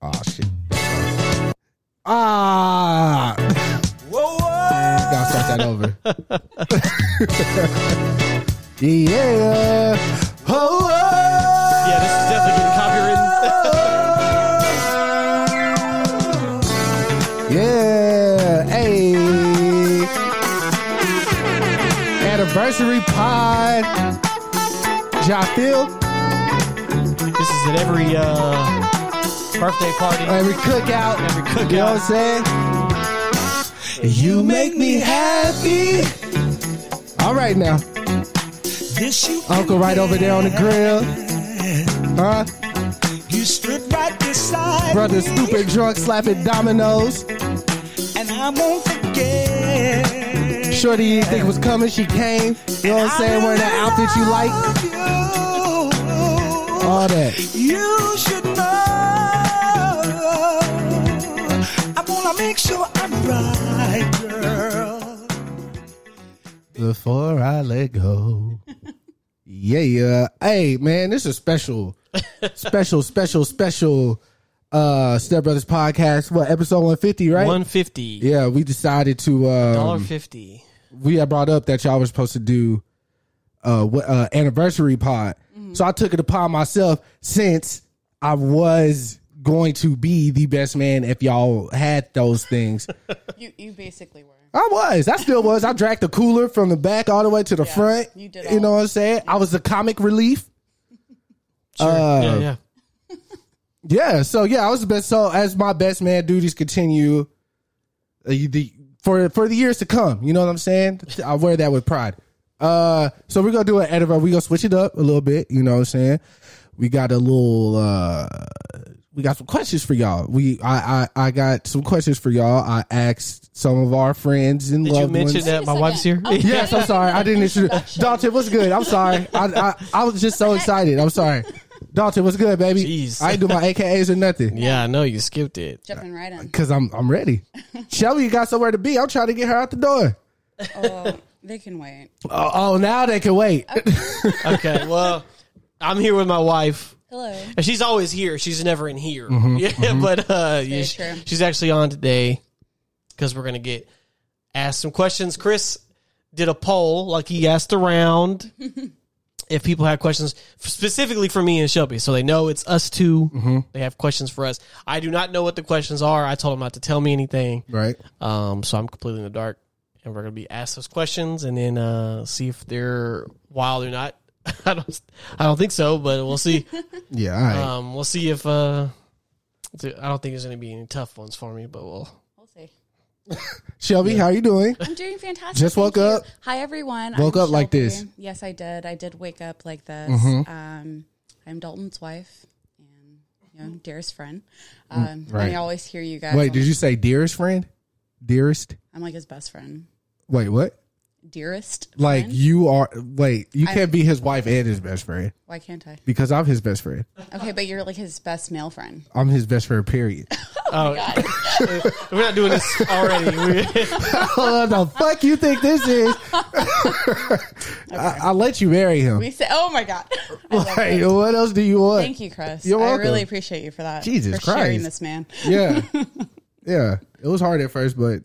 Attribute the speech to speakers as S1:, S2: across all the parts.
S1: Ah, shit. Ah! Gotta start that over. yeah! Oh, oh.
S2: Yeah, this is definitely getting copyrighted.
S1: Yeah. Hey. Anniversary pod. Jafield.
S2: this is at every uh, birthday party.
S1: Every cookout.
S2: Every
S1: You know what
S2: cookout.
S1: I'm saying? You make me happy. All right now.
S3: This you
S1: Uncle right over there on the grill. Huh?
S3: you stood right beside
S1: Brother
S3: me,
S1: stupid drunk slapping dominoes.
S3: and I won't forget.
S1: Shorty you didn't think was coming, she came. You know what I'm saying? Wearing that outfit you like.
S3: like.
S1: All that.
S3: You should know. I wanna make sure I'm right, girl.
S1: Before I let go. yeah, yeah. Hey, man, this is special, special, special, special uh Step Brothers podcast. What episode one fifty, right?
S2: 150.
S1: Yeah, we decided to
S2: Dollar
S1: um,
S2: fifty.
S1: we had brought up that y'all were supposed to do uh what uh anniversary pod.
S4: Mm-hmm.
S1: So I took it upon myself since I was going to be the best man if y'all had those things.
S4: You you basically were.
S1: I was. I still was. I dragged the cooler from the back all the way to the front.
S4: you
S1: You,
S4: did all
S1: know what I'm saying? I was the comic relief. Uh,
S2: Sure. yeah, yeah.
S1: Yeah. So yeah, I was the best. So as my best man duties continue, uh, you- the, for for the years to come, you know what I'm saying? I wear that with pride. Uh, so we're gonna do an Edinburgh. We gonna switch it up a little bit. You know what I'm saying? We got a little. uh We got some questions for y'all. We I I, I got some questions for y'all. I asked some of our friends and
S2: Did you
S1: loved
S2: mention
S1: ones.
S2: that my wife's here?
S1: Yes, I'm sorry. I didn't introduce Dalton. What's good? I'm sorry. I, I I was just so excited. I'm sorry. Dalton, what's good, baby?
S2: Jeez.
S1: I ain't do my AKAs or nothing
S2: Yeah, I know you skipped it.
S4: Jumping right in.
S1: because I'm I'm ready. Shelby you got somewhere to be. I'm trying to get her out the door.
S4: Oh, they can wait.
S1: Oh, oh now they can wait.
S2: Okay, well, I'm here with my wife.
S4: Hello.
S2: And she's always here. She's never in here. yeah, but uh, yeah, she-
S4: true.
S2: she's actually on today because we're gonna get asked some questions. Chris did a poll, like he asked around if people had questions specifically for me and Shelby, so they know it's us 2 They have questions for us. I do not know what the questions are. I told them not to tell me anything,
S1: Right.
S2: um, so I'm completely in the dark. And we're gonna be asked those questions and then uh, see if they're wild or not. I don't, I don't think so, but we'll see.
S1: Yeah. All right.
S2: Um, we'll see if uh, th- I don't think there's gonna be any tough ones for me, but we'll.
S4: We'll see.
S1: Shelby, how you doing?
S4: I'm doing fantastic.
S1: Just
S4: Thank
S1: woke up.
S4: you. Hi everyone.
S1: Woke
S4: I'm
S1: up like
S4: Shelby.
S1: this. Mm-hmm.
S4: Yes, I did. I did wake up like this. Um, I'm Dalton's wife and you know, dearest friend. Um,
S1: Mm, right.
S4: I always hear you guys.
S1: Wait,
S4: on-
S1: did you say dearest friend? Dearest.
S4: I'm like his best friend.
S1: Wait, what?
S4: Dearest.
S1: Like
S4: friend?
S1: you are? Wait, you can't be his wife and his best friend
S4: Why can't I?
S1: because I'm his best friend.
S4: Okay, but you're like his best male friend.
S1: I'm his best friend. Period.
S2: Oh, we're not doing this already. We-
S1: what the fuck you think this is? I, I'll let you marry him.
S4: We say, oh my god. I love
S1: Hey,
S4: it.
S1: what else do you want?
S4: Thank you, Chris.
S1: You're
S4: I
S1: welcome.
S4: really appreciate you for that.
S1: Jesus
S4: for sharing
S1: Christ.
S4: this man.
S1: Yeah, yeah. It was hard at first, but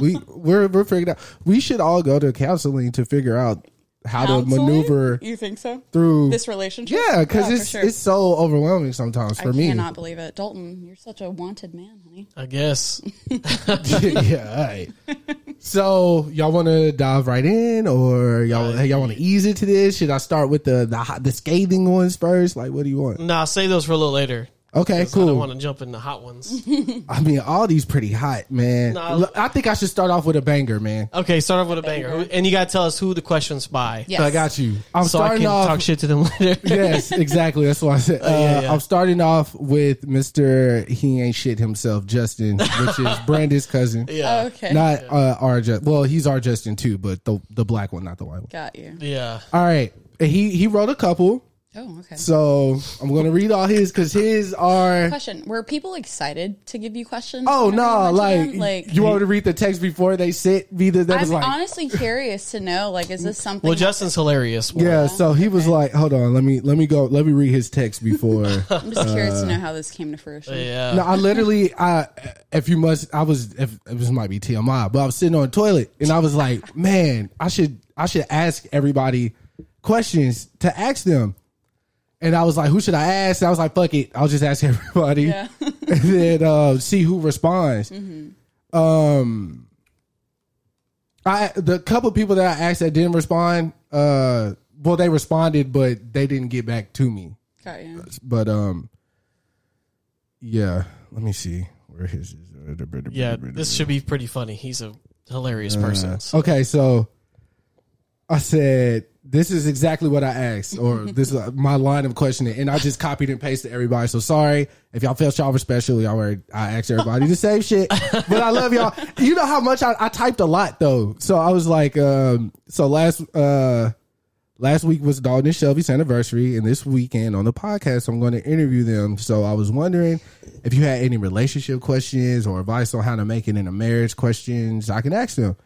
S1: we we're we're figuring out. We should all go to counseling to figure out how to
S4: Counseling?
S1: maneuver
S4: You think so?
S1: through
S4: This relationship?
S1: Yeah, because
S4: for
S1: it's
S4: sure.
S1: it's so overwhelming sometimes for
S4: I
S1: me.
S4: cannot believe it. Dalton, you're such a wanted man, honey.
S2: I guess.
S1: yeah, all right. So y'all want to dive right in, or y'all hey, y'all want to ease into this? Should I start with the, the hot- the scathing ones first? Like, what do you want?
S2: Nah, save those for a little later.
S1: Okay,
S2: 'cause Mm. I don't
S1: cool.
S2: want to jump in the hot ones.
S1: I mean, all these pretty hot, man.
S2: Nah.
S1: Look, I think I should start off with a banger, man.
S2: Okay, start off with a banger, Who- and you gotta tell us who the question's by,
S4: Yes.
S1: So I got you. I'm
S2: so I
S1: starting
S2: can
S1: off.
S2: talk shit to them later.
S1: yes, exactly. That's what I said. Uh,
S2: yeah, yeah.
S1: I'm starting off with Mister. He ain't shit himself, Justin, which is Brandon's cousin.
S2: yeah,
S4: Okay.
S1: Not uh, our Justin. Well, he's our Justin too, but the the black one, not the white one.
S4: Got you.
S2: yeah.
S1: All right. He he wrote a couple.
S4: Oh, okay.
S1: So I'm gonna read all his because his are.
S4: Question: Were people excited to give you questions?
S1: Oh
S4: whenever
S1: no!
S4: you went to
S1: Like,
S4: them? like
S1: you want me to read the text before they sit? Either that
S4: I'm
S1: was like
S4: honestly curious to know. Like, is this something?
S2: Well, Justin's hilarious.
S1: yeah. So he was like, hold on, let me let me go let me read his text before. no,
S4: I'm just curious
S1: uh,
S4: to know how this came to fruition.
S2: yeah.
S1: I literally I if you must I was if this might be TMI, but I was sitting on the toilet and I was like, man, I should I should ask everybody questions to ask them. And I was like, who should I ask? And I was like, fuck it. I'll just ask everybody.
S4: Yeah.
S1: and then uh, see who responds. Um, I the couple people that I asked that didn't respond. Uh, well, they responded, but they didn't get back to me.
S4: Got you.
S1: But um, yeah. Let me see where his is.
S2: Yeah, this should be pretty funny. He's a hilarious person. so-
S1: Okay, so I said this is exactly what I asked, or this is my line of questioning, and I just copied and pasted everybody. So sorry if y'all felt y'all were special. Y'all were I asked everybody the same shit, but I love y'all. You know how much I, I typed a lot though, so I was like, um, so last uh, last week was Dalton and Shelby's anniversary, and this weekend on the podcast, I'm going to interview them. So I was wondering if you had any relationship questions or advice on how to make it in a marriage questions I can ask them.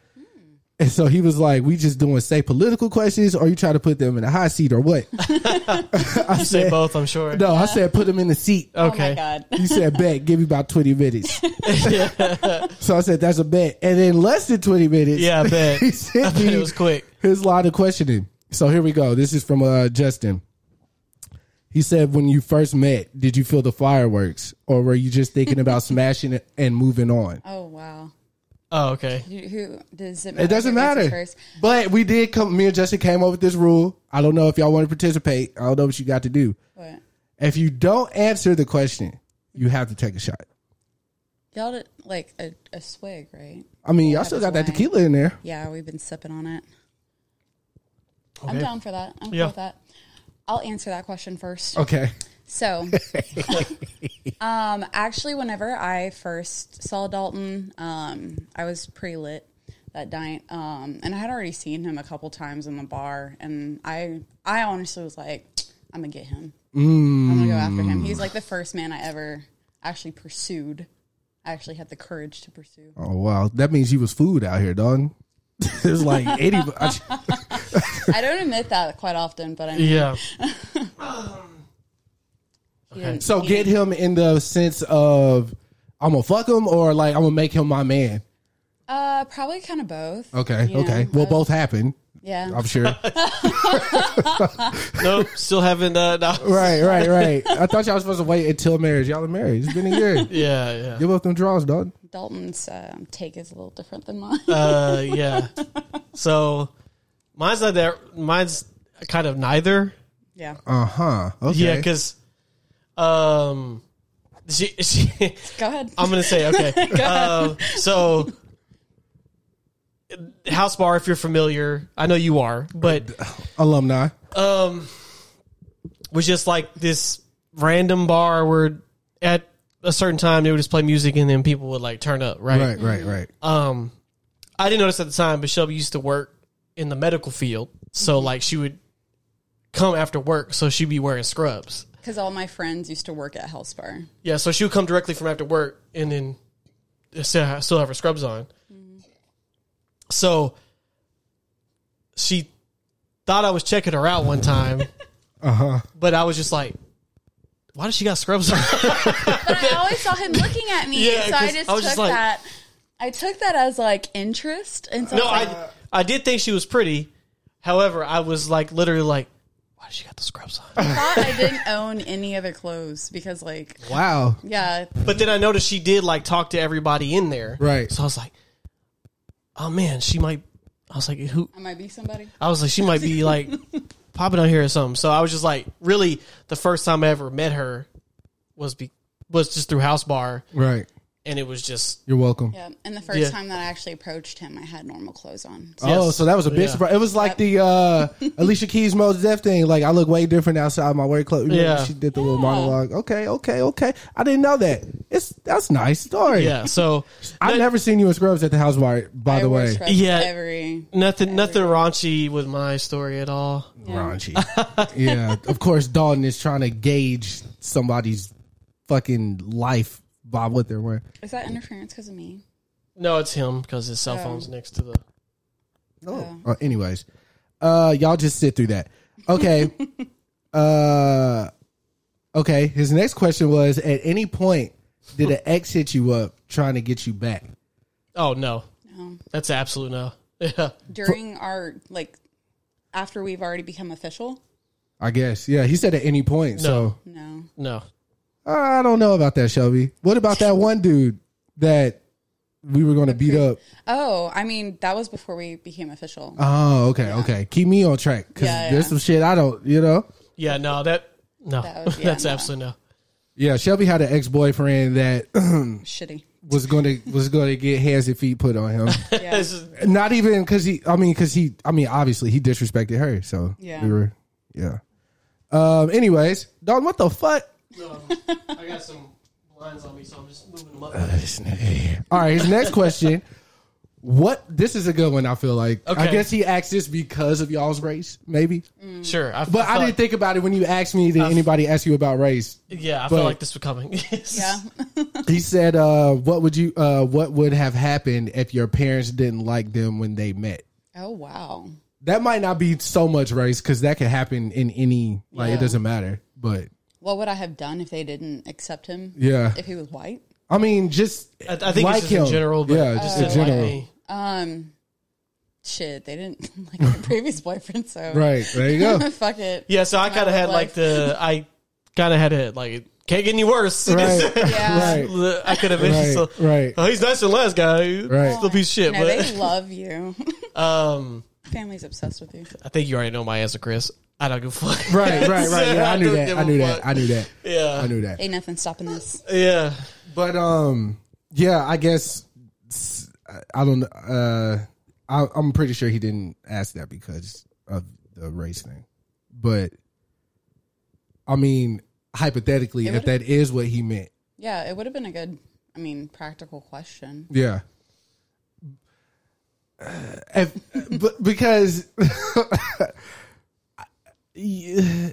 S1: And so he was like, "We just doing say political questions, or you try to put them in a hot seat, or what?"
S2: you say both, I'm sure.
S1: no, I said, "Put them in the seat."
S4: Oh
S2: okay.
S4: my god.
S1: Uh, He said, "Bet, give me about twenty minutes." so I said, "That's a bet." And in less than twenty minutes,
S2: Yeah, I bet.
S1: he sent
S2: I bet
S1: me
S2: it was quick.
S1: his line of questioning. So here we go. This is from uh, Justin. He said, "When you first met, did you feel the fireworks, or were you just thinking about smashing it and moving on?"
S4: Oh wow.
S2: Oh, okay.
S4: Who- Who does it? Matter
S1: It doesn't
S4: who answers
S1: matter.
S4: First?
S1: But we did come. Me and Justin came up with this rule. I don't know if y'all want to participate. I don't know what you got to do.
S4: But
S1: If you don't answer the question, you have to take a shot.
S4: y'all did like a, a swig, right?
S1: I mean, y'all
S4: That
S1: still
S4: is
S1: got that
S4: why.
S1: tequila in there.
S4: Yeah, we've been sipping on it. I'm down for that. I'm
S2: Yeah. Oh.
S4: cool with that. I'll answer that question first.
S1: Okay.
S4: So, um, actually, whenever I first saw Dalton, um, I was pretty lit that night, um, and I had already seen him a couple times in the bar, and I, I honestly was like, I'm gonna get him. I'm gonna go after him. He's like the first man I ever actually pursued. I actually had the courage to pursue.
S1: Oh wow, that means you was food out here, dog. There's like eighty.
S4: I don't admit that quite often, but I mean,
S2: Yeah.
S4: he didn't-
S1: so
S4: he
S1: get him in the sense of I'm gonna fuck him or like I'm gonna make him my man.
S4: Uh, probably kind of both.
S1: Okay.
S4: Yeah,
S1: okay. Well,
S4: I-
S1: both happen.
S4: Yeah.
S1: I'm sure.
S2: nope. Still haven't. Uh, no.
S1: right. Right. Right. I thought y'all was supposed to wait until marriage. Y'all are married. It's been a year.
S2: Yeah.
S1: Give up them draws, dog.
S4: Dalton's um, take is a little different than mine.
S2: Yeah. Uh, yeah. So mine's not that. Mine's kind of neither.
S4: yeah.
S1: Uh huh. Okay.
S2: Yeah, because um, she, she
S4: Go ahead.
S2: I'm gonna say okay. Um, so, house bar, if you're familiar, I know you are, but
S1: alumni.
S2: um, was just like this random bar where at a certain time they would just play music and then people would like turn up, right?
S1: Right. Right. Right.
S2: Um, I didn't notice at the time, but Shelby used to work in the medical field, so like she would come after work, so she'd be wearing scrubs.
S4: Because all my friends used to work at House Bar.
S2: Yeah, so she would come directly from after work and then still still have her scrubs on. So she thought I was checking her out one time,
S1: Uh huh.
S2: but I was just like, why does she got scrubs on?
S4: But I always saw him looking at me,
S2: Yeah,
S4: so I
S2: 'cause
S4: just
S2: I was
S4: took
S2: just like-
S4: that. I took that as like interest, and so
S2: no,
S4: I was like,
S2: I I did think she was pretty. However, I was like literally like, why does she got the scrubs on?
S4: I thought I didn't own any other clothes because, like,
S1: Wow.
S4: yeah,
S2: But then I noticed she did like talk to everybody in there.
S1: Right.
S2: So I was like, oh man, she might. I was like, who?
S4: I might be somebody.
S2: I was like, she might be like popping on here or something. So I was just like, really, the first time I ever met her was be was just through House Bar,
S1: Right.
S2: and it was just
S1: You're welcome.
S4: Yeah. And the first
S2: Yeah.
S4: time that I actually approached him, I had normal clothes on. So
S1: Oh,
S2: Yes.
S1: so that was a big
S2: Yeah.
S1: surprise. It was like the uh, Alicia Keys Mos Def thing. Like I look way different outside my work clothes. Remember
S2: Yeah.
S1: she did the little monologue. Okay, okay, okay. I didn't know that. It's that's a nice story.
S2: yeah. So
S1: I've never seen you in scrubs at the house bar. By
S4: I
S1: the
S4: wore
S1: way,
S4: scrubs
S2: Yeah.
S4: Every
S2: nothing nothing raunchy with my story at all.
S1: raunchy. yeah, of course. Dalton is trying to gauge somebody's fucking life by what they're wearing.
S4: is that interference because of me?
S2: No, it's him because his cell phone's next to the.
S1: Oh. Uh, anyways, uh, y'all just sit through that. Okay. uh, okay. His next question was: At any point, did an ex hit you up trying to get you back?
S2: Oh no,
S4: No.
S2: that's an absolute no. Yeah,
S4: During our like, after we've already become official.
S1: I guess. Yeah, he said at any point. So
S4: No.
S2: no.
S1: Uh, I don't know about that, Shelby. What about that one dude that we were going to beat up?
S4: Oh, I mean, that was before we became official.
S1: Oh, okay, okay. Keep me on track because
S4: Yeah,
S1: there's
S4: yeah.
S1: some shit I don't. You know.
S2: Yeah, no, that no,
S4: That was- yeah,
S2: that's
S4: no.
S2: absolutely no.
S1: Yeah, Shelby had an ex boyfriend that
S4: Shitty.
S1: was going to was going to get hands and feet put on him.
S4: Yeah.
S2: This is-
S1: not even because he i mean because he i mean obviously he disrespected her so
S4: Yeah.
S1: we were yeah um anyways don what the fuck
S2: I got some blinds on me, so I'm just moving them up.
S1: all right his next question what this is a good one i feel like i
S2: Okay.
S1: guess he asked this because of y'all's race maybe
S4: Mm-hmm.
S2: Sure, I,
S1: but i didn't think about it when you asked me
S4: Oh.
S1: did anybody ask you about race
S2: think. Yeah, I
S1: but-
S2: felt like this was coming.
S4: yeah.
S1: he said uh what would you uh what would have happened if your parents didn't like them when they met
S4: Oh wow.
S1: that might not be so much race because that could happen in any like it
S4: Yeah.
S1: doesn't matter but
S4: What would I have done if they didn't accept him?
S1: Yeah.
S4: If he was white?
S1: I mean, just
S2: I, I think
S1: like
S2: it's just
S1: him.
S2: in general. But
S1: yeah, just in
S2: didn't like
S1: general,
S2: me.
S4: Um, shit, they didn't like my previous boyfriend, so
S1: right? There you go.
S4: Fuck it.
S2: Yeah, so I kind of had like the I kind of had it like it can't get any worse.
S1: right,
S4: Yeah.
S1: right,
S2: I could have been
S1: Right,
S2: so,
S1: right.
S2: Oh, he's nice and last guy.
S1: Right.
S2: Still a piece of shit,
S4: No,
S2: but
S4: they love you.
S2: um,
S4: Family's obsessed with you.
S2: I think you already know my answer, Chris. I don't give a fuck.
S1: right, right, right. Yeah, I knew
S2: don't
S1: that.
S2: give
S1: I
S2: a
S1: knew
S2: fuck.
S1: that. I knew that. I
S2: Yeah,
S1: knew that.
S4: Ain't nothing stopping this.
S2: yeah.
S1: But um, yeah, I guess s- I don't. Uh, I, I'm pretty sure he didn't ask that because of the race thing. But I mean, hypothetically, if that is what he meant,
S4: Yeah, it would have been a good, I mean, practical question.
S1: Yeah. If, but because Yeah.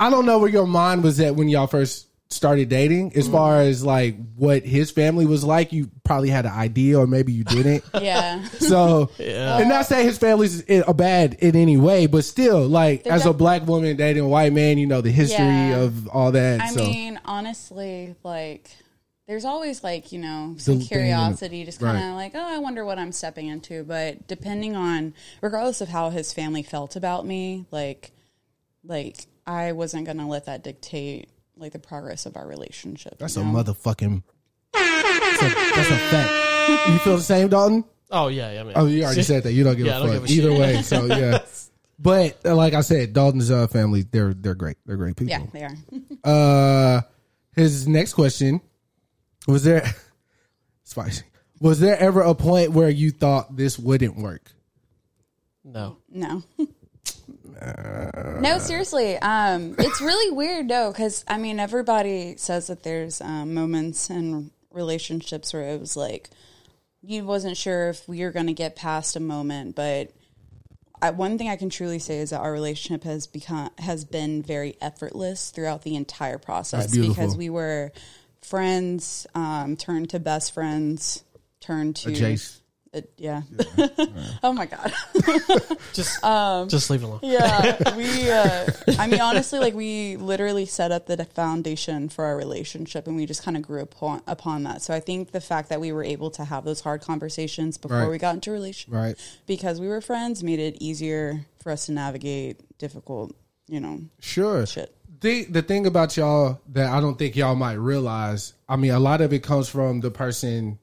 S1: I don't know where your mind was at when y'all first started dating
S4: Mm.
S1: as far as like what his family was like you probably had an idea or maybe you didn't
S4: Yeah.
S1: so and not saying his family's i- a bad in any way but still like as a
S4: def-
S1: black woman dating a white man you know the history
S4: Yeah.
S1: of all that
S4: I
S1: so
S4: mean, honestly, like, there's always like you know
S1: thing
S4: some
S1: in it.
S4: curiosity, just kind of
S1: Right.
S4: like, oh, I wonder what I'm stepping into. But depending on, regardless of how his family felt about me, like, like I wasn't gonna let that dictate like the progress of our relationship.
S1: that's
S4: you
S1: a
S4: know?
S1: motherfucking that's a, that's a fact you feel the same dalton
S2: Oh yeah, yeah. Man.
S1: Oh, you already said that. You don't give
S2: Yeah, I
S1: a
S2: don't
S1: fuck
S2: give a
S1: either
S2: shit.
S1: way. So yeah. But uh, like I said, Dalton's uh, family, they're they're great. They're great people.
S4: Yeah, they are.
S1: Uh, his next question was there spicy. Was there ever a point where you thought this wouldn't work?
S2: No.
S4: No.
S1: Uh.
S4: no, seriously. Um, it's really weird, though, because I mean, everybody says that there's um, moments in relationships where it was like you wasn't sure if we were going to get past a moment, but I, one thing I can truly say is that our relationship has become has been very effortless throughout the entire process
S1: That's beautiful.
S4: because we were friends, um, turned to best friends, turned to
S1: Jace.
S4: it- yeah. oh my god.
S2: Just just leave it alone.
S4: Yeah, we. Uh, I mean, honestly, like we literally set up the foundation for our relationship, and we just kind of grew upon, upon that. So I think the fact that we were able to have those hard conversations before
S1: Right.
S4: we got into a relationship,
S1: Right.
S4: because we were friends, made it easier for us to navigate difficult, you know,
S1: Sure.
S4: shit.
S1: The the thing about y'all that I don't think y'all might realize, I mean, a lot of it comes from the person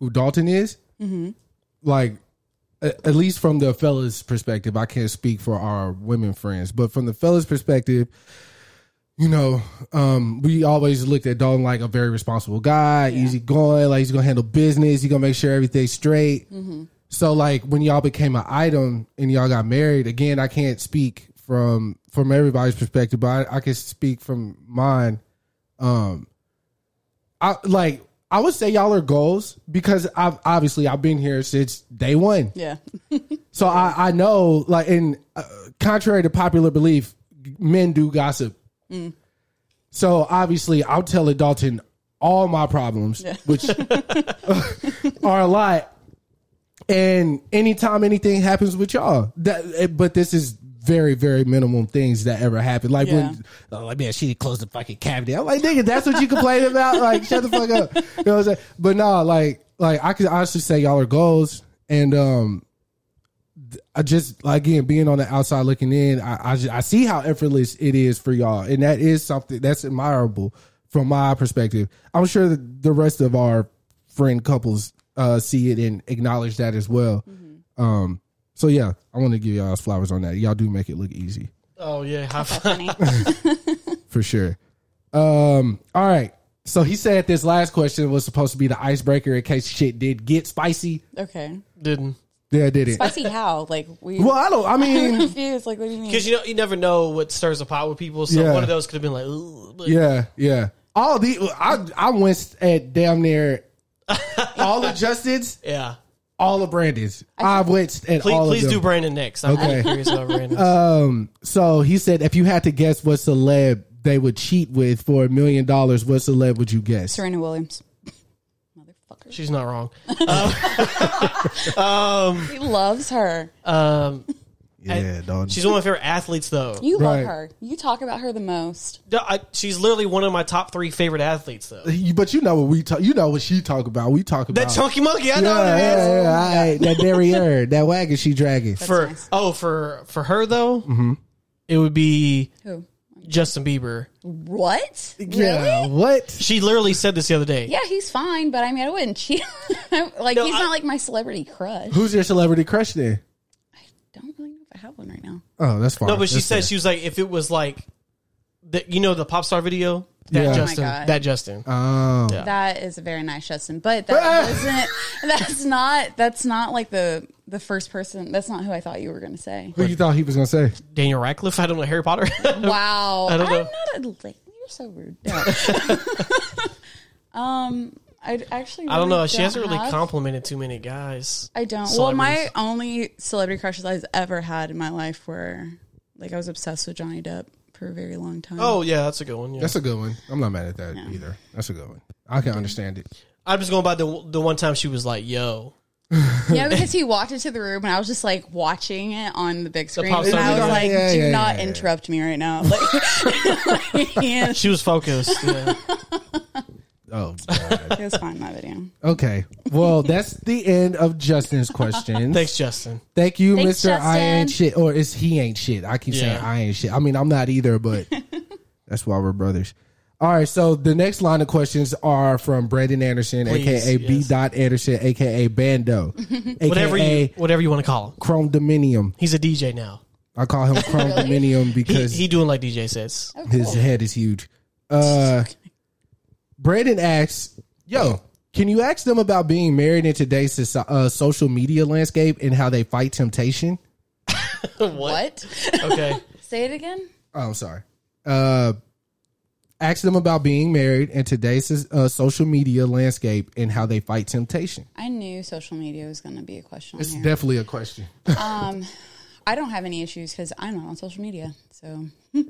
S1: who Dalton is. like a- at least from the fellas perspective i can't speak for our women friends but from the fellas perspective you know um we always looked at dalton like a very responsible guy easy going like he's gonna handle business he's gonna make sure everything's straight so like when y'all became an item and y'all got married again i can't speak from from everybody's perspective but i, I can speak from mine um I like I would say y'all are goals because I've obviously I've been here since day one,
S4: Yeah.
S1: so I I know like and uh, contrary to popular belief, men do gossip. So obviously I'm telling Dalton all my problems, which are a lot. And anytime anything happens with y'all, that eh, but this is very very minimum things that ever happen. Like
S4: Yeah.
S1: when oh, like man, she closed the fucking cavity. I'm like nigga, that's what you complain about. Like shut the fuck up. You know what I'm saying? But no, like like I could honestly say y'all are goals, and um, th- I just like, again being on the outside looking in, I I, ju- I see how effortless it is for y'all, and that is something that's admirable from my perspective. I'm sure that the rest of our friend couples uh see it and acknowledge that as well. Um, so yeah, I want to give y'all flowers on that. Y'all do make it look easy
S2: Oh yeah, high five.
S4: Funny.
S1: for sure. Um, all right. So he said this last question was supposed to be the icebreaker in case shit did get spicy.
S4: Okay.
S2: didn't
S1: Yeah, it didn't.
S4: I see how. Like we.
S1: Well, I don't. I
S4: I'm
S1: mean,
S4: confused. Like, what do you mean?
S2: because you know you never know what stirs a pot with people. So
S1: Yeah.
S2: one of those could have been like, Ooh, but-
S1: yeah, yeah. All the I I went at damn near all the Justins,
S2: yeah.
S1: all the Brandons. I went at
S2: Please,
S1: all
S2: please
S1: of
S2: do
S1: them.
S2: Brandon next. I'm
S1: Okay.
S2: really curious about Brandon.
S1: Um, so he said, if you had to guess what celeb they would cheat with for a million dollars, what celeb would you guess?
S4: Serena Williams. Motherfucker.
S2: She's not wrong.
S4: He loves her.
S2: Um,
S1: Yeah, dog.
S2: she's one of my favorite athletes, though.
S4: You
S1: Right.
S4: love her. You talk about her the most.
S2: No, I, she's literally one of my top three favorite athletes, though.
S1: But you know what we talk. You know what she talk about. We talk about
S2: That chunky monkey, I know
S1: yeah,
S2: what it is.
S1: yeah, yeah. All right. That derriere, that wagon she dragging.
S2: for
S4: nice.
S2: oh for for her though, it would be
S4: Who?
S2: Justin Bieber.
S4: What?
S1: Yeah,
S4: Really?
S1: what?
S2: She literally said this the other day.
S4: Yeah, he's fine, but I mean, I wouldn't cheat. like,
S2: No,
S4: he's
S2: I-
S4: not like my celebrity crush.
S1: Who's your celebrity crush then?
S4: Don't really know if I have one right now.
S1: Oh, that's fine.
S2: No, but she
S1: That's
S2: said
S1: fair.
S2: she was like, if it was like, the, you know, the pop star video, that
S1: Yeah. Oh my
S2: Justin,
S4: God.
S2: that Justin.
S1: Oh,
S2: Yeah.
S4: That is a very nice Justin, but that wasn't. That's not. That's not like the the first person. That's not who I thought you were going to say.
S1: who you thought he was gonna say?
S2: Daniel Radcliffe. I don't know Harry Potter.
S4: Wow, I
S2: don't know.
S4: am not a. la- You're so rude. No. um, I actually.
S2: I don't
S4: really
S2: know. She hasn't really
S4: have-
S2: complimented too many guys.
S4: I don't. Well, my
S2: celebrities.
S4: only celebrity crushes I've ever had in my life were like I was obsessed with Johnny Depp for a very long time.
S2: Oh yeah, that's a good one. Yeah.
S1: That's a good one. I'm not mad at that either. That's a good one. I can understand it.
S2: I'm just going by the the one time she was like, "Yo,
S4: yeah, because he walked into the room and I was just like watching it on the big screen,
S2: pop
S4: and
S2: star
S4: I was
S2: video.
S4: like,
S1: Yeah,
S4: "Do
S1: yeah,
S4: not
S1: yeah, yeah.
S4: interrupt me right now." Like, and
S2: she was focused." Yeah.
S1: Oh, God.
S4: it was fine. My video.
S1: okay. Well, that's the end of Justin's questions.
S2: Thanks, Justin.
S1: Thank you,
S4: Thanks,
S1: Mister. I ain't
S4: Justin.
S1: shit, or it's he ain't shit. I keep saying
S2: Yeah.
S1: I ain't shit. I mean, I'm not either, but that's why we're brothers. All right, so the next line of questions are from Brandon Anderson,
S2: Please,
S1: aka B.
S2: yes.
S1: Dot Anderson, aka Bando, aka
S2: Whatever you whatever you want to call him,
S1: Chrome Dominium.
S2: he's a DJ now.
S1: I call him Chrome Dominium
S2: He,
S1: because
S2: he doing like DJ sets.
S1: his head is huge. Uh, Brandon asks, "Yo, can you ask them about being married in today's soci- uh, social media landscape and how they fight temptation?"
S4: What?
S2: Okay.
S4: Say it again.
S1: Oh, I'm sorry. Uh, ask them about being married in today's uh, social media landscape and how they fight temptation.
S4: I knew social media was going to be a question. On
S1: It's
S4: here.
S1: definitely a question.
S4: I don't have any issues because I'm not on social media, so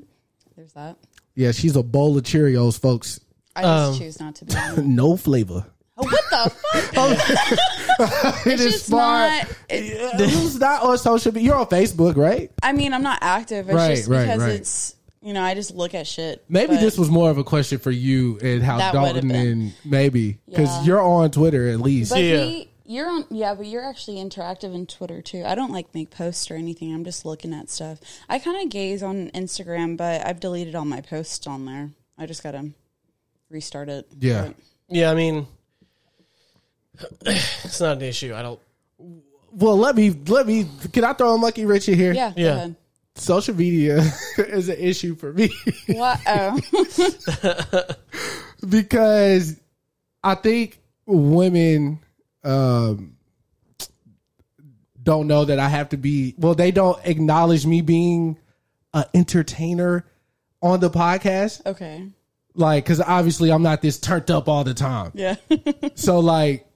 S4: there's that.
S1: yeah, she's a bowl of Cheerios, folks.
S4: I
S1: Um,
S4: just choose not to be. on.
S1: No flavor.
S4: Oh, what the fuck?
S1: It
S4: It's just not. it-
S1: Who's not on social media? You're on Facebook, right?
S4: I mean, I'm not active. It's
S1: Right,
S4: just
S1: right,
S4: because
S1: right.
S4: it's you know I just look at shit.
S1: Maybe
S4: but-
S1: this was more of a question for you and how
S4: That would've
S1: Dalton
S4: been.
S1: and maybe because
S4: Yeah.
S1: you're on Twitter at least.
S4: But
S2: Yeah.
S4: he, you're on, yeah, but you're actually interactive in Twitter too. I don't like make posts or anything. I'm just looking at stuff. I kind of gaze on Instagram, but I've deleted all my posts on there. I just gotta restart it.
S1: Yeah.
S2: Yeah, I mean, it's not an issue. I don't.
S1: Well, let me let me. Can I throw Unlucky Rich in here?
S4: Yeah. go
S2: Yeah.
S4: ahead.
S1: Social media is an issue for me
S4: What? Oh.
S1: because I think women um, don't know that I have to be. Well, they don't acknowledge me being an entertainer on the podcast.
S4: okay.
S1: Like, because obviously I'm not this turned up all the time.
S4: Yeah.
S1: So like,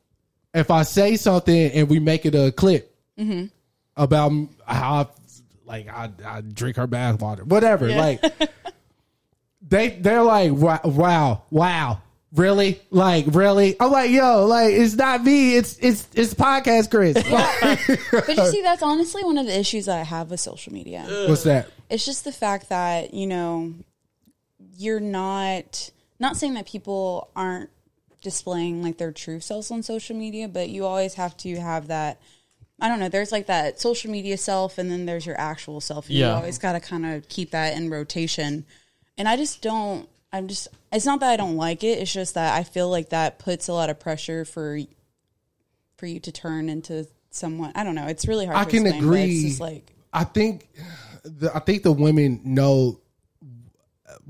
S1: if I say something and we make it a clip about m- how, I, like I, I drink her bath water, whatever. Like, they they're like, wow, wow, wow, really, like really. I'm like, yo, like it's not me, it's it's it's podcast Chris.
S4: but you see, that's honestly one of the issues that I have with social media.
S1: What's that?
S4: it's just the fact that you know you're not not saying that people aren't displaying like their true selves on social media but you always have to have that i don't know there's like that social media self and then there's your actual self and you
S2: Yeah.
S4: always got to kind of keep that in rotation and i just don't i'm just it's not that i don't like it it's just that i feel like that puts a lot of pressure for for you to turn into someone i don't know it's really hard
S1: I
S4: to
S1: can
S4: explain, but
S1: agree.
S4: it's just like
S1: I think the I think the women know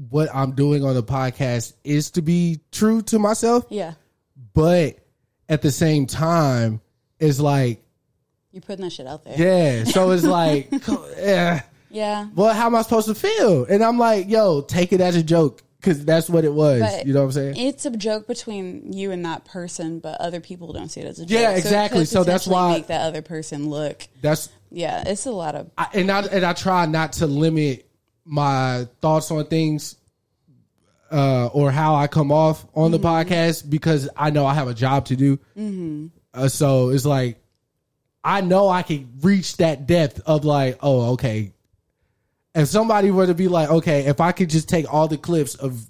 S1: what I'm doing on the podcast is to be true to myself,
S4: yeah
S1: but at the same time, it's like
S4: you're putting that shit out there
S1: Yeah. So it's like, eh,
S4: Yeah.
S1: well, how am I supposed to feel? And I'm like, yo, take it as a joke because that's what it was.
S4: But
S1: you know what I'm saying?
S4: It's a joke between you and that person, but other people don't see it as a joke.
S1: Yeah,
S4: So it
S1: exactly.
S4: could
S1: So that's
S4: potentially
S1: why-
S4: make that other person look.
S1: that's
S4: Yeah, it's a lot of
S1: I, and I and I try not to limit my thoughts on things uh, or how I come off on the podcast because I know I have a job to do. Uh, so it's like I know I can reach that depth of like, oh, okay. If somebody were to be like, okay, if I could just take all the clips of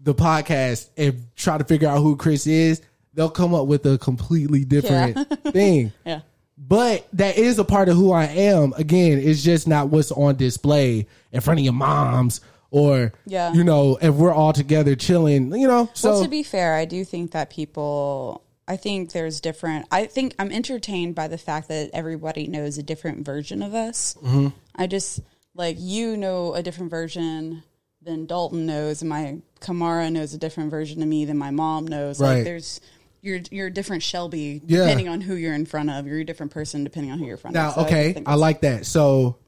S1: the podcast and try to figure out who Chris is, they'll come up with a completely different thing.
S4: yeah.
S1: But that is a part of who I am. Again, it's just not what's on display in front of your moms or
S4: Yeah.
S1: you know, if we're all together chilling, you know. So
S4: well, to be fair, I do think that people. I think there's different. I think I'm entertained by the fact that everybody knows a different version of us.
S1: Mm-hmm.
S4: I just like you know a different version than Dalton knows, and my Kamara knows a different version of me than my mom knows.
S1: Right.
S4: Like there's. You're, you're a different Shelby
S1: Yeah.
S4: depending on who you're in front of. You're a different person depending on who you're in front
S1: now,
S4: of. So just
S1: okay,
S4: think
S1: I
S4: it's-
S1: like that. So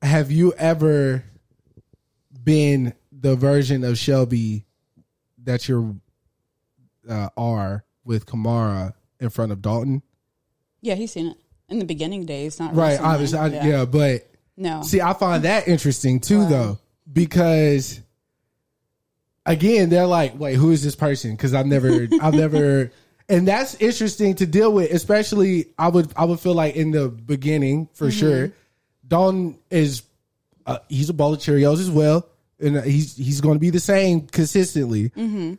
S1: have you ever been the version of Shelby that you're uh, are with Kamara in front of Dalton?
S4: Yeah, he's seen it in the beginning days, not
S1: Right,
S4: recently.
S1: obviously. I, yeah, but
S4: No.
S1: See, I find that interesting too, though, because again, they're like, "Wait, who is this person?" Because I've never, I've never, and that's interesting to deal with. Especially, I would, I would feel like in the beginning for
S4: Mm-hmm.
S1: sure, Don is, uh, he's a bowl of Cheerios as well, and uh, he's he's going to be the same consistently.
S4: Mm-hmm.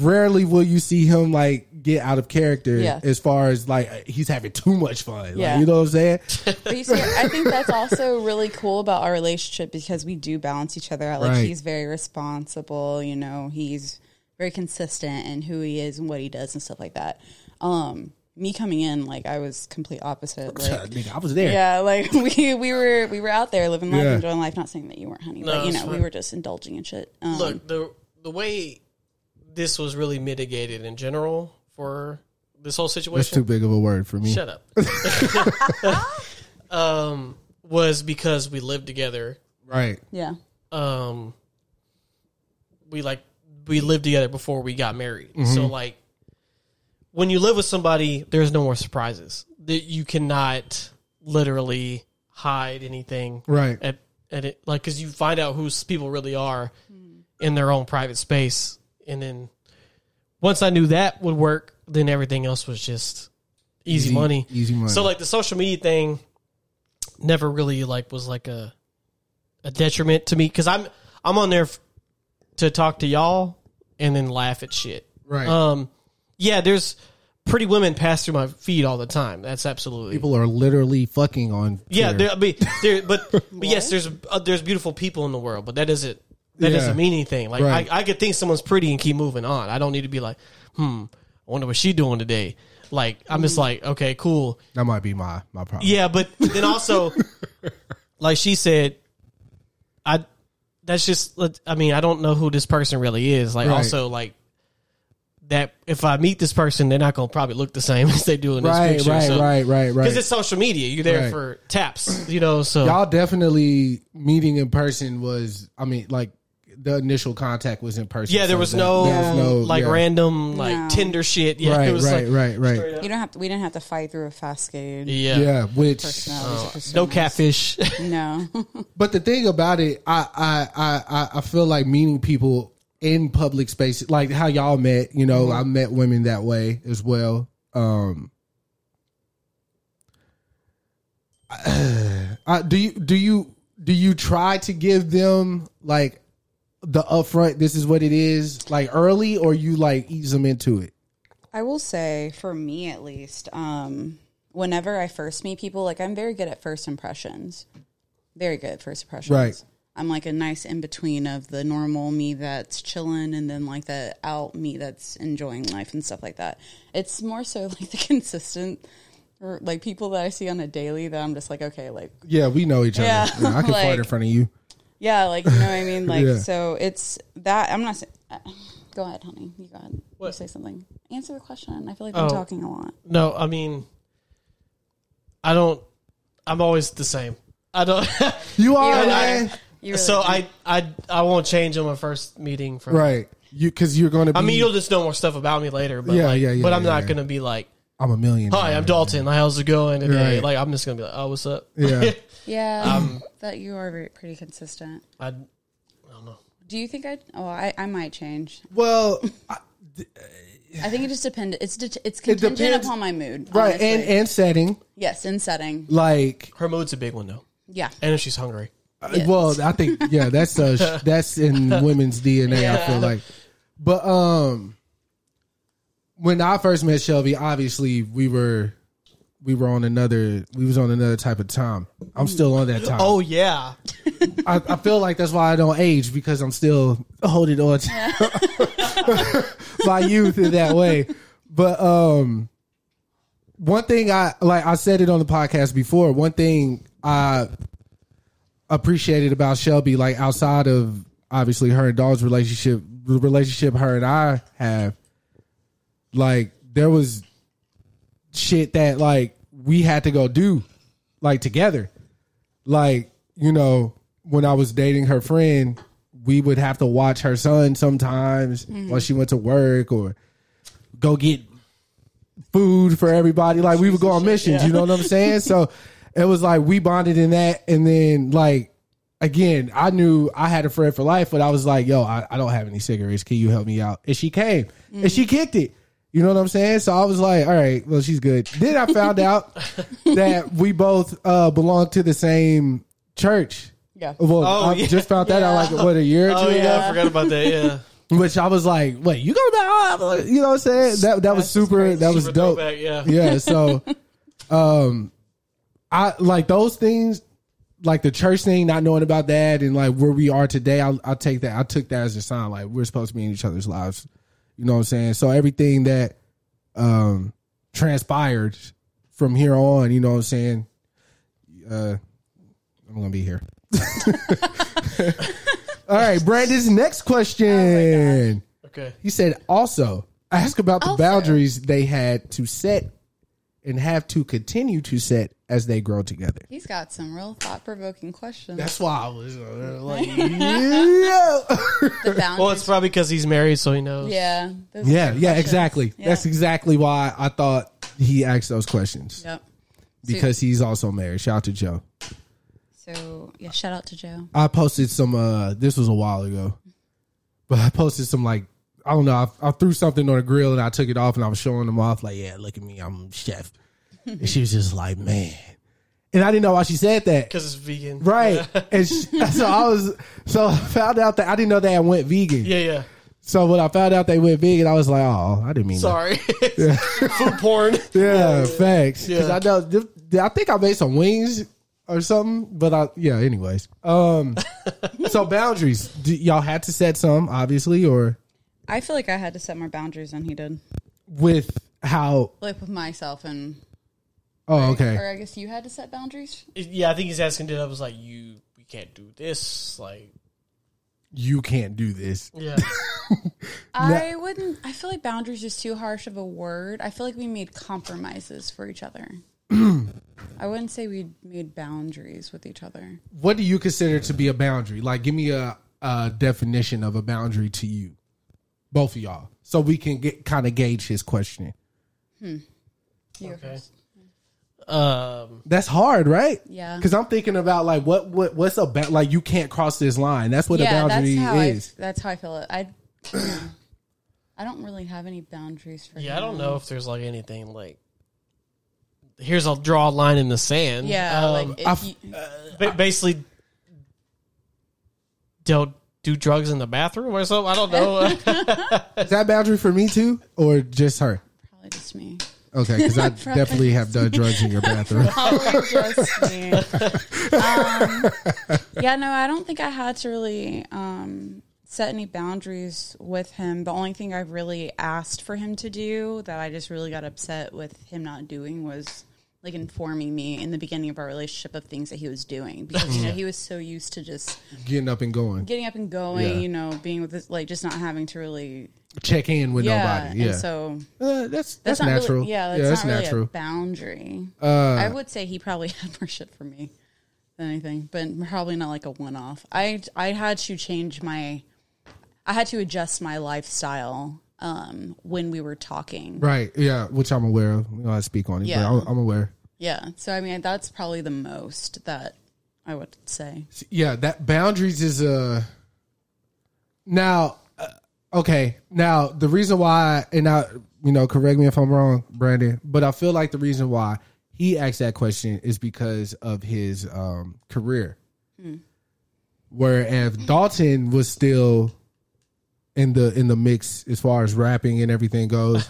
S1: Rarely will you see him like get out of character
S4: Yeah.
S1: as far as like he's having too much fun.
S4: Yeah.
S1: Like, you know what I'm saying?
S4: But you see, I think that's also really cool about our relationship because we do balance each other out. Like
S1: Right.
S4: he's very responsible, you know, he's very consistent in who he is and what he does and stuff like that. Um, me coming in, like I was complete opposite. Like
S1: Nigga, I was there.
S4: yeah, like we we were we were out there living life,
S1: Yeah.
S4: enjoying life, not saying that you weren't honey,
S2: No,
S4: but you
S2: it's
S4: know, we
S2: fine.
S4: were just indulging in shit. Um,
S2: Look, the the way this was really mitigated in general for this whole
S1: That's too
S2: situation.
S1: big of a word for me.
S2: Shut up. um, was because we lived together.
S1: Right.
S4: yeah.
S2: Um, we like we lived together before we got married. So like, when you live with somebody, there's no more surprises. That you cannot literally hide anything.
S1: Right.
S2: at, at it, like because you find out who s- people really are in their own private space, and then once I knew that would work, then everything else was just easy,
S1: Easy-
S2: money.
S1: easy money.
S2: So like the social media thing never really like was like a a detriment to me because I'm I'm on there f- to talk to y'all and then laugh at shit.
S1: Right.
S2: Um. Yeah. There's pretty women pass through my feed all the time. That's absolutely
S1: people are literally fucking on.
S2: yeah,
S1: Twitter.
S2: there, I mean, there, but, but yes, there's uh, there's beautiful people in the world, but that doesn't that
S1: Yeah.
S2: doesn't mean anything. Like
S1: Right.
S2: I, I could think someone's pretty and keep moving on. I don't need to be like, hmm, I wonder what she doing today. Like I'm just like, okay, cool.
S1: That might be my my problem.
S2: Yeah, but then also, like she said, I that's just. I mean, I don't know who this person really is. Like
S1: Right.
S2: also like that. If I meet this person, they're not gonna probably look the same as they do in this
S1: Right,
S2: picture.
S1: right, right, right, right.
S2: Because it's social media. You're there
S1: Right.
S2: for taps. You know. So
S1: Y'all definitely meeting in person was. I mean, like the initial contact was in person.
S2: yeah, there
S1: so
S2: was
S1: that-
S2: no,
S1: there was no-
S2: like
S1: yeah.
S2: random like
S4: No.
S2: Tinder shit. Yeah,
S1: Right,
S2: it was
S1: right,
S2: like
S1: right, right,
S4: You don't have to. We didn't have to fight through a fascade.
S2: yeah, Oh.
S1: Yeah, which
S4: Personalities are just
S2: no
S4: so
S2: catfish.
S4: nice. No.
S1: But the thing about it, I I I I- I feel like meeting people in public spaces, like how y'all met. You know, I met women that way as well. Um, I, do you do you do you try to give them like the upfront? This is what it is, like early, or you like ease them into it?
S4: I will say, for me at least, um, whenever I first meet people, like I'm very good at first impressions. Very good at first impressions.
S1: Right.
S4: I'm like a nice in between of the normal me that's chilling and then like the out me that's enjoying life and stuff like that. It's more so like the consistent, or like people that I see on a daily that I'm just like, okay, like
S1: Yeah, we know each other.
S4: Yeah,
S1: Yeah, I can fart in
S4: like-
S1: front of you.
S4: yeah, like you know what I mean. Like
S1: Yeah.
S4: so, it's that I'm not. sa- Uh, go ahead, honey. You go ahead. You say something. Answer the question. I feel like
S2: Oh.
S4: I'm talking a lot.
S2: No, I mean, I don't. I'm always the same. I don't.
S1: You are
S2: I-
S1: man.
S4: You really
S2: so
S4: do.
S2: I, I, I won't change on my first meeting. From
S1: right. You because you're going to. Be,
S2: I mean, you'll just know more stuff about me later. But
S1: Yeah,
S2: like,
S1: yeah, yeah,
S2: But I'm
S1: yeah,
S2: not
S1: yeah.
S2: gonna be like,
S1: I'm a millionaire.
S2: "Hi, I'm Dalton. How's it going today?"
S1: Right.
S2: Like, I'm just gonna be like, "Oh, what's up?"
S1: Yeah.
S4: Yeah,
S1: Um,
S4: that you are very, pretty consistent.
S2: I, I don't know.
S4: Do you think I? Oh, I, I might change.
S1: Well,
S4: I think it just depends. It's det- it's contingent
S1: depends.
S4: upon my mood,
S1: right,
S4: honestly.
S1: and and setting
S4: yes, in setting,
S1: like, uh,
S2: Her mood's a big one though,
S4: yeah,
S2: and if she's hungry,
S4: Yes.
S1: well, I think yeah, that's uh sh- that's in women's DNA. I feel like, but um, when I first met Shelby, obviously we were we were on another we was on another type of time. I'm still on that time.
S2: oh yeah,
S1: I, I feel like that's why I don't age because I'm still holding on to my youth in that way. But um, one thing I like, I said it on the podcast before. One thing I appreciated about Shelby, like outside of obviously her and Dawn's relationship, the relationship her and I have, like there was shit that like we had to go do like together like you know when i was dating her friend we would have to watch her son sometimes while she went to work or go get food for everybody like we would go on missions you know what i'm saying so it was like we bonded in that and then like again i knew i had a friend for life but i was like yo i, I don't have any cigarettes can you help me out and she came and
S2: Mm.
S1: she kicked it you know what i'm saying so i was like all right well she's good then i found out that we both uh belong to the same church
S4: yeah.
S1: well i
S2: yeah.
S1: just found that out like what a year or two
S2: oh
S1: ago
S2: yeah, I forgot about that. Yeah,
S1: which I was like, "Wait, you go back?" You know what I'm saying? That that was super. That was
S2: Super
S1: dope.
S2: throwback, yeah.
S1: Yeah. So, um, I like those things, like the church thing, not knowing about that, and like where we are today. I I take that. I took that as a sign. Like we're supposed to be in each other's lives. You know what I'm saying? So everything that um transpired from here on, you know what I'm saying? Uh, I'm gonna be here. All right, Brandon's next question.
S2: Okay.
S1: He said, also, ask about the
S4: Also.
S1: boundaries they had to set and have to continue to set as they grow together.
S4: He's got some real thought provoking questions.
S1: That's why I was uh, like, yeah.
S4: the boundaries.
S2: Well, it's probably because he's married, so he knows.
S4: yeah, those are
S1: yeah,
S4: good
S1: yeah,
S4: questions.
S1: exactly.
S4: Yeah.
S1: That's exactly why I thought he asked those questions
S4: Yep.
S1: because he's also married. Shout out to Joe.
S4: So yeah, shout out to Joe.
S1: I posted some, uh, this was a while ago, but I posted some like, I don't know. I, I threw something on a grill and I took it off and I was showing them off, like, yeah, look at me, I'm chef. and she was just like, man. And I didn't know why she said that.
S2: because it's vegan,
S1: Right. And sh so I was, so I found out that I didn't know they had went vegan.
S2: Yeah, yeah.
S1: So when I found out they went vegan, I was like, oh, I didn't mean that.
S2: Sorry, food porn.
S1: Yeah, facts. Because
S2: Yeah.
S1: I know, th- th- I think I made some wings or something, but I, yeah, anyways. Um, so boundaries, do, y'all had to set some, obviously, or
S4: I feel like I had to set more boundaries than he did.
S1: with how?
S4: Lip with myself and
S1: Oh, okay.
S4: or I guess you had to set boundaries.
S2: Yeah, I think he's asking. Did I was like, you, we can't do this. Like,
S1: You can't do this.
S2: yeah,
S4: I wouldn't. I feel like boundaries is too harsh of a word. I feel like we made compromises for each other. I wouldn't say we made boundaries with each other.
S1: What do you consider to be a boundary? Like, give me a, a definition of a boundary to you, both of y'all, so we can get kind of gauge his questioning.
S4: You
S2: Okay.
S4: first.
S2: um,
S1: That's hard, right?
S4: Yeah.
S1: Because I'm thinking about like what what what's a ba- like you can't cross this line. That's what
S4: yeah,
S1: a
S4: that's
S1: boundary
S4: how
S1: is.
S4: I. That's how I feel it. I. I don't really have any boundaries for.
S2: yeah. I don't
S4: him.
S2: know if there's like anything like. Here's I'll draw a line in the sand.
S4: Yeah,
S2: Um,
S4: like if
S1: I've-
S4: you,
S2: ba- basically don't do drugs in the bathroom or something. I don't know.
S1: is that boundary for me too, or just her?
S4: probably just me.
S1: Okay, because I definitely have done drugs in your bathroom.
S4: Probably just me. Um, yeah, no, I don't think I had to really um, set any boundaries with him. The only thing I really asked for him to do that I just really got upset with him not doing was like informing me in the beginning of our relationship of things that he was doing because
S1: Mm.
S4: you know he was so used to just
S1: Getting up and going,
S4: getting up and going,
S1: Yeah.
S4: you know, being with this, like just not having to really
S1: check in with
S4: yeah.
S1: nobody. Yeah,
S4: And so
S1: Uh, that's
S4: that's,
S1: that's,
S4: not
S1: natural.
S4: Really, yeah, that's, not really a boundary.
S1: Uh,
S4: I would say he probably had more shit for me than anything, but probably not like a one off. I I had to change my, I had to adjust my lifestyle um, when we were talking.
S1: Right. Yeah, which I'm aware of. We don't have to speak on it,
S4: Yeah.
S1: but I'm, I'm aware.
S4: Yeah, so I mean that's probably the most that I would say.
S1: Yeah, that boundaries is uh now uh, okay. Now the reason why and I you know, correct me if I'm wrong, Brandon, but I feel like the reason why he asked that question is because of his um career. Where if Dalton was still in the in the mix as far as rapping and everything goes,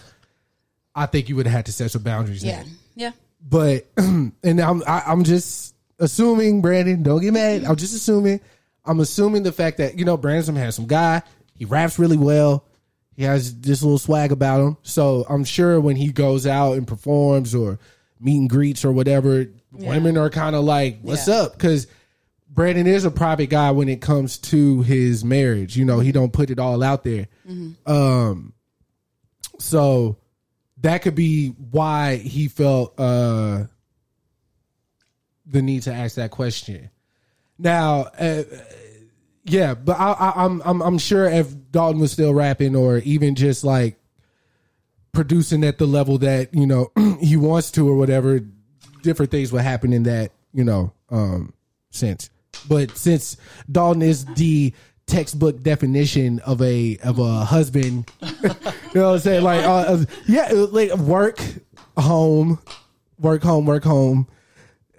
S1: I think you would have had to set some boundaries.
S4: Yeah,
S1: then.
S4: yeah.
S1: but and I'm I, I'm just assuming Brandon. Don't get mad. I'm just assuming. I'm assuming the fact that you know Brandon has some guy. He raps really well. He has this little swag about him. So I'm sure when he goes out and performs or meet and greets or whatever, women are kind of like, "What's
S4: Yeah.
S1: up?" Because Brandon is a private guy when it comes to his marriage. You know, he don't put it all out there. Um, so that could be why he felt uh the need to ask that question. Now, uh, yeah, but I, I, I'm I'm I'm sure if Dalton was still rapping or even just like producing at the level that you know he wants to or whatever, different things would happen in that you know um sense. But since Dalton is the textbook definition of a of a husband, you know what I'm saying? Like, uh, uh, yeah, like work, home, work, home, work, home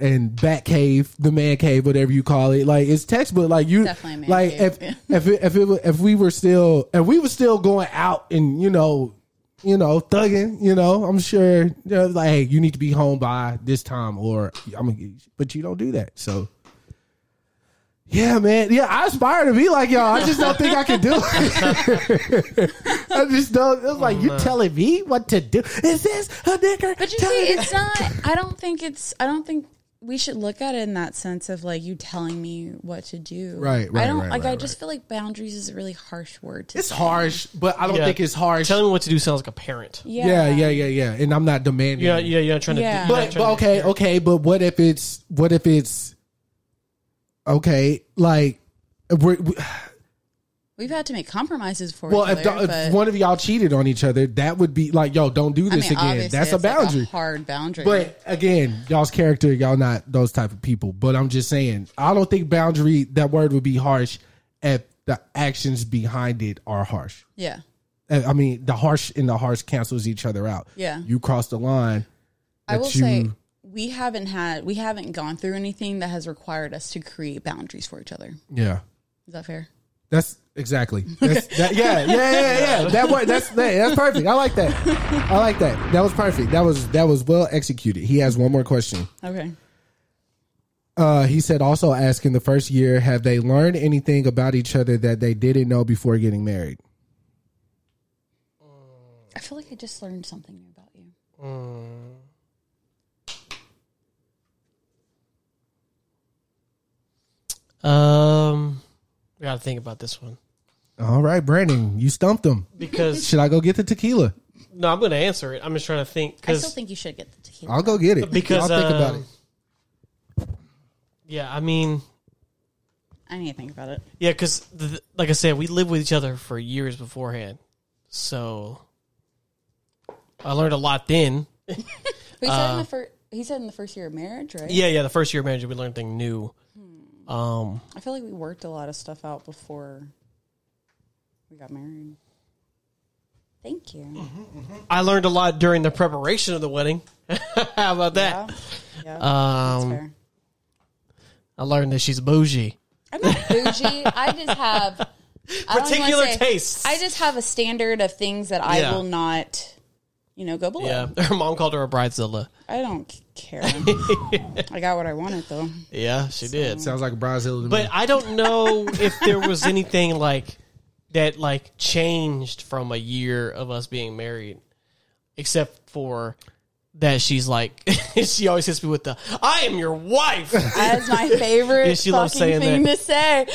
S1: and Bat Cave, the Man Cave, whatever you call it. Like it's textbook. Like you,
S4: Definitely a man
S1: like
S4: cave,
S1: if
S4: yeah.
S1: if it, if it, wa- if we were still if we were still going out and you know you know thugging, you know I'm sure you know, like hey, you need to be home by this time or I'm gonna get you, but you don't do that so. Yeah, man. Yeah, I aspire to be like y'all. I just don't think I can do it. I just don't. It's like you telling me what to do. Is this a nigger?
S4: But you see,
S1: telling-
S4: it's not. I don't think it's. I don't think we should look at it in that sense of like you telling me what to do.
S1: Right, right,
S4: I don't
S1: right,
S4: like. I
S1: right,
S4: just feel like boundaries is a really harsh word to.
S1: It's
S4: say.
S1: harsh, but I don't
S2: Yeah.
S1: think it's harsh.
S2: Telling me what to do sounds like a parent.
S4: Yeah.
S1: Yeah, yeah, yeah, yeah. And I'm not demanding.
S2: Yeah, yeah, yeah. Trying to,
S4: Yeah.
S2: you're not
S1: But,
S2: trying
S1: but
S2: to-
S1: okay, okay. But what if it's what if it's okay? Like, we're, we,
S4: We've had to make compromises for
S1: well,
S4: each
S1: if,
S4: other.
S1: the,
S4: but,
S1: if one of y'all cheated on each other, that would be like, yo, don't do
S4: I
S1: this
S4: mean,
S1: again.
S4: obviously,
S1: That's a
S4: it's, like,
S1: boundary.
S4: hard boundary.
S1: But again, y'all's character, y'all not those type of people. But I'm just saying, I don't think boundary that word would be harsh if the actions behind it are harsh.
S4: yeah,
S1: Uh, I mean, the harsh and the harsh cancels each other out.
S4: Yeah.
S1: you cross the line.
S4: I will
S1: that you-
S4: say we haven't had we haven't gone through anything that has required us to create boundaries for each other.
S1: Yeah.
S4: Is that fair?
S1: That's exactly. That's, that, yeah, yeah, yeah, yeah. That word. That's that, that's perfect. I like that. I like that. That was perfect. That was that was well executed. He has one more question.
S4: Okay.
S1: Uh, he said also ask in the first year, have they learned anything about each other that they didn't know before getting married?
S4: I feel like I just learned something new about you.
S2: Um, I gotta think about this one
S1: All right, Brandon, you stumped him.
S2: because
S1: Should I go get the tequila?
S2: no, I'm gonna answer it. I'm just trying to think
S5: I still
S2: because
S5: think you should get the tequila.
S1: I'll go get it.
S2: Because,
S1: I'll think about
S2: um,
S1: it.
S2: yeah, I mean
S4: I need to think about it.
S2: yeah, because like I said, we lived with each other for years beforehand, so I learned a lot then.
S4: But he said in the first. He said in the first year of marriage, right?
S2: Yeah, yeah. The first year of marriage, we learned thing new. Um,
S4: I feel like we worked a lot of stuff out before we got married.
S5: Thank you.
S1: Mm-hmm.
S2: I learned a lot during the preparation of the wedding. How about that?
S4: Yeah, yeah, that's
S2: Um,
S4: fair.
S2: I learned that she's bougie.
S5: I'm not bougie. I just have I don't even wanna
S2: Particular
S5: say-
S2: tastes.
S5: I just have a standard of things that I
S2: Yeah.
S5: will
S4: Will not, you know, go below.
S2: Yeah, her mom called her a bridezilla.
S4: I don't c- care. I got what I wanted though.
S2: Yeah, she
S4: Mm.
S2: did.
S1: Sounds like a Brazil to
S2: But
S1: me.
S2: I don't know if there was anything like that, like changed from a year of us being married, except for that she's like she always hits me with the "I am your wife."
S4: That's my favorite
S2: Yeah, she loves saying
S4: fucking thing to say.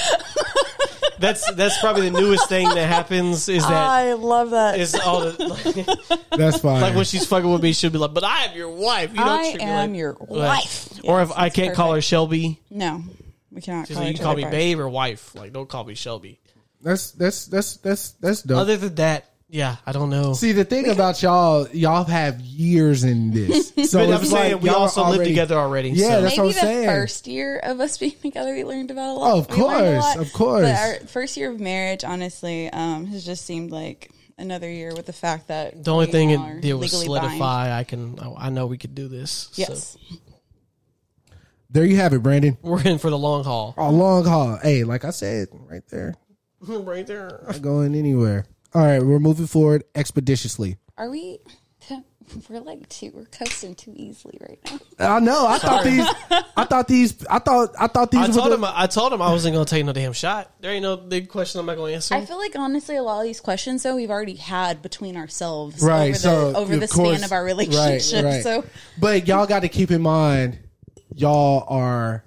S2: That's that's probably the newest thing that happens is that
S4: I love that.
S2: is all the.
S1: That's fine.
S2: Like when she's fucking with me, she'll be like, "But I am your wife. You don't
S4: I
S2: treat me
S4: am
S2: like-"
S4: your
S2: Like-
S4: wife.
S2: or if
S4: Yes,
S2: I
S4: that's
S2: can't call her Shelby,
S4: no, we cannot.
S2: she's
S4: Call
S2: like, you
S4: each
S2: can call
S4: other
S2: me
S4: by-
S2: babe or wife. Like, don't call me Shelby.
S1: that's that's that's that's that's dope.
S2: Other than that, yeah, I don't know.
S1: See the thing about y'all, y'all have years in this. So
S2: but I'm
S1: it's
S2: saying
S1: like
S2: we
S1: y'all
S2: also
S1: already-
S2: live together already.
S1: Yeah,
S2: so.
S1: that's what
S4: Maybe
S1: I'm
S4: the
S1: saying.
S4: first year of us being together, we learned about a lot.
S1: Oh, of
S4: We learned a
S1: course,
S4: lot.
S1: of course.
S4: But our first year of marriage, honestly, um, has just seemed like another year with the fact that
S2: the only
S4: we
S2: thing
S4: are
S2: it did was
S4: legally bound.
S2: solidify. I can. I I know we could do this.
S4: Yes,
S2: so.
S1: There you have it, Brandon.
S2: we're in for the long haul.
S1: A long haul. Hey, like I said, right there.
S2: right there.
S1: Not going anywhere. All right, we're moving forward expeditiously.
S5: Are we we're like too we're coasting too easily right now.
S1: I know. I thought these. I thought these. I thought. I thought these.
S2: I
S1: were
S2: told
S1: the-
S2: him. I told him I wasn't gonna take no damn shot. There ain't no big question I'm not gonna answer.
S5: I feel like honestly a lot of these questions though we've already had between ourselves
S1: right.
S5: over
S1: so
S5: the over
S1: of
S5: the
S1: course-
S5: span of our
S1: right,
S5: relationship.
S1: right.
S5: So
S1: but y'all got to keep in mind, y'all are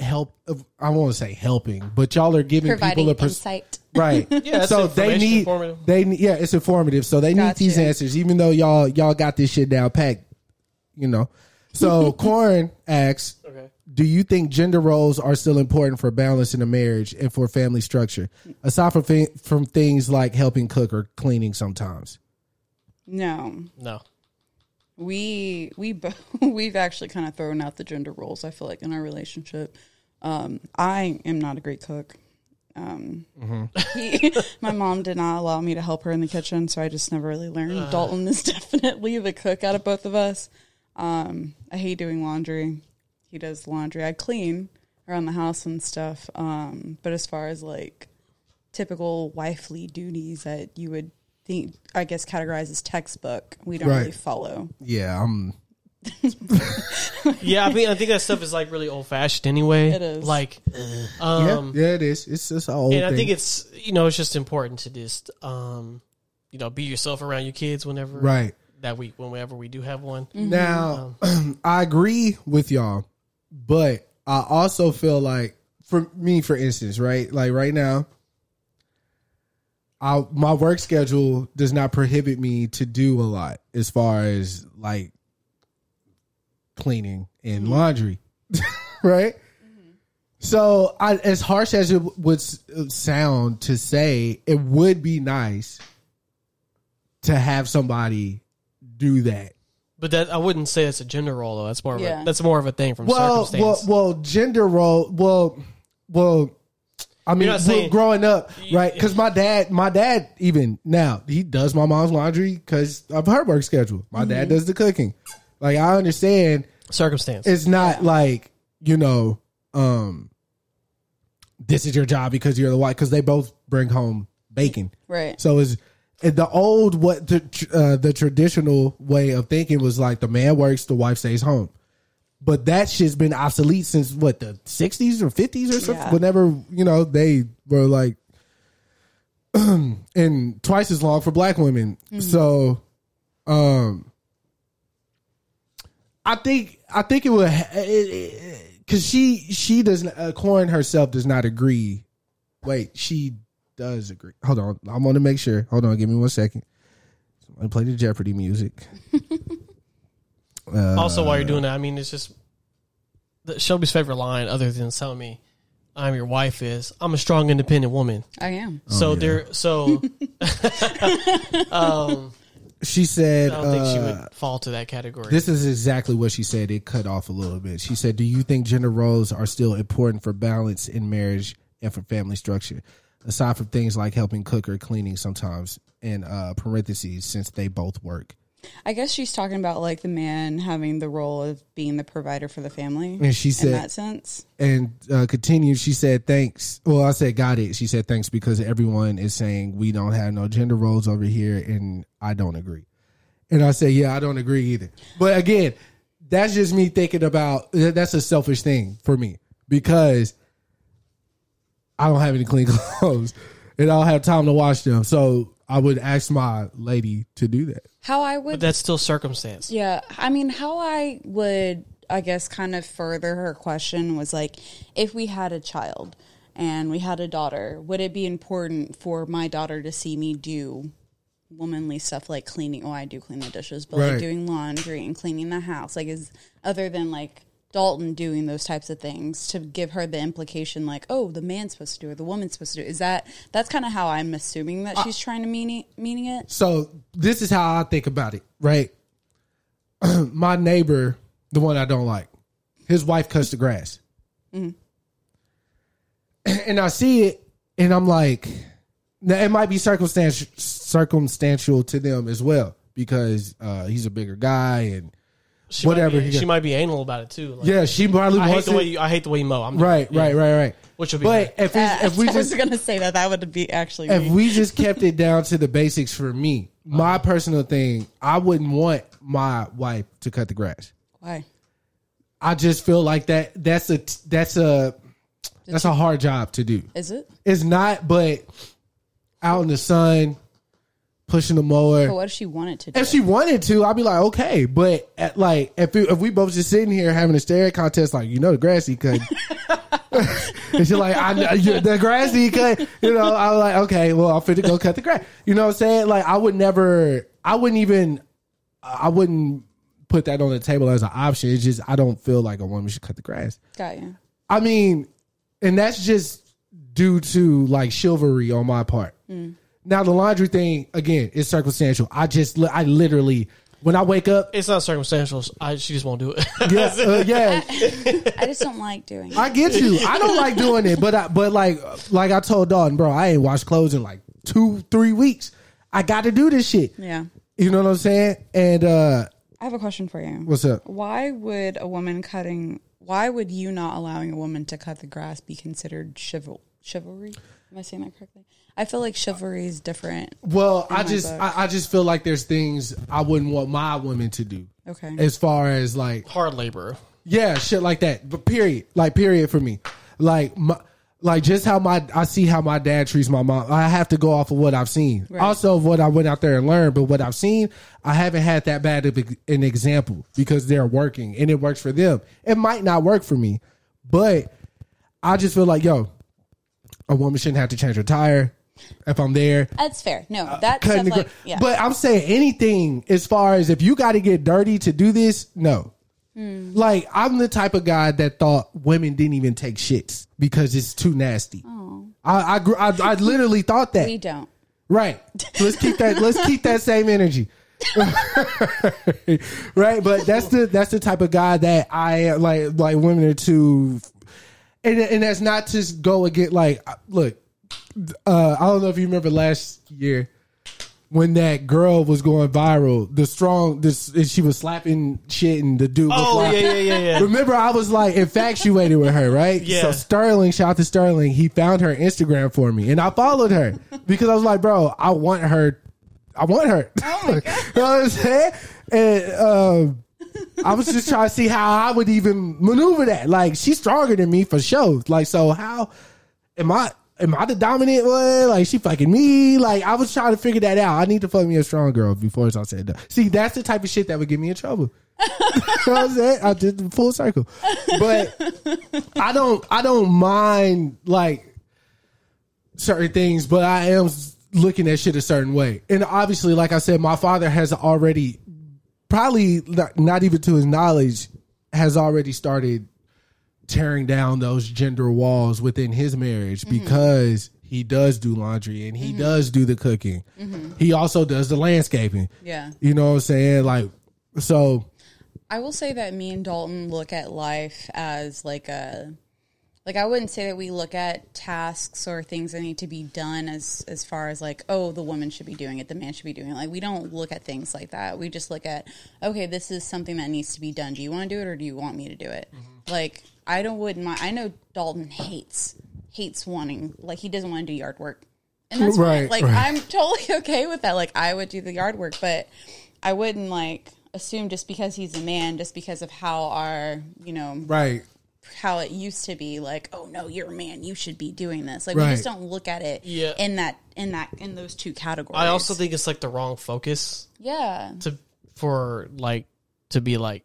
S1: help. I won't say helping, but y'all are giving
S5: providing
S1: people a pers-
S5: insight.
S1: right.
S2: Yeah,
S1: so
S2: that's
S1: they
S2: information,
S1: need.
S2: informative.
S1: They need- yeah, it's informative. So they need these
S4: Gotcha.
S1: answers, even though y'all y'all got this shit down packed. You know. So Corin asks,
S2: Okay.
S1: do you think gender roles are still important for balance in a marriage and for family structure, aside from thi- from things like helping cook or cleaning sometimes?
S4: no.
S2: No.
S4: we we bo- we've actually kind of thrown out the gender roles. I feel like in our relationship, um, I am not a great cook. Um, he- my mom did not allow me to help her in the kitchen, so I just never really learned. Dalton is definitely the cook out of both of us. Um, I hate doing laundry. He does laundry. I clean around the house and stuff. Um, but as far as like typical wifely duties that you would think, I guess, categorize as textbook, we don't really
S1: Right.
S4: follow.
S1: Yeah, um, I'm
S2: Yeah, I mean, I think that stuff is like really old fashioned anyway. It
S4: is.
S2: like,
S1: yeah,
S2: um,
S1: yeah, it is. It's just an old
S2: and I
S1: thing.
S2: think it's you know it's just important to just um, you know be yourself around your kids whenever
S1: right
S2: that week whenever we do have one.
S1: Mm-hmm. now. I agree with y'all, but I also feel like, for me, for instance, right, like right now, I my work schedule does not prohibit me to do a lot as far as like cleaning and laundry, right? So, I, as harsh as it would s- uh, sound to say, it would be nice to have somebody do that
S2: But that I wouldn't say that's a gender role though. That's more of
S4: Yeah.
S2: a, that's more of a thing from
S1: well, well,
S2: circumstance.
S1: well, gender role. Well, well, I mean,
S2: not
S1: well,
S2: saying-
S1: growing up, right? Because my dad, my dad, even now, he does my mom's laundry because of her work schedule. My dad
S2: Mm-hmm.
S1: does the cooking. Like I understand,
S2: circumstance.
S1: it's not like you know, um, this is your job because you're the wife. Because they both bring home bacon.
S4: Right.
S1: So is the old what the tr- uh, the traditional way of thinking was like the man works, the wife stays home. But that shit's been obsolete since what the sixties or fifties or something.
S4: Yeah.
S1: Whenever you know they were like,
S4: Mm-hmm.
S1: and twice as long for black women. So, um, I think I think it would because she she doesn't uh, Corin herself does not agree. Wait, she does agree. Hold on, I want to make sure. Hold on, give me one second. Somebody play the Jeopardy music. Uh,
S2: also, while you're doing that, I mean, it's just the, Shelby's favorite line, other than telling me I'm your wife, is I'm a strong, independent woman.
S4: I am.
S1: Oh,
S2: so there, so
S1: She said,
S2: I don't think she
S1: uh,
S2: would fall to that category.
S1: This is exactly what she said. It cut off a little bit. She said, Do you think gender roles are still important for balance in marriage and for family structure? Aside from things like helping cook or cleaning sometimes, in uh, parentheses, since they both work.
S4: I guess she's talking about like the man having the role of being the provider for the family.
S1: And she
S4: in
S1: said-
S4: that sense,
S1: And uh, continued, she said, Thanks. Well, I said, Got it. She said, Thanks because everyone is saying we don't have no gender roles over here, and I don't agree. And I say, Yeah, I don't agree either. But again, that's just me thinking about that's a selfish thing for me because I don't have any clean clothes and I don't have time to wash them. So I would ask my lady to do that.
S4: how I
S2: but
S4: would,
S2: that's still circumstance.
S4: yeah, I mean, how I would, I guess, kind of further her question was like, if we had a child and we had a daughter, would it be important for my daughter to see me do womanly stuff like cleaning? Oh, I do clean the dishes, but
S1: Right.
S4: like doing laundry and cleaning the house, like, is other than like. Dalton doing those types of things to give her the implication, like, oh, the man's supposed to do it, the woman's supposed to do it. Is that that's kind of how I'm assuming
S1: Uh,
S4: that she's trying to meaning meaning it?
S1: So this is how I think about it, right? My neighbor, the one I don't like, his wife cuts the grass. Mm-hmm. And I see it and I'm like, now it might be circumstantial circumstantial to them as well because uh, he's a bigger guy and
S2: She
S1: Whatever
S2: Might
S1: he
S2: be,
S1: got.
S2: she might be anal about it too. Like,
S1: yeah, she probably
S2: I hate
S1: wants
S2: the way
S1: it.
S2: you, I hate the way you mow. I'm
S1: right, right, right, right.
S2: Which would be
S1: But if we,
S4: Uh,
S1: if we
S4: I was
S1: just
S4: gonna say that that would be actually
S1: if
S4: me.
S1: we just kept it down to the basics for me, my personal thing, I wouldn't want my wife to cut the grass.
S4: why
S1: I just feel like that that's a that's a that's a hard job to do.
S4: is it?
S1: It's not, but out in the sun, pushing the mower.
S4: But what if she wanted to? Do
S1: If
S4: it?
S1: she wanted to, I'd be like, okay, but at, like if it, if we both just sitting here having a staring contest, like you know the grass he cut, and she's like, I know you- the grass he cut, you know, I'm like, okay, well I'm finna go cut the grass. You know what I'm saying? Like I would never, I wouldn't even, I wouldn't put that on the table as an option. It's just I don't feel like a woman should cut the grass.
S4: Got you.
S1: I mean, and that's just due to like chivalry on my part.
S4: Mm.
S1: Now the laundry thing again is circumstantial. I just li- I literally when I wake up,
S2: It's not circumstantial. I, she just won't do it.
S1: yeah, uh, yeah,
S4: I just don't like doing. it.
S1: I get you. I don't like doing it, but I, but like like I told Dalton, bro, I ain't washed clothes in like two three weeks. I got to do this shit.
S4: Yeah,
S1: You know what I'm saying? And uh
S4: I have a question for you.
S1: what's up?
S4: Why would a woman cutting? Why would you not allowing a woman to cut the grass be considered chival- chivalry? Am I saying that correctly? I feel like chivalry is different.
S1: Well, I
S4: my
S1: just
S4: book.
S1: I, I just feel like there's things I wouldn't want my woman to do
S4: Okay.
S1: as far as like
S2: Hard labor.
S1: Yeah, shit like that. But period, like period for me, like my, like just how my I see how my dad treats my mom. I have to go off of what I've seen, also of what I went out there and learned. But what I've seen, I haven't had that bad of a- an example because they're working and it works for them. It might not work for me, but I just feel like yo, a woman shouldn't have to change her tire if I'm there
S4: That's fair. No, that's
S1: cutting
S4: stuff
S1: the gra-
S4: like yeah.
S1: But I'm saying anything as far as if you got to get dirty to do this, no.
S4: Hmm.
S1: Like I'm the type of guy that thought women didn't even take shits because it's too nasty.
S4: Oh.
S1: I I, grew, I I literally thought that
S4: we don't.
S1: right. Let's keep that. let's keep that same energy. right, but that's the that's the type of guy that I like. Like women are too, and and that's not to go against. Like, uh, look, uh, I don't know if you remember last year when that girl was going viral. The strong, this and she was slapping shit, and the dude. Was
S2: Oh
S1: like,
S2: yeah, yeah, yeah, yeah.
S1: Remember, I was like infatuated with her, right?
S2: Yeah.
S1: So Sterling, shout out to Sterling, he found her Instagram for me, and I followed her because I was like, bro, I want her, I want her. Oh my god, you know what I'm saying? And um, I was just trying to see how I would even maneuver that. Like, she's stronger than me for sure. Like, so how am I? am I the dominant one? Like she fucking me? Like I was trying to figure that out. I need to fuck me a strong girl before it's all said and done. See, that's the type of shit that would get me in trouble. you know what I'm saying? I did full circle, but I don't. I don't mind like certain things, but I am looking at shit a certain way. And obviously, like I said, my father has already, probably not, not even to his knowledge, has already started tearing down those gender walls within his marriage because he does do laundry and he does do the cooking. He also does the landscaping.
S4: Yeah.
S1: You know what I'm saying? Like, so
S4: I will say that me and Dalton look at life as like a like I wouldn't say that we look at tasks or things that need to be done as as far as like oh the woman should be doing it the man should be doing it like we don't look at things like that we just look at okay this is something that needs to be done do you want to do it or do you want me to do it like I don't wouldn't mind I know Dalton hates hates wanting like he doesn't want to do yard work and that's right,
S1: Right,
S4: like
S1: right.
S4: I'm totally okay with that like I would do the yard work but I wouldn't like assume just because he's a man, just because of how our, you know,
S1: right.
S4: how it used to be like, oh no, you're a man, you should be doing this. Like
S1: Right.
S4: we just don't look at it
S2: Yeah.
S4: in that in that in those two categories.
S2: I also think it's like the wrong focus
S4: yeah.
S2: to for like to be like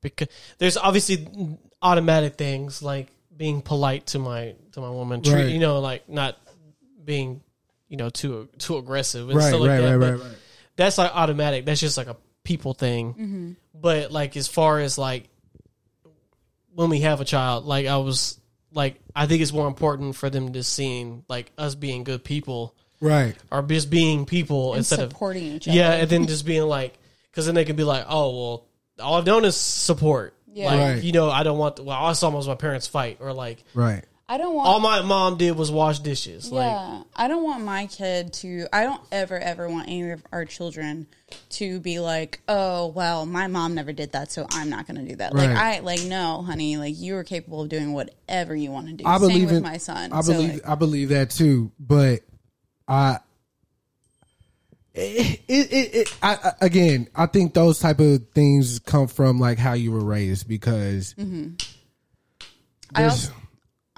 S2: because there's obviously automatic things like being polite to my to my woman, treat,
S1: Right.
S2: you know, like not being you know too too aggressive and
S1: Right,
S2: stuff like
S1: right, right,
S2: that. but
S1: right, right.
S2: That's like automatic. That's just like a people thing. But like as far as like when we have a child, like I was like I think it's more important for them to seeing like us being good people
S1: Right.
S2: or just being people instead of
S4: supporting each
S2: yeah, and then just being like, because then they could be like, oh well, all I've done is support.
S4: Yeah.
S2: Like
S1: Right.
S2: you know, I don't want. well, I saw most of my parents fight, or like
S1: Right.
S4: I don't want
S2: all my mom did was wash dishes. Like
S4: Yeah, I don't want my kid to. I don't ever, ever want any of our children to be like, "Oh, well, my mom never did that, so I'm not going to do that." Like,
S1: Right.
S4: I like no, honey. Like, you are capable of doing whatever you want to do.
S1: I
S4: Same
S1: believe
S4: with
S1: in
S4: my son.
S1: I
S4: So,
S1: believe
S4: like,
S1: I believe that too, but I it, it, it, it I, I- again, I think those type of things come from like how you were raised because
S4: Mm-hmm. I
S1: there's-
S4: also,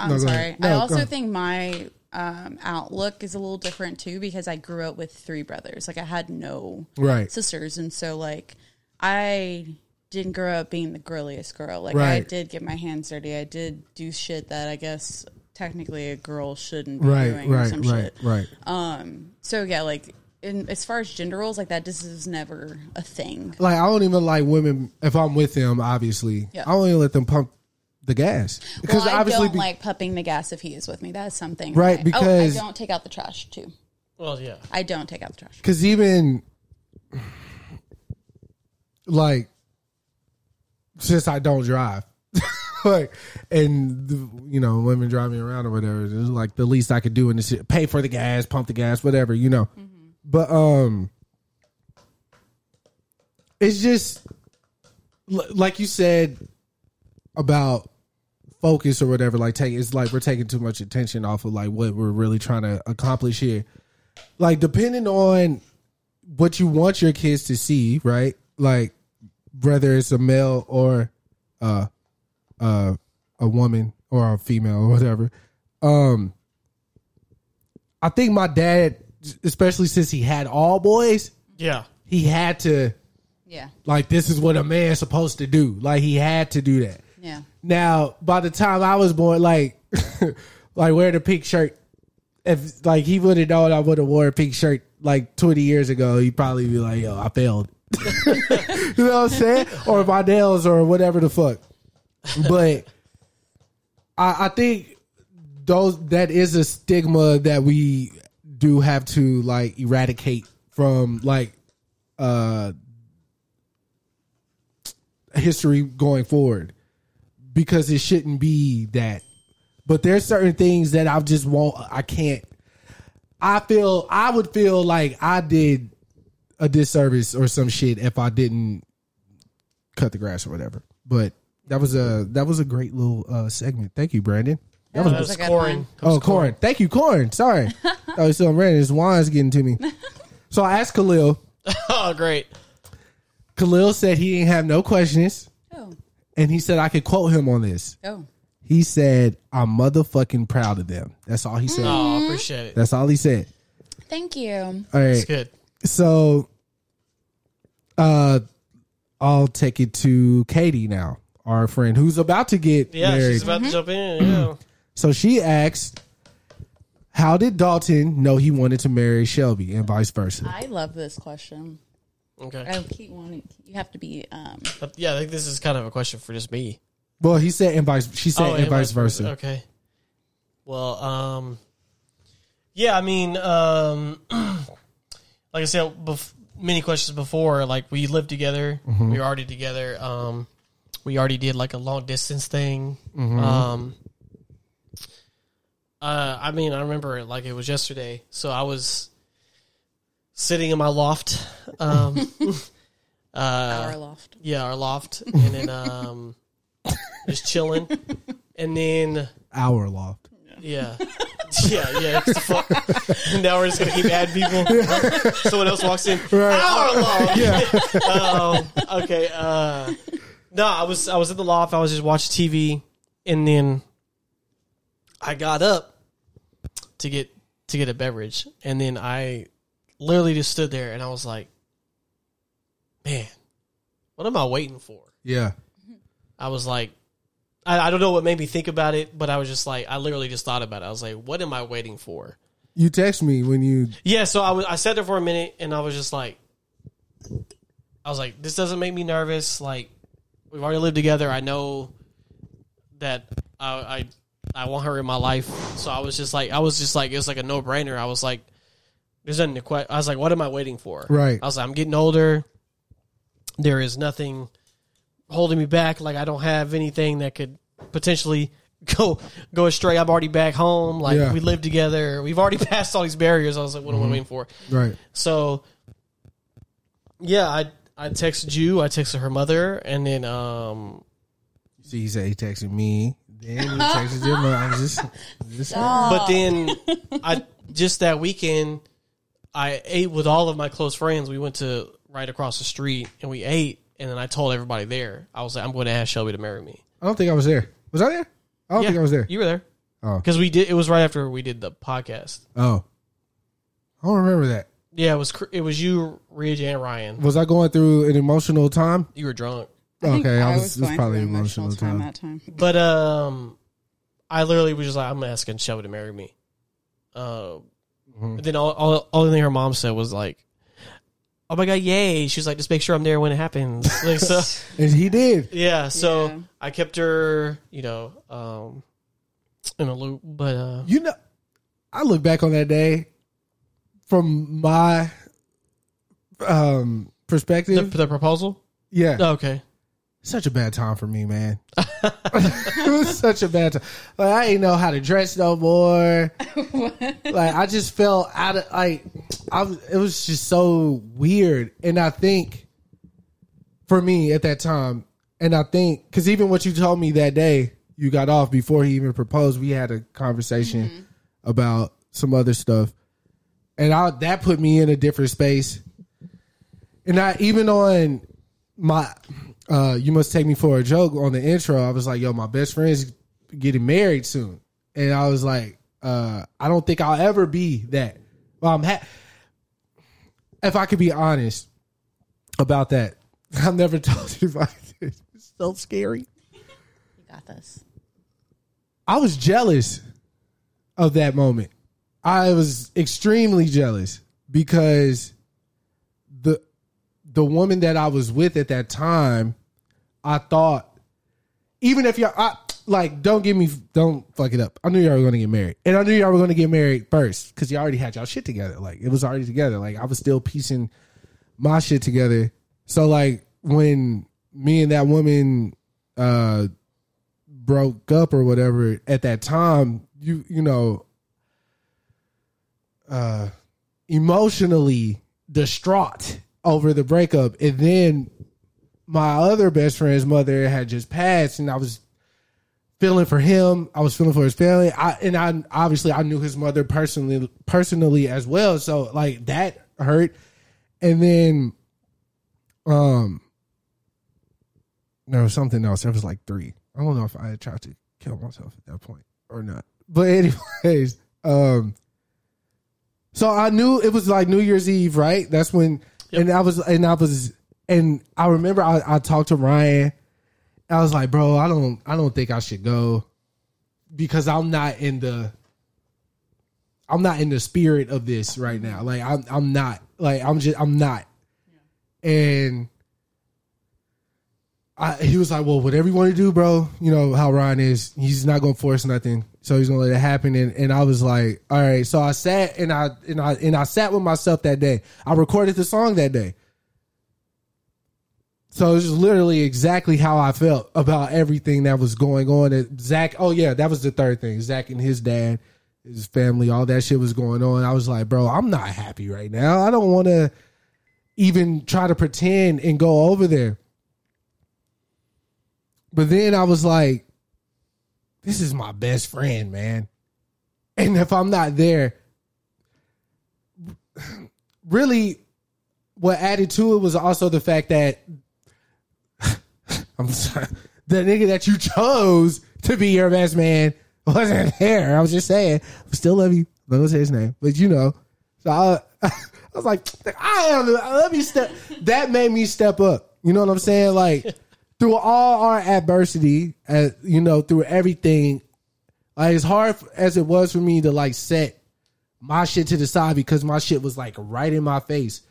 S4: I'm
S1: No, go
S4: sorry.
S1: ahead. No,
S4: I
S1: go
S4: also
S1: ahead.
S4: think my um, outlook is a little different too because I grew up with three brothers. Like, I had no
S1: right.
S4: sisters and so like i didn't grow up being the girliest girl like i
S1: Right.
S4: did get my hands dirty i did do shit that i guess technically a girl shouldn't be
S1: Right,
S4: doing or
S1: right,
S4: some
S1: right,
S4: shit
S1: right.
S4: so yeah like in, as far as gender roles like that this is never a thing
S1: Like I don't even like women if I'm with them. Obviously,
S4: Yeah.
S1: I don't even let them pump the gas because
S4: well, I
S1: obviously,
S4: don't
S1: be-
S4: like pumping the gas if he is with me. That's something,
S1: Right,
S4: I-
S1: because-
S4: oh, I don't take out the trash too.
S2: well, yeah,
S4: I don't take out the trash.
S1: Because even like since I don't drive, like, and the, you know, women drive me around or whatever, it's like the least I could do in this pay for the gas, pump the gas, whatever, you know. But um, it's just li- like you said about focus or whatever. Like, take it's like we're taking too much attention off of like what we're really trying to accomplish here like depending on what you want your kids to see, right? Like whether it's a male or uh uh a woman or a female or whatever. Um I think my dad especially since he had all boys,
S2: yeah,
S1: he had to
S4: Yeah,
S1: like this is what a man's supposed to do. Like he had to do that.
S4: yeah,
S1: Now, by the time I was born, like, like wear the pink shirt. If like he would have known I would have wore a pink shirt like twenty years ago, he'd probably be like, "Yo, I failed." you know what I'm saying? Or my nails, or whatever the fuck. But I, I think those that is a stigma that we do have to like eradicate from like uh history going forward because it shouldn't be that. But there's certain things that I just won't. I can't. I feel I would feel like I did a disservice or some shit if I didn't cut the grass or whatever. But that was a that was a great little uh, segment. Thank you, Brandon. That was
S2: that was
S4: a good
S2: Corin.
S4: one.
S1: Oh, corn. Thank you, corn. Sorry. oh, so I'm ready. This wine's getting to me. So I asked Khalil.
S2: oh, great.
S1: Khalil said he didn't have no questions,
S4: oh,
S1: and he said I could quote him on this.
S4: oh,
S1: He said, "I'm motherfucking proud of them." That's all he said.
S4: Mm-hmm.
S2: Oh, I appreciate it.
S1: That's all he said.
S4: Thank you.
S1: All right.
S2: That's good.
S1: So, uh, I'll take it to Katie now, our friend who's about to get
S2: Yeah,
S1: married.
S2: she's
S4: Mm-hmm.
S2: about to jump in. Yeah.
S1: so she asked, "How did Dalton know he wanted to marry Shelby, and vice versa?"
S4: I love this question.
S2: Okay.
S4: I keep wanting. You have to be. Um,
S2: But yeah, I think this is kind of a question for just me.
S1: Well, he said, and vice. She said, and,
S2: Oh, and
S1: vice versa.
S2: Okay. Well, um, yeah, I mean, um, like I said, bef- many questions before, like we lived together,
S1: Mm-hmm.
S2: we were already together. Um, we already did like a long distance thing.
S1: Mm-hmm.
S2: Um, uh, I mean, I remember it like it was yesterday. So I was sitting in my loft, um, uh,
S4: our loft.
S2: yeah, our loft, and then um, just chilling, and then
S1: Our loft.
S2: yeah, yeah, yeah. it's the fuck. And now we're just gonna keep adding people. Someone else walks in. Our loft. um, okay. Uh, no, I was I was at the loft. I was just watching TV, and then I got up to get to get a beverage, and then I literally just stood there, and I was like, man, what am I waiting for?
S1: Yeah.
S2: I was like, I, I don't know what made me think about it, but I was just like, I literally just thought about it. I was like, what am I waiting for?
S1: You text me when you.
S2: Yeah, so I was, I sat there for a minute and I was just like, I was like, this doesn't make me nervous. Like, we've already lived together. I know that I, I, I want her in my life. So I was just like, I was just like, it was like a no brainer. I was like, there's nothing to question. I was like, what am I waiting for?
S1: Right.
S2: I was like, I'm getting older. There is nothing holding me back. Like I don't have anything that could potentially go go astray. I'm already back home. Like
S1: Yeah. Mm-hmm.
S2: we live together. We've already passed all these barriers. I was like, what am I waiting for?
S1: Right.
S2: So yeah, I I texted you. I texted her mother, and then um
S1: See, he said he texted me. Then he texted him. I was just. just
S2: but then I just that weekend I ate with all of my close friends. We went to right across the street and we ate. And then I told everybody there, I was like, I'm going to ask Shelby to marry me.
S1: I don't think I was there. Was I there? I don't
S2: Yeah,
S1: think I was there.
S2: You were there.
S1: Oh.
S2: Because we did. It was right after we did the podcast.
S1: Oh, I don't remember that.
S2: Yeah, it was. cr- It was you, Ridge, and Ryan.
S1: Was I going through an emotional time?
S2: You were drunk,
S4: I think
S1: okay, I
S4: I
S1: was-
S4: was,
S1: it was
S4: going
S1: probably
S4: through an
S1: emotional
S4: emotional,
S1: time.
S4: time, that time.
S2: but um, I literally was just like, I'm asking Shelby to marry me. Uh, but then all, all, all thing her mom said was like, "Oh my god, yay!" She was like, "Just make sure I'm there when it happens." Like so,
S1: And he did.
S2: yeah. So
S4: Yeah.
S2: I kept her, you know, um, in a loop. But uh,
S1: You know, I look back on that day from my um
S2: the,
S1: perspective.
S2: the proposal. Oh,
S1: yeah,
S2: Okay.
S1: such a bad time for me, man. it was such a bad time. Like I ain't know how to dress no more. like I just fell out of like I was, it was just so weird. And I think for me at that time, and I think because even what you told me that day, you got off before he even proposed. We had a conversation about some other stuff, and I that put me in a different space. And I even on my uh you must take me for a joke on the intro i was like yo my best friend's getting married soon and i was like uh i don't think i'll ever be that well i'm ha- if i could be honest about that i've never told anybody this it's so scary
S4: You got this.
S1: i was jealous of that moment i was extremely jealous because the the woman that I was with at that time, I thought, even if y'all, I, like, don't give me, don't fuck it up. I knew y'all were gonna get married, and I knew y'all were gonna get married first because y'all already had y'all shit together. Like, it was already together. Like, I was still piecing my shit together. So, like, when me and that woman uh broke up or whatever at that time, you you know, uh emotionally distraught over the breakup. And then my other best friend's mother had just passed, and I was feeling for him. I was feeling for his family. I and I obviously I knew his mother personally personally as well. So like that hurt. And then um there was something else. There was like three. I don't know if I tried to kill myself at that point or not. But anyways, um so I knew it was like New Year's Eve, right? That's when and I was and I was and I remember I, I talked to Ryan. I was like, bro, I don't I don't think I should go because I'm not in the I'm not in the spirit of this right now. Like I'm I'm not like I'm just I'm not. And I, he was like, "Well, whatever you want to do, bro. You know how Ryan is. He's not gonna force nothing, so he's gonna let it happen." And, and I was like, "All right." So I sat and I and I and I sat with myself that day. I recorded the song that day, so it was just literally exactly how I felt about everything that was going on. And Zach, oh yeah, that was the third thing. Zach and his dad, his family, all that shit was going on. I was like, "Bro, I'm not happy right now. I don't want to even try to pretend and go over there." But then I was like, this is my best friend, man. And if I'm not there, really, what added to it was also the fact that I'm sorry, the nigga that you chose to be your best man wasn't there. I was just saying, I still love you. I'm not gonna say his name, but you know. So I, I was like, I am. Let me step. That made me step up. You know what I'm saying? Like through all our adversity, uh, you know, through everything, like as hard as it was for me to like set my shit to the side because my shit was like right in my face.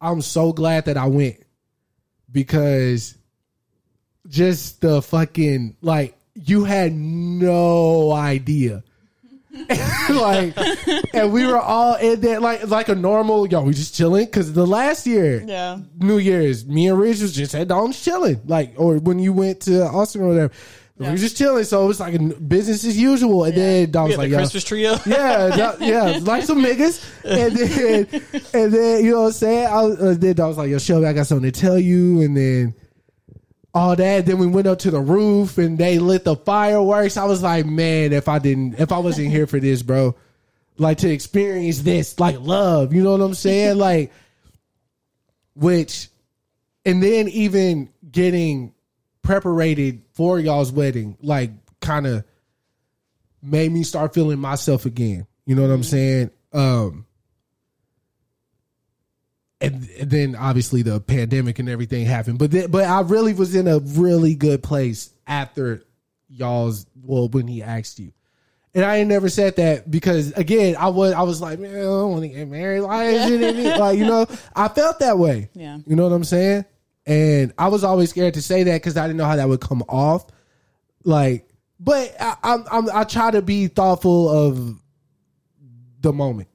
S1: I'm so glad that I went because just the fucking like you had no idea. like and we were all in there like like a normal yo we just chilling because the last year
S4: Yeah.
S1: New Year's, me and Rich was just at Dom's chilling, like, or when you went to Austin or whatever, we were just chilling. So it was like n- business as usual. And then Dom
S2: We
S1: was
S2: had
S1: like, yo,
S2: the Christmas trio.
S1: yeah, that- yeah, like some niggas. And then, and then, you know what I'm saying? I was, uh, then Dom was like, yo, Shelby, I got something to tell you. And then all that. Then we went up to the roof and they lit the fireworks. I was like, man, if I didn't, if I wasn't here for this, bro, like to experience this, like love, you know what I'm saying? Like, which and then even getting preparated for y'all's wedding like kind of made me start feeling myself again you know what i'm saying um and, and then obviously the pandemic and everything happened but then, but i really was in a really good place after y'all's well when he asked you and I ain't never said that because again, I was I was like, man, I don't want to get married. Why is it in me?" like you know? I felt that way.
S4: Yeah.
S1: you know what I'm saying. And I was always scared to say that because I didn't know how that would come off. Like, but I, I'm, I'm I try to be thoughtful of the moment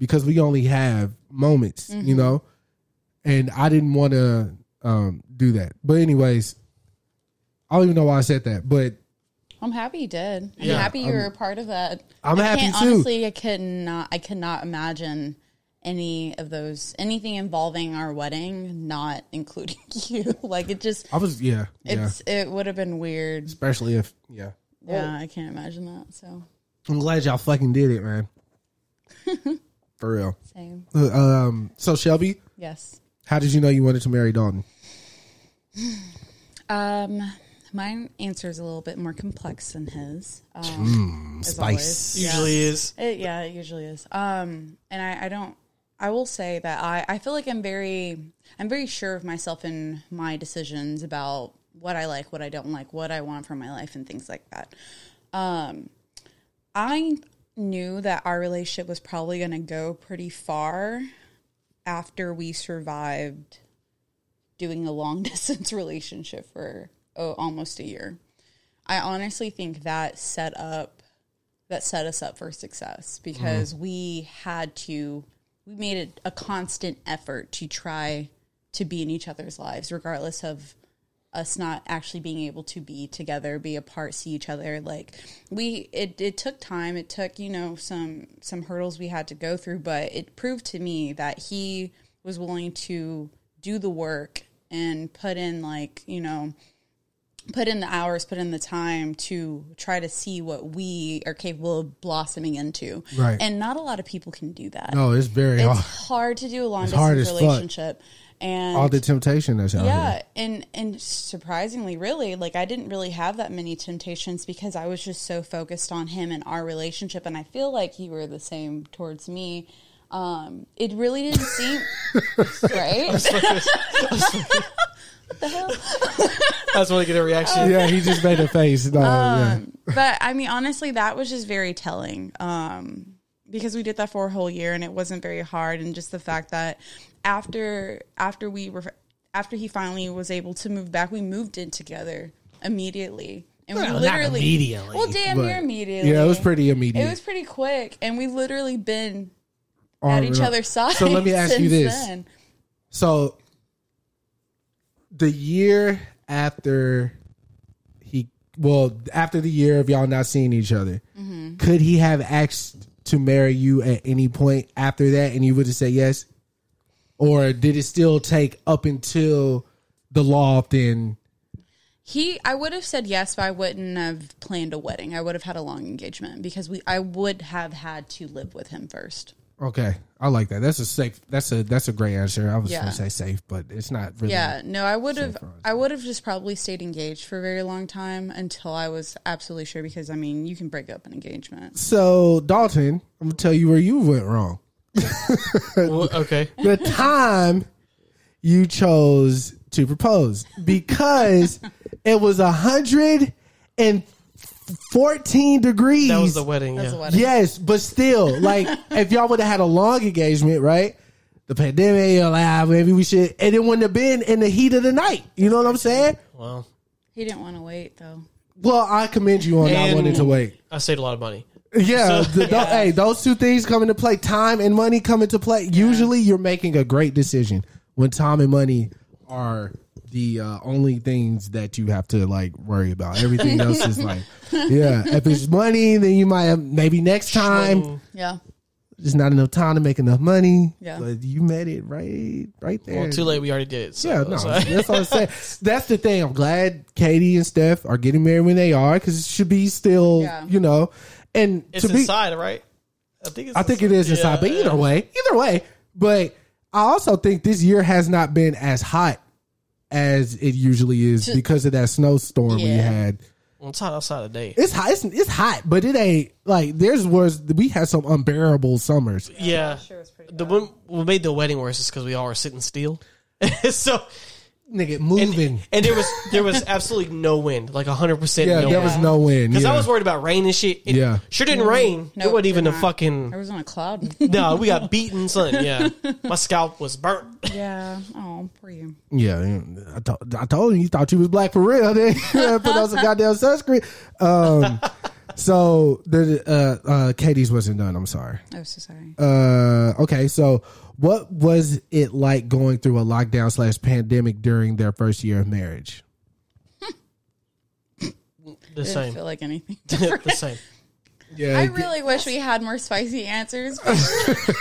S1: because we only have moments, you know. And I didn't want to um, do that. But anyways, I don't even know why I said that, but
S4: I'm happy you did. I'm
S2: Yeah,
S4: happy you were a part of that.
S1: I'm
S4: I
S1: happy
S4: can't,
S1: too.
S4: Honestly, I could not. I could not imagine any of those anything involving our wedding, not including you. Like it just,
S1: I was yeah Oh, yeah.
S4: it's it would have been weird.
S1: especially if yeah.
S4: Yeah, I can't imagine that. So
S1: I'm glad y'all fucking did it, man. For real.
S4: same.
S1: Um. So Shelby,
S4: Yes.
S1: how did you know you wanted to marry Dalton?
S4: Um, mine answer is a little bit more complex than his.
S1: Mmm,
S4: Um, as always. Yeah.
S2: Usually is.
S4: It, yeah, it usually is. Um, and I, I don't. I will say that I, I feel like I'm very I'm very sure of myself in my decisions about what I like, what I don't like, what I want from my life, and things like that. Um, I knew that our relationship was probably going to go pretty far after we survived doing a long distance relationship for oh, almost a year. I honestly think that set up that set us up for success because we had to we made it a constant effort to try to be in each other's lives regardless of us not actually being able to be together be apart see each other like we it, it took time it took you know some some hurdles we had to go through but it proved to me that he was willing to do the work and put in like you know put in the hours, put in the time to try to see what we are capable of blossoming into.
S1: Right.
S4: And not a lot of people can do that.
S1: No, it's very
S4: it's
S1: hard.
S4: hard to do a long
S1: It's hard
S4: distance
S1: as fuck.
S4: relationship. And
S1: all the temptation that's out
S4: yeah,
S1: here.
S4: and and surprisingly, really, like I didn't really have that many temptations because I was just so focused on him and our relationship, and I feel like you were the same towards me. Um, it really didn't seem right.
S2: I just want to get a reaction.
S1: Yeah, he just made a face. No,
S4: but I mean, honestly, that was just very telling. Um, because we did that for a whole year and it wasn't very hard, and just the fact that after after we were after he finally was able to move back, we moved in together immediately, and
S2: Well,
S4: we
S2: not
S4: literally
S2: immediately,
S4: well, damn
S1: but-
S4: near
S1: yeah.
S4: immediately.
S1: yeah, it was pretty
S4: It
S1: immediate.
S4: was pretty quick, and we literally been
S1: All
S4: at
S1: right,
S4: each
S1: right.
S4: other's side.
S1: So let me ask you
S4: since
S1: this.
S4: then.
S1: So the year after he, well, after the year of y'all not seeing each other,
S4: Mm-hmm.
S1: could he have asked to marry you at any point after that, and you would have said yes, or did it still take up until the loft and
S4: He, I would have said yes, but I wouldn't have planned a wedding. I would have had a long engagement because we, I would have had to live with him first.
S1: Okay, I like that. That's a safe. That's a that's a great answer. I was
S4: Yeah.
S1: gonna say safe, but it's not really.
S4: Yeah,
S2: Mm-hmm.
S4: no, I would have.
S1: far as-
S4: I would have just probably stayed engaged for a very long time until I was absolutely sure. Because I mean, you can break up an engagement.
S1: So Dalton, I'm gonna tell you where you went wrong.
S2: Well, okay.
S1: The time you chose to propose because it was a hundred and fourteen degrees.
S2: That was the wedding.
S4: That's
S2: yeah.
S4: a wedding.
S1: Yes, but still, like if y'all would have had a long engagement, right? The pandemic, you're like, ah, maybe we should, and it wouldn't have been in the heat of the night. You know what I'm saying?
S2: Wow.
S4: He didn't want to wait though.
S1: Well, I commend you on not
S2: And-
S1: wanting to wait.
S2: I saved a lot of money.
S1: Yeah, the, tho- hey, those two things come into play. Time and money come into play. Usually, you're making a great decision when time and money are the uh, only things that you have to like worry about. Everything else is like, yeah. If it's money, then you might have, maybe next time.
S4: Yeah,
S1: There's not enough time to make enough money.
S4: Yeah.
S1: but you met it right, right there.
S2: Well, too late. We already did it. So,
S1: Yeah, no,
S2: so-
S1: that's what I'm saying. That's the thing. I'm glad Katie and Steph are getting married when they are because it should be still,
S4: Yeah.
S1: you know. And
S2: it's
S1: to be,
S2: inside, right? I think it's
S1: I think it is inside, but either way, either way. But I also think this year has not been as hot as it usually is because of that snowstorm we
S4: Yeah.
S1: had.
S2: Well, it's hot outside today.
S1: It's hot. It's, it's hot, but it ain't like there's was we had some unbearable summers.
S2: Yeah. The one what made the wedding worse is because we all were sitting still. so
S1: Nigga
S2: and,
S1: moving.
S2: and there was there was absolutely no wind, like hundred percent.
S1: yeah,
S2: no
S1: there was no wind.
S2: because
S1: Yeah.
S2: I was worried about rain and shit. It
S1: Yeah.
S2: sure didn't rain.
S4: Nope,
S2: it wasn't
S4: did
S2: even a
S4: not. I
S2: fucking.
S4: was on a cloud.
S2: No, we got beaten, son. Yeah, my scalp was burnt.
S4: yeah. Oh, poor you.
S1: yeah, yeah. I, told I told you you thought you was black for real. Then put on some goddamn sunscreen. Um, so the uh, uh, Katie's wasn't done. I'm sorry.
S4: I'm so sorry.
S1: Uh, okay, so what was it like going through a lockdown slash pandemic during their first year of marriage?
S2: The
S4: Didn't
S2: same.
S4: feel like anything.
S2: the same.
S1: Yeah,
S4: I really wish we had more spicy answers. but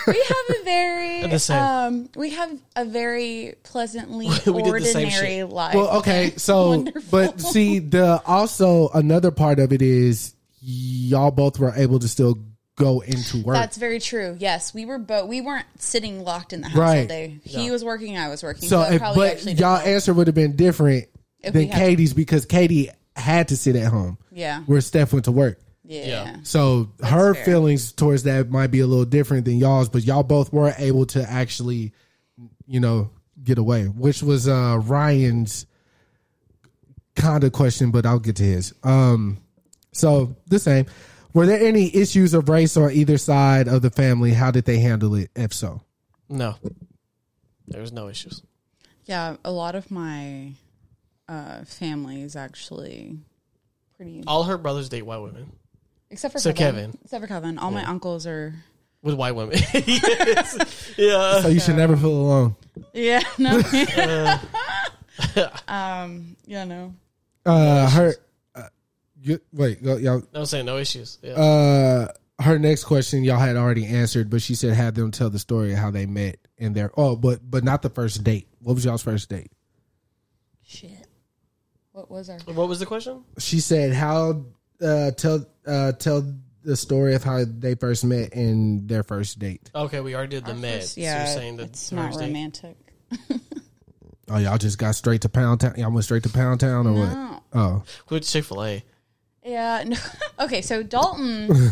S4: we have a very
S2: The same.
S4: um we have a very pleasantly
S2: We did the same
S4: ordinary
S2: shit.
S4: life.
S1: well, okay, so but see the also another part of it is y'all both were able to still go into work.
S4: That's very true. Yes, we were both we weren't sitting locked in the house all
S1: Right.
S4: day. He was working, I was working.
S1: so,
S4: it
S1: if,
S4: probably
S1: but
S4: actually
S1: y'all
S4: did-
S1: answer would have been different
S4: If we
S1: than
S4: had-
S1: Katie's because Katie had to sit at home.
S4: Yeah.
S1: where Steph went to work.
S4: yeah.
S2: Yeah.
S1: So her feelings towards that might be a little different than y'all's, but y'all both were able to actually, you know, get away, which was uh Ryan's kind of question, but I'll get to his. Um so the same. Were there any issues of race on either side of the family? How did they handle it, if so?
S2: No, there was no issues.
S4: Yeah, a lot of my uh family is actually pretty
S2: All her brothers date white women
S4: except for
S2: Oh, So
S4: Kevin.
S2: Kevin.
S4: Except for Kevin. All my uncles are
S2: with white women. Yes. Yeah.
S1: So you should never feel alone.
S4: Yeah, no.
S2: Uh,
S4: um, yeah, no.
S1: Uh her uh, you, wait, go y'all
S2: I was saying no issues. Yeah.
S1: Uh, her next question y'all had already answered, but she said have them tell the story of how they met and their oh, but but not the first date. What was y'all's first date?
S4: Shit. What was our?
S2: What was the question?
S1: She said, "How uh, tell uh, tell the story of how they first met and their first date."
S2: Okay, we already did the med.
S4: first-
S2: So you're saying the
S4: it's not
S2: Thursday-
S4: romantic.
S1: Oh, y'all just got straight to Pound Town. Y'all went straight to Pound Town or what? Oh,
S2: Quit Chick Fil A.
S4: Yeah. No. Okay. So Dalton.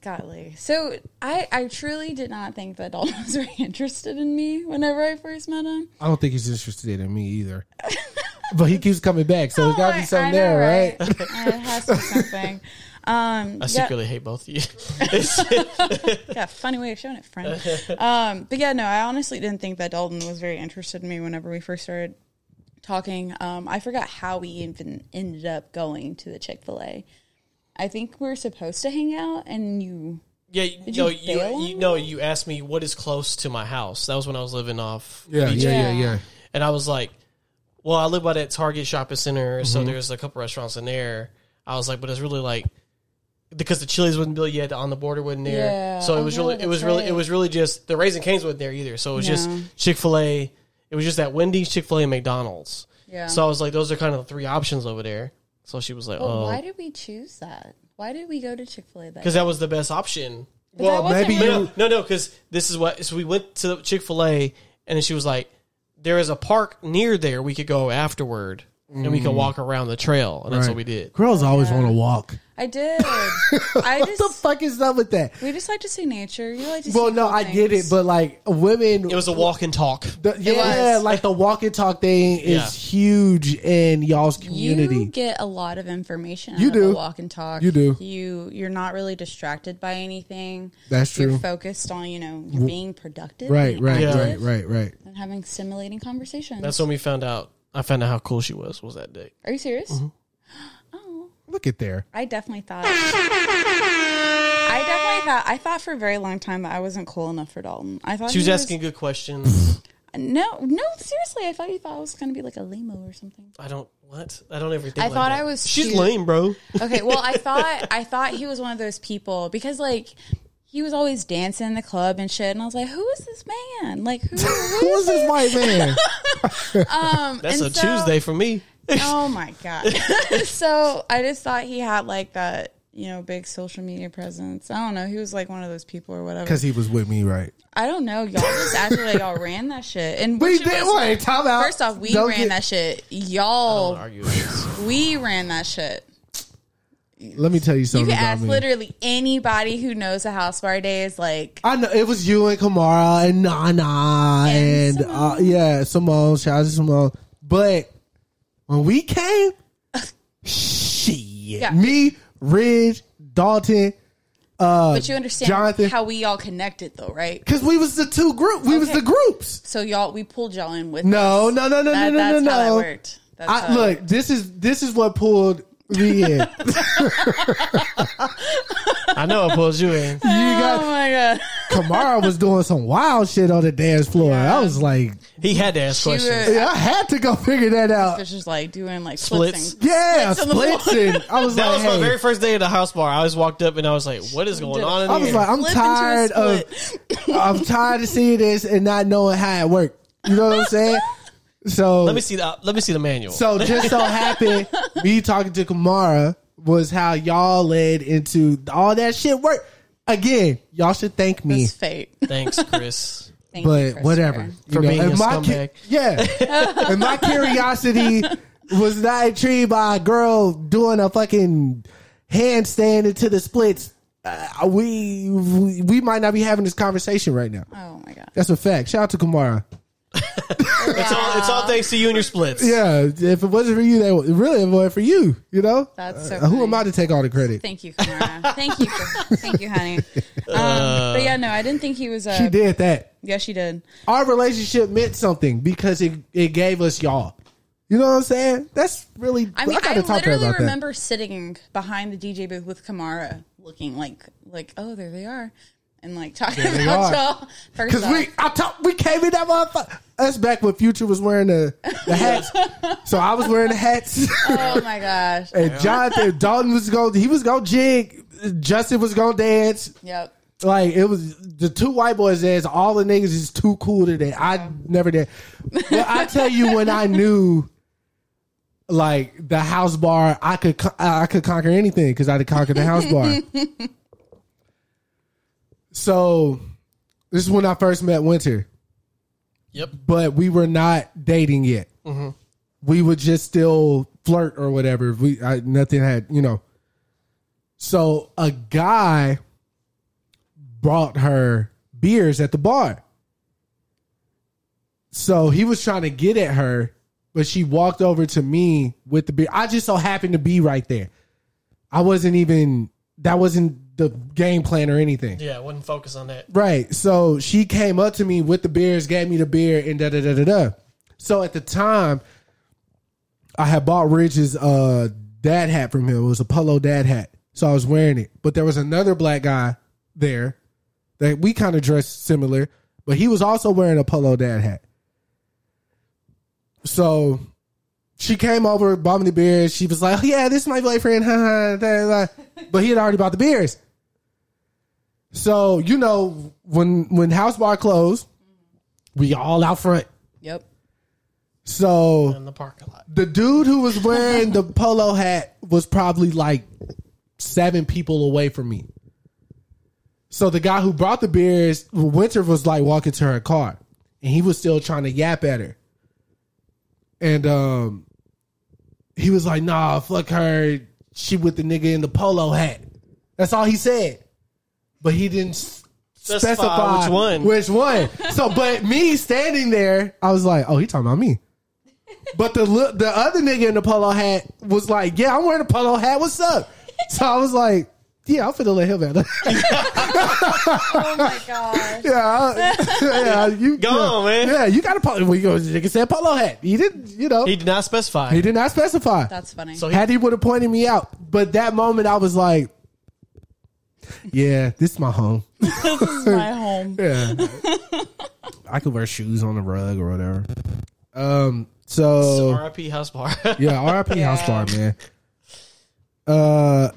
S4: Golly. So I I truly did not think that Dalton was very interested in me whenever I first met him.
S1: I don't think he's interested in me either. but he keeps coming back, so there's got to
S4: Oh, I-
S1: be something
S4: I know,
S1: there, right?
S4: it has to be something. Um,
S2: I
S4: yeah,
S2: secretly hate both of you.
S4: yeah, funny way of showing it, friend. um, but yeah, no, I honestly didn't think that Dalton was very interested in me whenever we first started talking. Um, I forgot how we even ended up going to the Chick Fil A. I think we were supposed to hang out, and you
S2: Yeah,
S4: Did
S2: no,
S4: you
S2: you,
S4: fail
S2: you
S4: him?
S2: no, you asked me what is close to my house. That was when I was living off,
S1: Yeah, yeah, yeah, yeah.
S2: and I was like, "Well, I live by that Target shopping center, so there's a couple restaurants in there." I was like, "But it's really like because the Chili's wasn't built yet, the on the border wasn't there,
S4: Yeah.
S2: so it
S4: Oh,
S2: was
S4: yeah,
S2: really, it
S4: that's
S2: was really,
S4: right.
S2: it was really just the Raising Cane's wasn't there either. So it was
S4: No.
S2: just Chick Fil A. It was just that Wendy's, Chick Fil A, and McDonald's.
S4: Yeah.
S2: So I was like, those are kind of the three options over there. So she was like,
S5: But
S2: "Oh,
S5: why did we choose that?
S4: why did we go to Chick Fil A that?
S2: because that was the best option."
S4: But that wasn't
S1: maybe
S4: really-
S2: No, no, no, because this is what. So we went to Chick Fil A, and then she was like, "There is a park near there we could go afterward, and we
S1: Mm.
S2: can walk around the trail." And that's what we did.
S1: Girls always want to walk.
S4: I did. I
S1: What the
S4: just
S1: fuck is up with that?
S4: we just like to see nature. You like to.
S1: Well,
S4: see
S1: no,
S4: cool
S1: I get it,
S4: things.
S1: but like women,
S2: It was a walk and talk.
S1: the, yeah,
S4: was.
S1: like the walk and talk thing is
S2: Yeah.
S1: huge in y'all's community.
S4: You get a lot of information.
S1: You
S4: out Of
S1: do.
S4: a walk and talk.
S1: You do.
S4: You you're not really distracted by anything.
S1: That's
S4: You're
S1: true.
S4: focused on you know you're being productive.
S1: right,
S4: and
S1: right,
S2: Yeah.
S1: right, right, right.
S4: And having stimulating conversations.
S2: That's when we found out. I found out how cool she was. Was that day?
S4: Are you serious?
S1: Uh-huh.
S4: Oh,
S1: Look at there.
S4: I definitely thought. I definitely thought. I thought for a very long time that I wasn't cool enough for Dalton. I thought
S2: She
S4: he
S2: was asking good questions.
S4: No, no, seriously. I thought you thought I was going to be like a limo or something.
S2: I don't what. I don't ever. Think
S4: I
S2: like
S4: thought
S2: that.
S4: I was
S2: She's
S4: cute.
S2: lame, bro.
S4: Okay, well, I thought I thought he was one of those people because like he was always dancing in the club and shit, and I was like, who is this man? Like who?
S1: Who is this white man?
S4: Um,
S2: That's
S4: and
S2: a
S4: so-
S2: Tuesday for me.
S4: Oh my god! so I just thought he had like that, you know, big social media presence. I don't know. He was like one of those people or whatever.
S1: Because he was with me, right?
S4: I don't know. Y'all just acted like y'all ran that shit, and
S1: We
S4: which it
S1: did.
S4: was-
S1: Wait, time out.
S4: First off, we
S1: Don't
S4: ran
S1: get-
S4: that shit.
S2: Don't
S4: Y'all,
S2: argue. with this.
S4: we ran that shit.
S1: Let me tell you
S4: You
S1: something
S4: can
S1: about
S4: ask
S1: me.
S4: literally anybody who knows a house bar day is like
S1: I know it was you and Kamara and Nana and,
S4: And
S1: uh, yeah, Simone. Shout out to Simone. But when we came, shit, me, Ridge, Dalton, uh,
S4: But you understand
S1: Jonathan.
S4: how we all connected, though, right?
S1: because we was the two group, we was
S4: Okay.
S1: the groups.
S4: So y'all, we pulled y'all in with.
S1: No, no, no, no, no,
S4: that,
S1: no,
S4: that's
S1: no,
S4: how that
S1: no.
S4: worked. That's
S1: I,
S4: how
S1: look, this is this is what pulled me in. you
S2: I know I pulled you in.
S4: Oh
S1: got
S4: my god,
S1: Kamara was doing some wild shit on the dance floor. I was like,
S2: He had to ask
S4: she was,
S2: questions.
S1: I had to go figure that out.
S4: was just like doing like
S2: Splits.
S4: splits.
S1: Yeah,
S4: Splits on the
S1: splits and I was
S2: That
S1: like,
S2: was my
S1: hey.
S2: very first day at the house bar. I always walked up and I was like, "What is going on?" In
S1: I was
S2: here?
S1: like, I'm
S4: Flip into a
S1: tired of, I'm tired of seeing this and not knowing how it worked. You know what I'm saying? So
S2: Let me see the let me see the manual.
S1: So just so happened, me talking to Kamara was how y'all led into all that shit work. Again, y'all should thank me,
S4: It's fate.
S2: Thanks, Chris.
S4: Thank you,
S1: but
S4: Christopher.
S1: whatever. You
S2: For being
S1: and
S2: a
S1: my cu-
S2: scumbag.
S1: yeah, and my curiosity was not intrigued by a girl doing a fucking handstand into the splits. Uh, we, we we might not be having this conversation right now.
S4: Oh my god.
S1: That's a fact. Shout out to Kamara.
S2: It's all it's all thanks to you and your splits.
S1: Yeah, if it wasn't for you, that would- really it wasn't for you. You know,
S4: That's so
S1: Uh, who am
S4: funny.
S1: I to take all the credit?
S4: Thank you, Kamara. thank you, for, thank you, honey. Um, but yeah, no, I didn't think he was a.
S1: She did that.
S4: Yeah, she did.
S1: Our relationship meant something because it, it gave us y'all. You know what I'm saying? That's really.
S4: I mean, I,
S1: gotta talk to her
S4: literally
S1: about
S4: remember sitting behind the DJ booth with Kamara, looking like like oh there they are, and like talking
S1: they are.
S4: about y'all. First
S1: because
S4: off,
S1: we I talk, we came in that motherfucker. That's back when Future was wearing the, the hats. so I was wearing the hats,
S4: oh my gosh,
S1: and Jonathan Dalton was going. He was going to jig. Justin was going to dance.
S4: yep.
S1: Like it was the two white boys there's all the niggas is too cool today. I never did. But I tell you when I knew like the house bar, I could co- I could conquer anything because I could conquer the house bar. So this is when I first met Winter,
S2: Yep.
S1: but we were not dating yet. We would just still flirt or whatever. We I, nothing had you know. So a guy brought her beers at the bar. So he was trying to get at her, but she walked over to me with the beer. I just so happened to be right there. I wasn't even that wasn't the game plan or anything.
S2: Yeah, wouldn't focus on that.
S1: Right. So she came up to me with the beers, gave me the beer, and da da da da da. So at the time, I had bought Ridge's uh, dad hat from him. It was a polo dad hat. So I was wearing it. But there was another black guy there that we kind of dressed similar, but he was also wearing a polo dad hat. So she came over, bought me the beers. She was like, oh, yeah, this is my boyfriend. ha, ha, da, da, da." but he had already bought the beers. So you know when when house bar closed, we all out front.
S4: Yep.
S1: So
S2: In the parking lot.
S1: the dude who was wearing the polo hat was probably like seven people away from me. So the guy who brought the beers, Winter was like walking to her car, and he was still trying to yap at her. And um, he was like, "Nah, fuck her. She with the nigga in the polo hat." That's all he said, but he didn't s-
S2: Specify
S1: specify,
S2: which one.
S1: Which one? So, but me standing there, I was like, "Oh, he talking about me." But the look, the other nigga in the polo hat was like, "Yeah, I'm wearing a polo hat. What's up?" So I was like, "Yeah, I'm finna let him out."
S4: Oh my gosh.
S1: yeah, I- yeah, you
S2: Go on, man.
S1: Yeah, you got a polo. Well, you go, nigga said polo hat. He didn't, you know,
S2: He
S1: he,
S2: did not specify.
S1: did not specify.
S4: That's funny.
S2: So he-
S1: Had he would have pointed me out, but that moment I was like, "Yeah, this is my home.
S4: this is my home.
S1: Yeah, I could wear shoes on the rug or whatever." Um. So
S2: RIP House Bar.
S1: Yeah, RIP House Bar, man. Uh,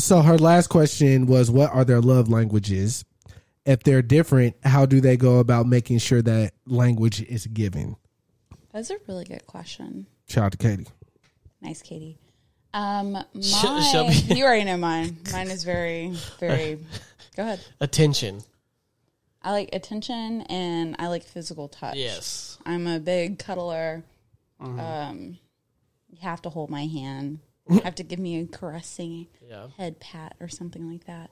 S1: so her last question was, "What are their love languages? If they're different, how do they go about making sure that language is given?"
S5: That's a really good question.
S1: Shout out to Katie.
S5: Nice, Katie. Um, mine,
S2: Shelby.
S5: you
S4: You already know mine. Mine is very, very. Go ahead.
S2: Attention.
S4: I like attention and I like physical touch.
S2: Yes.
S4: I'm a big cuddler. Um, you have to hold my hand. You have to give me a caressing
S2: Yeah.
S4: head pat or something like that.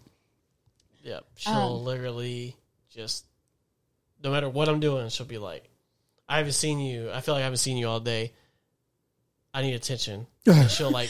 S2: Yep. She'll literally just, no matter what I'm doing, she'll be like, I haven't seen you. I feel like I haven't seen you all day. I need attention. And she'll like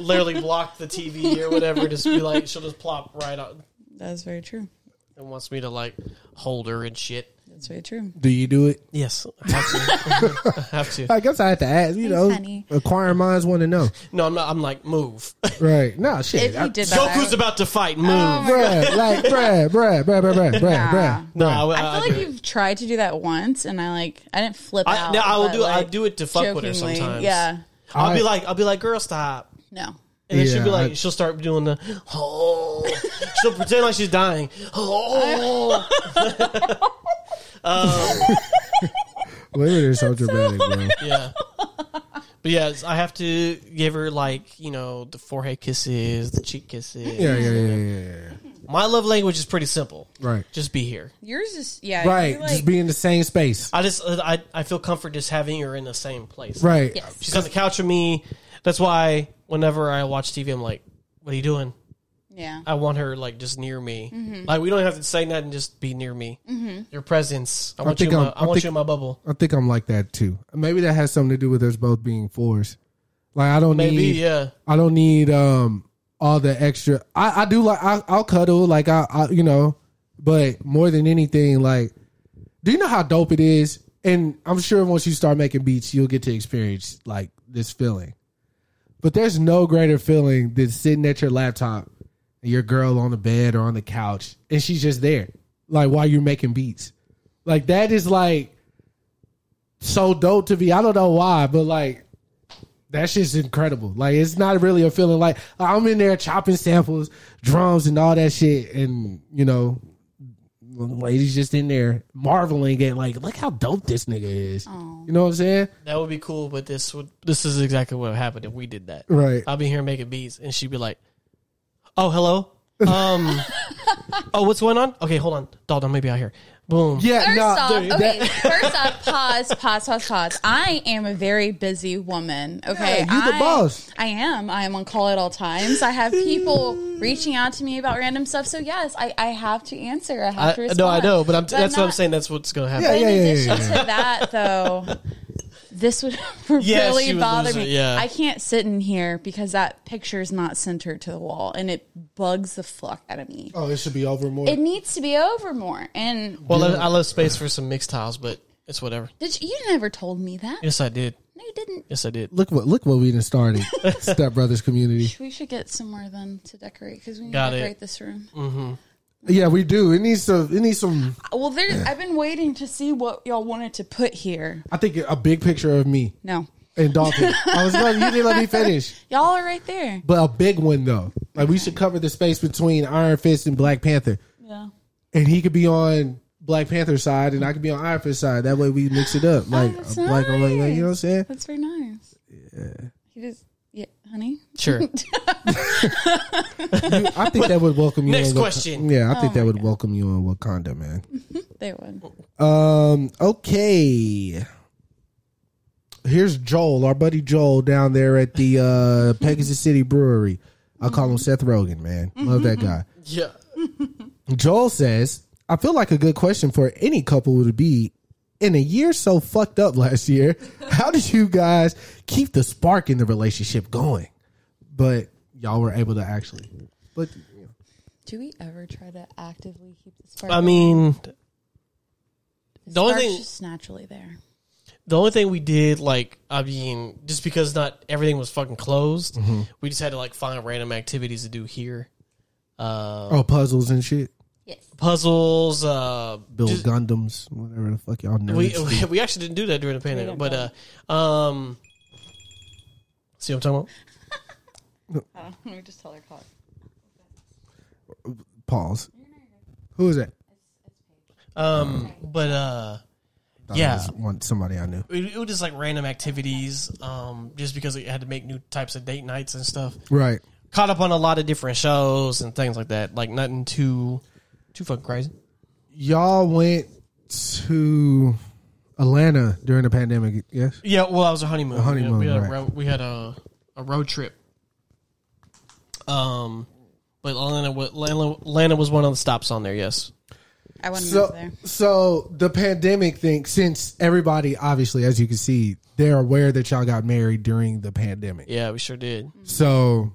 S2: literally block the TV or whatever. Just be like, she'll just plop right on
S4: That's very true.
S2: and wants me to like hold her and shit.
S4: That's very true.
S1: Do you do it?
S2: Yes. I have to. I have to.
S1: I guess I have to ask. You know,
S5: honey.
S1: acquiring minds want to know,
S2: No, I'm not. I'm like, move.
S1: right? No shit.
S4: If he did that, I
S2: Goku's
S4: would-
S2: about to fight. Move.
S1: Oh Bruh, like bruh, bruh, bruh, bruh, bruh, bruh, bruh.
S2: no, I, I,
S4: I
S2: I
S4: feel
S2: do
S4: like
S2: it.
S4: you've tried to do that once, and I like I didn't flip
S2: I-
S4: out.
S2: no, I will
S4: but,
S2: do it- I
S4: like,
S2: do it to fuck with her
S4: jokingly.
S2: sometimes.
S4: Yeah,
S2: I'll be
S1: I-
S2: like, I'll be like, girl, stop.
S4: no,
S2: And then she'll be
S1: Yeah,
S2: like,
S1: I-
S2: she'll start doing the, oh. she'll pretend like she's dying. Oh.
S1: Women are so dramatic, bro.
S2: yeah. But yes, I have to give her like, you know, the forehead kisses, the cheek kisses.
S1: Yeah, yeah, yeah, yeah, yeah, yeah.
S2: My love language is pretty simple.
S1: Right,
S2: Just be here.
S4: yours is yeah.
S1: right.
S4: you, like-
S1: Just be in the same space.
S2: I just, I, I feel comfort just having her in the same place.
S1: Right.
S2: She's on the couch with me. That's why whenever I watch TV, I'm like, what are you doing?
S4: yeah.
S2: I want her like just near me. Like we don't have to say nothing, just be near me. Your presence. I, want you.
S1: think
S2: In my,
S1: I'm-
S2: I
S1: I
S2: want
S1: think-
S2: you in my bubble.
S1: I think I'm like that too. Maybe that has something to do with us both being fours. Like I don't
S2: Maybe
S1: need,
S2: yeah.
S1: I don't need um all the extra. I, I do like I, I'll cuddle, like I, I you know, but more than anything, like, do you know how dope it is? And I'm sure once you start making beats, you'll get to experience like this feeling. But there's no greater feeling than sitting at your laptop, and your girl on the bed or on the couch, and she's just there, like while you're making beats. Like that is like so dope to me. I don't know why, but like that shit's incredible. Like it's not really a feeling like I'm in there chopping samples, drums and all that shit, and you know, ladies just in there marveling at like, look how dope this nigga is. You know what I'm saying?
S2: That would be cool, but this would this is exactly what happened if we did that.
S1: Right.
S2: I'll be here making beats, and she'd be like, "Oh, hello. Um, oh, what's going on? Okay, hold on, Dalton, maybe out here. Boom.
S1: Yeah,
S4: First
S1: no,
S4: off,
S1: that-
S4: okay. first off, pause, pause, pause, pause. I am a very busy woman. Okay,
S1: Yeah, you the
S4: I-
S1: boss.
S4: I am. I am on call at all times. I have people reaching out to me about random stuff. So yes, I, I have to answer. I have
S2: I,
S4: to respond.
S2: no, I know, but I'm that's what I'm
S4: not-
S2: saying. That's what's going to happen.
S1: Yeah,
S4: But
S1: yeah,
S4: in
S1: yeah,
S4: addition
S1: yeah,
S4: to that, though, this would
S2: Yeah,
S4: really
S2: she would
S4: bother
S2: lose it,
S4: me.
S2: yeah.
S4: I can't sit in here because that picture is not centered to the wall, and it bugs the fuck out of me.
S1: Oh, it should be over more.
S4: It needs to be over more. And
S2: Well, I, I left space for some mixed tiles, but it's whatever.
S4: did you, you never told me that?
S2: Yes, I did.
S4: No, you didn't.
S2: Yes, I did.
S1: look what look what we done started. Step Brothers community.
S4: We should get somewhere then to decorate because we need
S2: Got
S4: to
S2: it. Mm.
S4: decorate this room.
S1: Yeah, we do. It needs some it needs some
S4: Uh, Well, there. I've been waiting to see what y'all wanted to put here.
S1: I think a big picture of me
S4: No,
S1: and Dalton. I was like, you didn't let me finish.
S4: y'all are right there.
S1: But a big one though. Like we should cover the space between Iron Fist and Black Panther.
S4: Yeah.
S1: And he could be on Black Panther side and I could be on Iron Fist side. That way we mix it up. Like
S4: that's
S1: a black and white, like, you know what I'm saying?
S4: That's very nice. Yeah. He just. Yeah, honey.
S2: Sure.
S1: You- I think that would welcome you.
S2: Next
S1: in Wak-
S2: question.
S1: yeah, I think that would welcome you in Wakanda, man.
S4: They would.
S1: Um, okay. Here's Joel, our buddy Joel, down there at the uh, Pegasus City Brewery. I call him Seth Rogen, man. Love that guy.
S2: yeah.
S1: Joel says, I feel like a good question for any couple would be in a year so fucked up last year, how did you guys keep the spark in the relationship going? But y'all were able to actually. But
S4: Do we ever try to actively keep the spark?
S2: I mean,
S4: the
S2: the only
S4: spark's
S2: thing-
S4: just naturally there.
S2: the only thing we did, like, I mean, just because not everything was fucking closed, we just had to like find random activities to do here. Uh,
S1: oh, puzzles and shit,
S2: puzzles. Uh,
S1: build
S2: just-
S1: Gundams, whatever the fuck y'all know.
S2: we, we we actually didn't do that during the pandemic, but uh, um, see what I'm talking
S4: Let me just tell her clock.
S1: Pause. Who is that?
S2: about? Um, but uh, yeah,
S1: That was one somebody I knew.
S2: it, it was just like random activities, um, just because we had to make new types of date nights and stuff.
S1: Right.
S2: Caught up on a lot of different shows and things like that. Like nothing too, too fucking crazy.
S1: Y'all went to Atlanta during the pandemic, yes?
S2: Yeah, well, I was a honeymoon.
S1: A honeymoon,
S2: we had, we had,
S1: right.
S2: a, ro- we had a a road trip. Um, but Atlanta, wa- Atlanta, Atlanta was one of the stops on there. Yes,
S4: I wouldn't move
S1: So,
S4: there.
S1: so the pandemic thing, since everybody, obviously, as you can see, they're aware that y'all got married during the pandemic.
S2: yeah, we sure did.
S1: So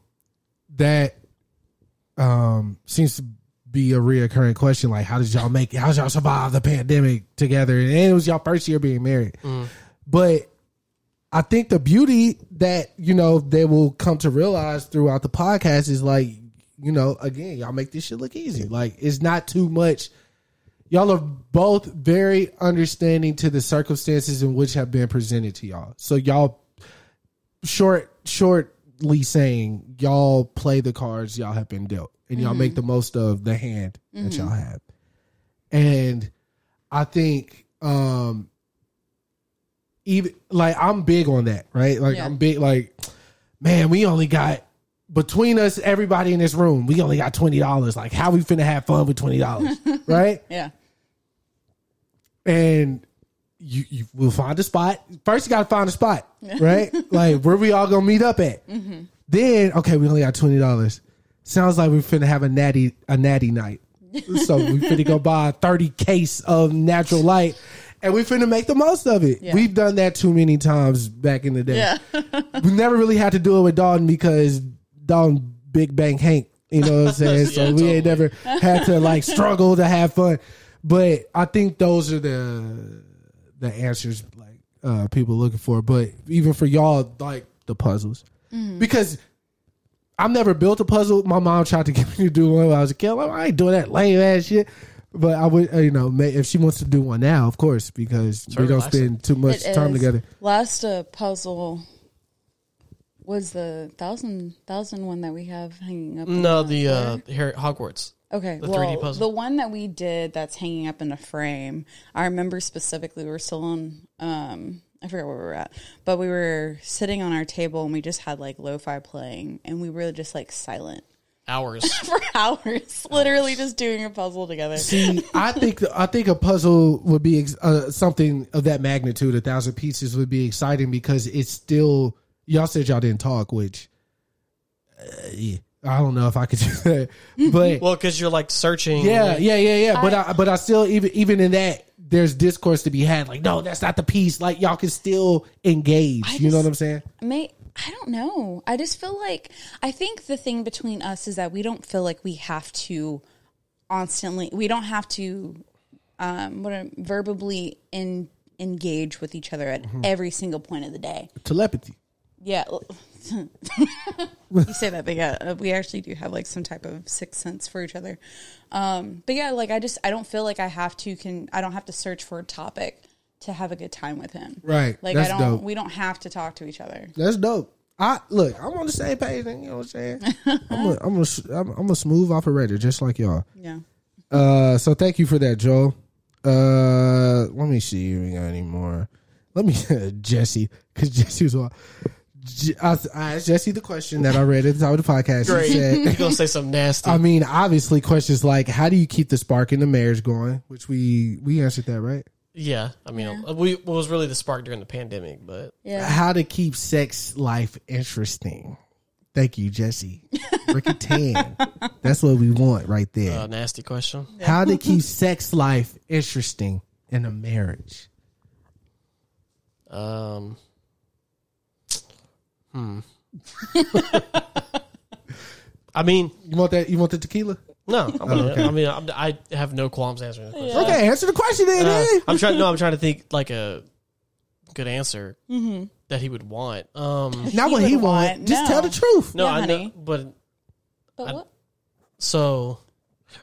S1: that um seems to be a reoccurring question. Like, how did y'all make how did y'all survive the pandemic together? And it was y'all first year being married. But I think the beauty that, you know, they will come to realize throughout the podcast is like, you know, again, y'all make this shit look easy. Like it's not too much. Y'all are both very understanding to the circumstances in which have been presented to y'all. So y'all short shortly saying y'all play the cards y'all have been dealt and y'all make the most of the hand that y'all have and i think um even like i'm big on that right like
S4: Yeah.
S1: i'm big like man we only got between us everybody in this room we only got $20 like how we finna have fun with $20 right
S4: Yeah.
S1: and you, you will find a spot. First, you got to find a spot, right? like where we all gonna meet up at. Then, okay, we only got twenty dollars. Sounds like we finna have a natty a natty night. so we finna go buy a thirty case of natural light, and we finna make the most of it. We've done that too many times back in the day.
S4: Yeah.
S1: we never really had to do it with Dalton because Dalton Big Bang Hank. You know what I'm saying? so
S2: Yeah,
S1: we ain't never had to like struggle to have fun. But I think those are the the answers like uh people looking for. But even for y'all, like the puzzles. Because I've never built a puzzle. My mom tried to get me to do one when I was a kid. Like, I ain't doing that lame ass shit. But I would, uh, you know, may, if she wants to do one now, of course, because we don't
S2: relaxing.
S1: spend too much
S4: It
S1: time
S4: is.
S1: together.
S4: Last uh, puzzle uh, was the thousand thousand one that we have hanging up.
S2: No,
S4: on
S2: the uh,
S4: there?
S2: here at Hogwarts.
S4: okay,
S2: the 3D
S4: well,
S2: puzzle.
S4: the one that we did that's hanging up in a frame. I remember specifically we were still on. Um, I forget where we were at, but we were sitting on our table and we just had like lo-fi playing, and we were just like silent
S2: Hours.
S4: for hours, literally just doing a puzzle together.
S1: See, I think I think a puzzle would be ex- uh, something of that magnitude. A thousand pieces would be exciting because it's still. Y'all said y'all didn't talk, which uh, yeah, I don't know if I could do that. But
S2: well, because you're like searching.
S1: yeah, yeah, yeah, yeah. But I, but I still even even in that there's discourse to be had. Like, no, that's not the piece. Like y'all can still engage.
S4: I
S1: you know
S4: just-
S1: what I'm saying?
S4: May I don't know. I just feel like I think the thing between us is that we don't feel like we have to constantly. We don't have to um what am- verbally in, engage with each other at
S1: Mm-hmm.
S4: every single point of the day.
S1: Telepathy.
S4: Yeah. you say that, but yeah, uh, we actually do have like some type of sixth sense for each other. Um, but yeah, like I just I don't feel like I have to can I don't have to search for a topic to have a good time with him.
S1: Right.
S4: Like
S1: That's
S4: I don't
S1: dope.
S4: we don't have to talk to each other.
S1: That's dope. I look. I'm on the same page. and You know what I'm saying? I'm a, I'm a, I'm, I'm a smooth operator, just like y'all.
S4: Yeah.
S1: Uh, so thank you for that, Joel. Uh, let me see if we got any more. Let me Jesse, because Jesse was. wa- Je- I, I asked Jesse the question that I read at the top of the podcast.
S2: Great.
S1: She said,
S2: You're gonna say something nasty.
S1: I mean, obviously, questions like how do you keep the spark in the marriage going, which we we answered that right.
S2: yeah. I mean, we it was really the spark during the pandemic, but
S4: Yeah.
S1: How to keep sex life interesting. Thank you, Jesse. Ricky Tan. That's what we want right there.
S2: uh, nasty question.
S1: How to keep sex life interesting in a marriage.
S2: Um, hmm. I mean,
S1: You want that? You want the tequila?
S2: no. I'm gonna, I mean, I'm, I have no qualms answering that question.
S1: Okay, answer the question then.
S2: Uh,
S1: eh?
S2: I'm trying. No, I'm trying to think like a good answer that he would want. Um,
S1: Not what
S4: would
S1: he want.
S4: want-
S1: Just
S4: no.
S1: tell the truth.
S2: no,
S4: Yeah,
S2: I know,
S4: honey.
S2: but
S5: But
S2: I-
S5: what?
S2: so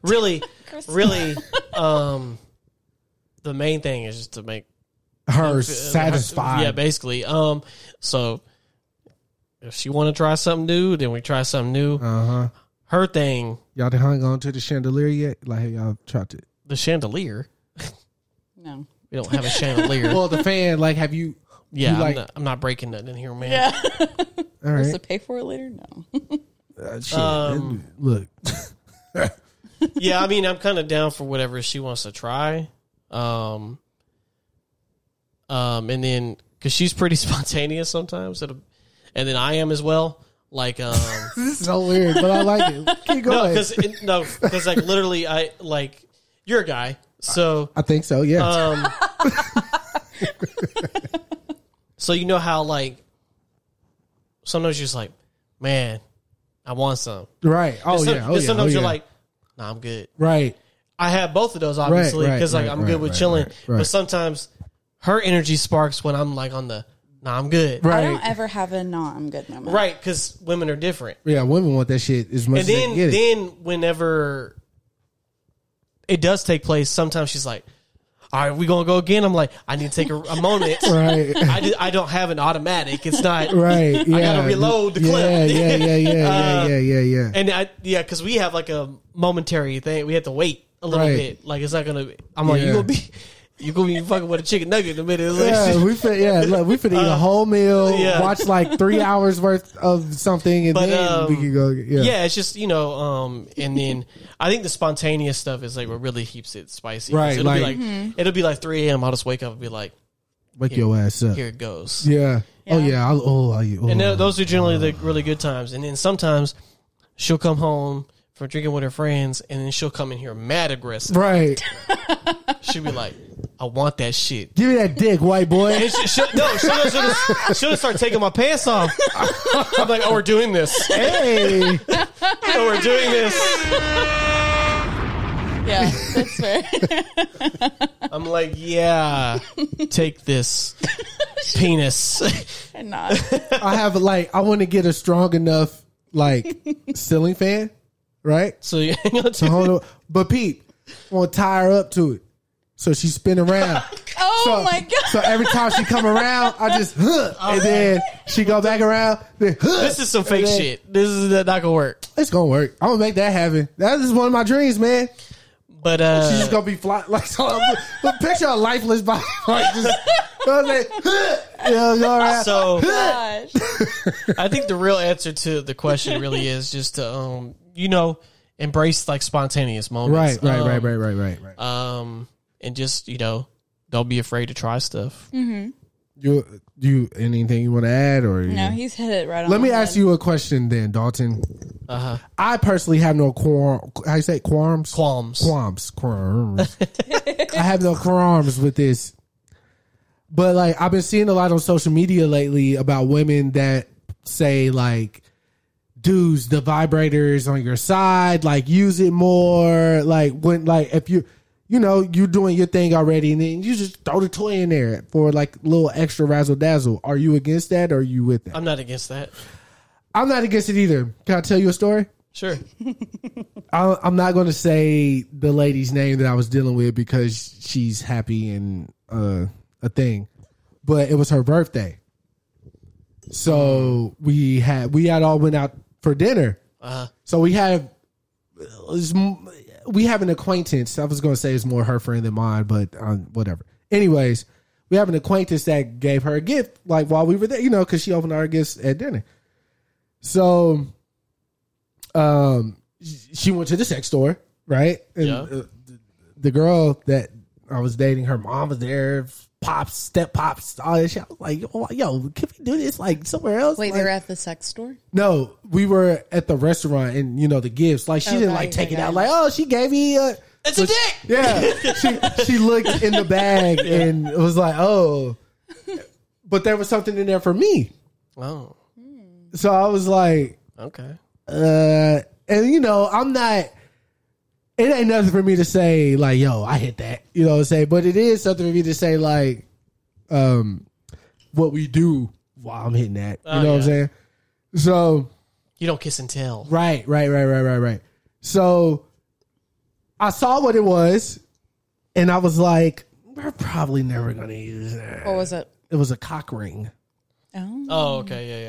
S2: really, really, um, the main thing is just to make
S1: Her
S2: Yeah,
S1: satisfied.
S2: basically. Um, so if she want to try something new, then we try something new.
S1: Uh huh.
S2: Her thing,
S1: Y'all done hung on to the chandelier yet? Like have y'all tried it?
S2: the chandelier.
S4: No.
S2: We don't have a chandelier.
S1: Well, the fan. Like, have you?
S2: yeah,
S1: you like-
S2: I'm, not, I'm not breaking nothing in here, man.
S1: All
S4: Supposed
S1: right.
S4: to pay for it later? No.
S1: Uh, shit.
S2: Um,
S1: Look.
S2: yeah, I mean, I'm kind of down for whatever she wants to try. Um, um, and then because she's pretty spontaneous sometimes, it'll, and then I am as well. Like, um,
S1: This is so weird, but I like it. Keep
S2: no,
S1: going.
S2: because no, because like literally, I like you're a guy, so
S1: I think so. Yeah.
S2: um, so you know how like sometimes you're just like, man, I want some.
S1: right. Oh
S2: And some-
S1: yeah.
S2: and
S1: Oh, yeah.
S2: sometimes
S1: oh,
S2: you're
S1: yeah.
S2: like, nah, I'm good.
S1: right.
S2: I have both of those obviously
S1: right,
S2: because like
S1: right,
S2: I'm
S1: right,
S2: good with
S1: right,
S2: chilling.
S1: right, right.
S2: But sometimes her energy sparks when I'm like on the nah, I'm good.
S1: Right.
S4: I don't ever have a no, I'm good moment.
S2: Right, because women are different.
S1: Yeah, women want that shit as much
S2: and
S1: as they
S2: then
S1: can get it.
S2: then whenever it does take place, sometimes she's like, All right, we gonna go again. I'm like, I need to take a, a moment.
S1: Right.
S2: I, do, I don't have an automatic. It's not
S1: Right. Yeah.
S2: I gotta reload the
S1: yeah,
S2: clip.
S1: Yeah, yeah, yeah, yeah,
S2: Uh,
S1: yeah, yeah, yeah.
S2: And I yeah, because we have like a momentary thing. We have to wait a little
S1: Right.
S2: bit. Like it's not gonna. I'm like,
S1: Yeah.
S2: you gonna be you gonna be fucking with a chicken nugget in a minute. It's like-
S1: Yeah, we fit. Yeah, look, we fit eat a whole meal,
S2: Uh, yeah.
S1: watch like three hours worth of something, and
S2: But,
S1: then we
S2: um,
S1: can go. Yeah,
S2: yeah. it's just you know, um, and then I think the spontaneous stuff is like what really keeps it spicy. 'Cause
S1: Right,
S2: It'll
S1: like-
S2: be like it'll be like 3 a.m. I'll just wake up and be like,
S1: wake your ass up.
S2: here it goes.
S1: Yeah. Oh yeah. I'll, oh, I, oh.
S2: And th- those are generally the really good times. And then sometimes she'll come home from drinking with her friends, and then she'll come in here mad aggressive.
S1: right.
S2: She'll be like, I want that shit.
S1: Give me that dick, white boy.
S2: And she, she'll, no, she'll, she'll, she'll start taking my pants off. I'm like, oh, we're doing this.
S1: hey.
S2: Oh, we're doing this.
S4: Yeah, that's fair.
S2: I'm like, yeah, take this penis.
S4: I'm not.
S1: I have like I want to get a strong enough like ceiling fan, right?
S2: so you hang on
S1: To
S2: to Oh,
S1: hold up. But Pete, I want to tie her up to it so she spin around. So,
S4: Oh my God.
S1: So every time she come around, I just huh, and then she go back around. Then, huh.
S2: This is some fake
S1: Yeah.
S2: shit. This is not gonna work.
S1: It's gonna work. I'm gonna make that happen. That is one of my dreams, man.
S2: But
S1: She's
S2: uh,
S1: just gonna be fly like so. but picture a lifeless body, like just. You know what I'm saying? Huh. You know, go around.
S2: so
S4: Gosh.
S2: I think the real answer to the question really is just to um, you know, embrace like spontaneous moments,
S1: right, right,
S2: um,
S1: right, right, right, right, right.
S2: um, and just you know, don't be afraid to try stuff.
S1: Mm. You, you, anything you want to add, or
S4: No, he's hit it right on.
S1: Let me
S4: the
S1: ask
S4: head.
S1: you a question, then, Dalton.
S2: Uh-huh.
S1: I personally have no quorum. How you say it? quorums?
S2: Qualms.
S1: Qualms. Quorums. I have no quorums with this. But like I've been seeing a lot on social media lately about women that say like dudes, the vibrators on your side, like use it more. Like when like if you you know, you're doing your thing already and then you just throw the toy in there for like little extra razzle dazzle. Are you against that or are you with that?
S2: I'm not against that.
S1: I'm not against it either. Can I tell you a story?
S2: Sure.
S1: I- I'm not going to say the lady's name that I was dealing with because she's happy and uh, a thing, but it was her birthday. So we had we had all went out for dinner.
S2: Uh,
S1: So we have it's m- we have an acquaintance. I was going to say it's more her friend than mine, but um, whatever. Anyways, we have an acquaintance that gave her a gift like while we were there, you know, because she opened our gifts at dinner. So, um, sh- she went to the sex store, right? And
S2: Yeah.
S1: uh, th- the girl that I was dating, her mom was there, pops, step pops, all that shit. I was like, yo, yo, can we do this like somewhere else?
S4: Wait,
S1: Like-
S4: they were at the sex store.
S1: no, we were at the restaurant and you know the gifts. Like she
S4: Oh,
S1: didn't
S4: got
S1: like
S4: it,
S1: take
S4: got
S1: it
S4: it.
S1: out. Like oh, she gave me. A,
S2: it's a dick.
S1: yeah, she she looked in the bag and was like oh, but there was something in there for me.
S2: Oh,
S1: So I was like,
S2: okay.
S1: uh, and you know I'm not. It ain't nothing for me to say like yo I hit that you know what I'm saying, but it is something for me to say like, um, what we do while I'm hitting that. You
S2: Oh,
S1: know what I'm
S2: yeah.
S1: saying. So
S2: You don't kiss and tell.
S1: Right, right, right, right, right, right. So I saw what it was, and I was like, we're probably never gonna use that.
S4: What was it?
S1: It was a cock ring.
S4: Oh,
S2: Oh, okay, yeah,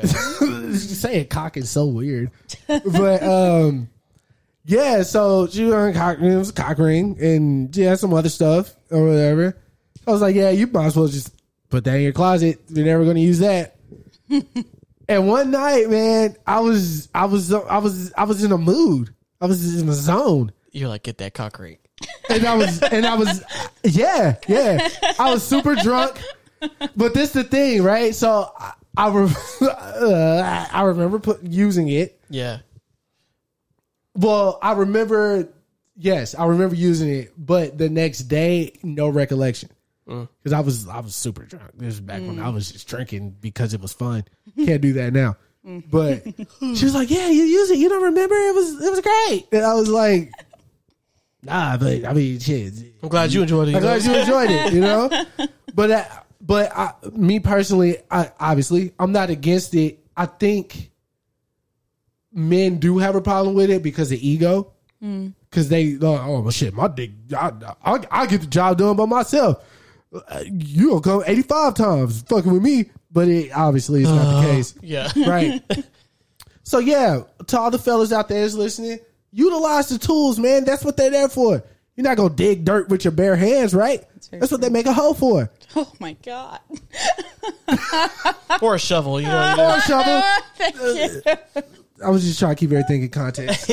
S2: yeah.
S1: Saying cock is so weird. But um yeah, so she was on cock it was a cock ring and she had some other stuff or whatever. I was like, Yeah, you might as well just put that in your closet. You're never gonna use that. and one night, man, I was I was I was I was in a mood. I was in a zone.
S2: You're like, get that cock ring.
S1: and I was and I was yeah yeah I was super drunk. But this the thing, right? So I I, re- uh, I remember put, using it.
S2: Yeah.
S1: Well, I remember yes, I remember using it. But the next day, no recollection because I was I was super drunk. This is back when I was just drinking because it was fun. Can't do that now. But she was like, "Yeah, you use it. You don't remember? It was it was great." And I was like, "Nah, but I mean, shit."
S2: I'm glad you enjoyed it.
S1: I'm glad you enjoyed it, you know. But uh, but I, me personally, I obviously I'm not against it. I think men do have a problem with it because of ego, because they like, oh well, shit, my dick, I, I I get the job done by myself. Uh, You don't come 85 times fucking with me, but it obviously is not the case,
S2: yeah.
S1: right? so yeah, to all the fellas out there that's listening, utilize the tools, man. That's what they're there for. You're not gonna dig dirt with your bare hands, right? That's,
S4: very
S1: what they make a hoe for.
S4: oh my God!
S2: Or a shovel. You know. you know.
S1: Or a shovel. I was just trying to keep everything in context.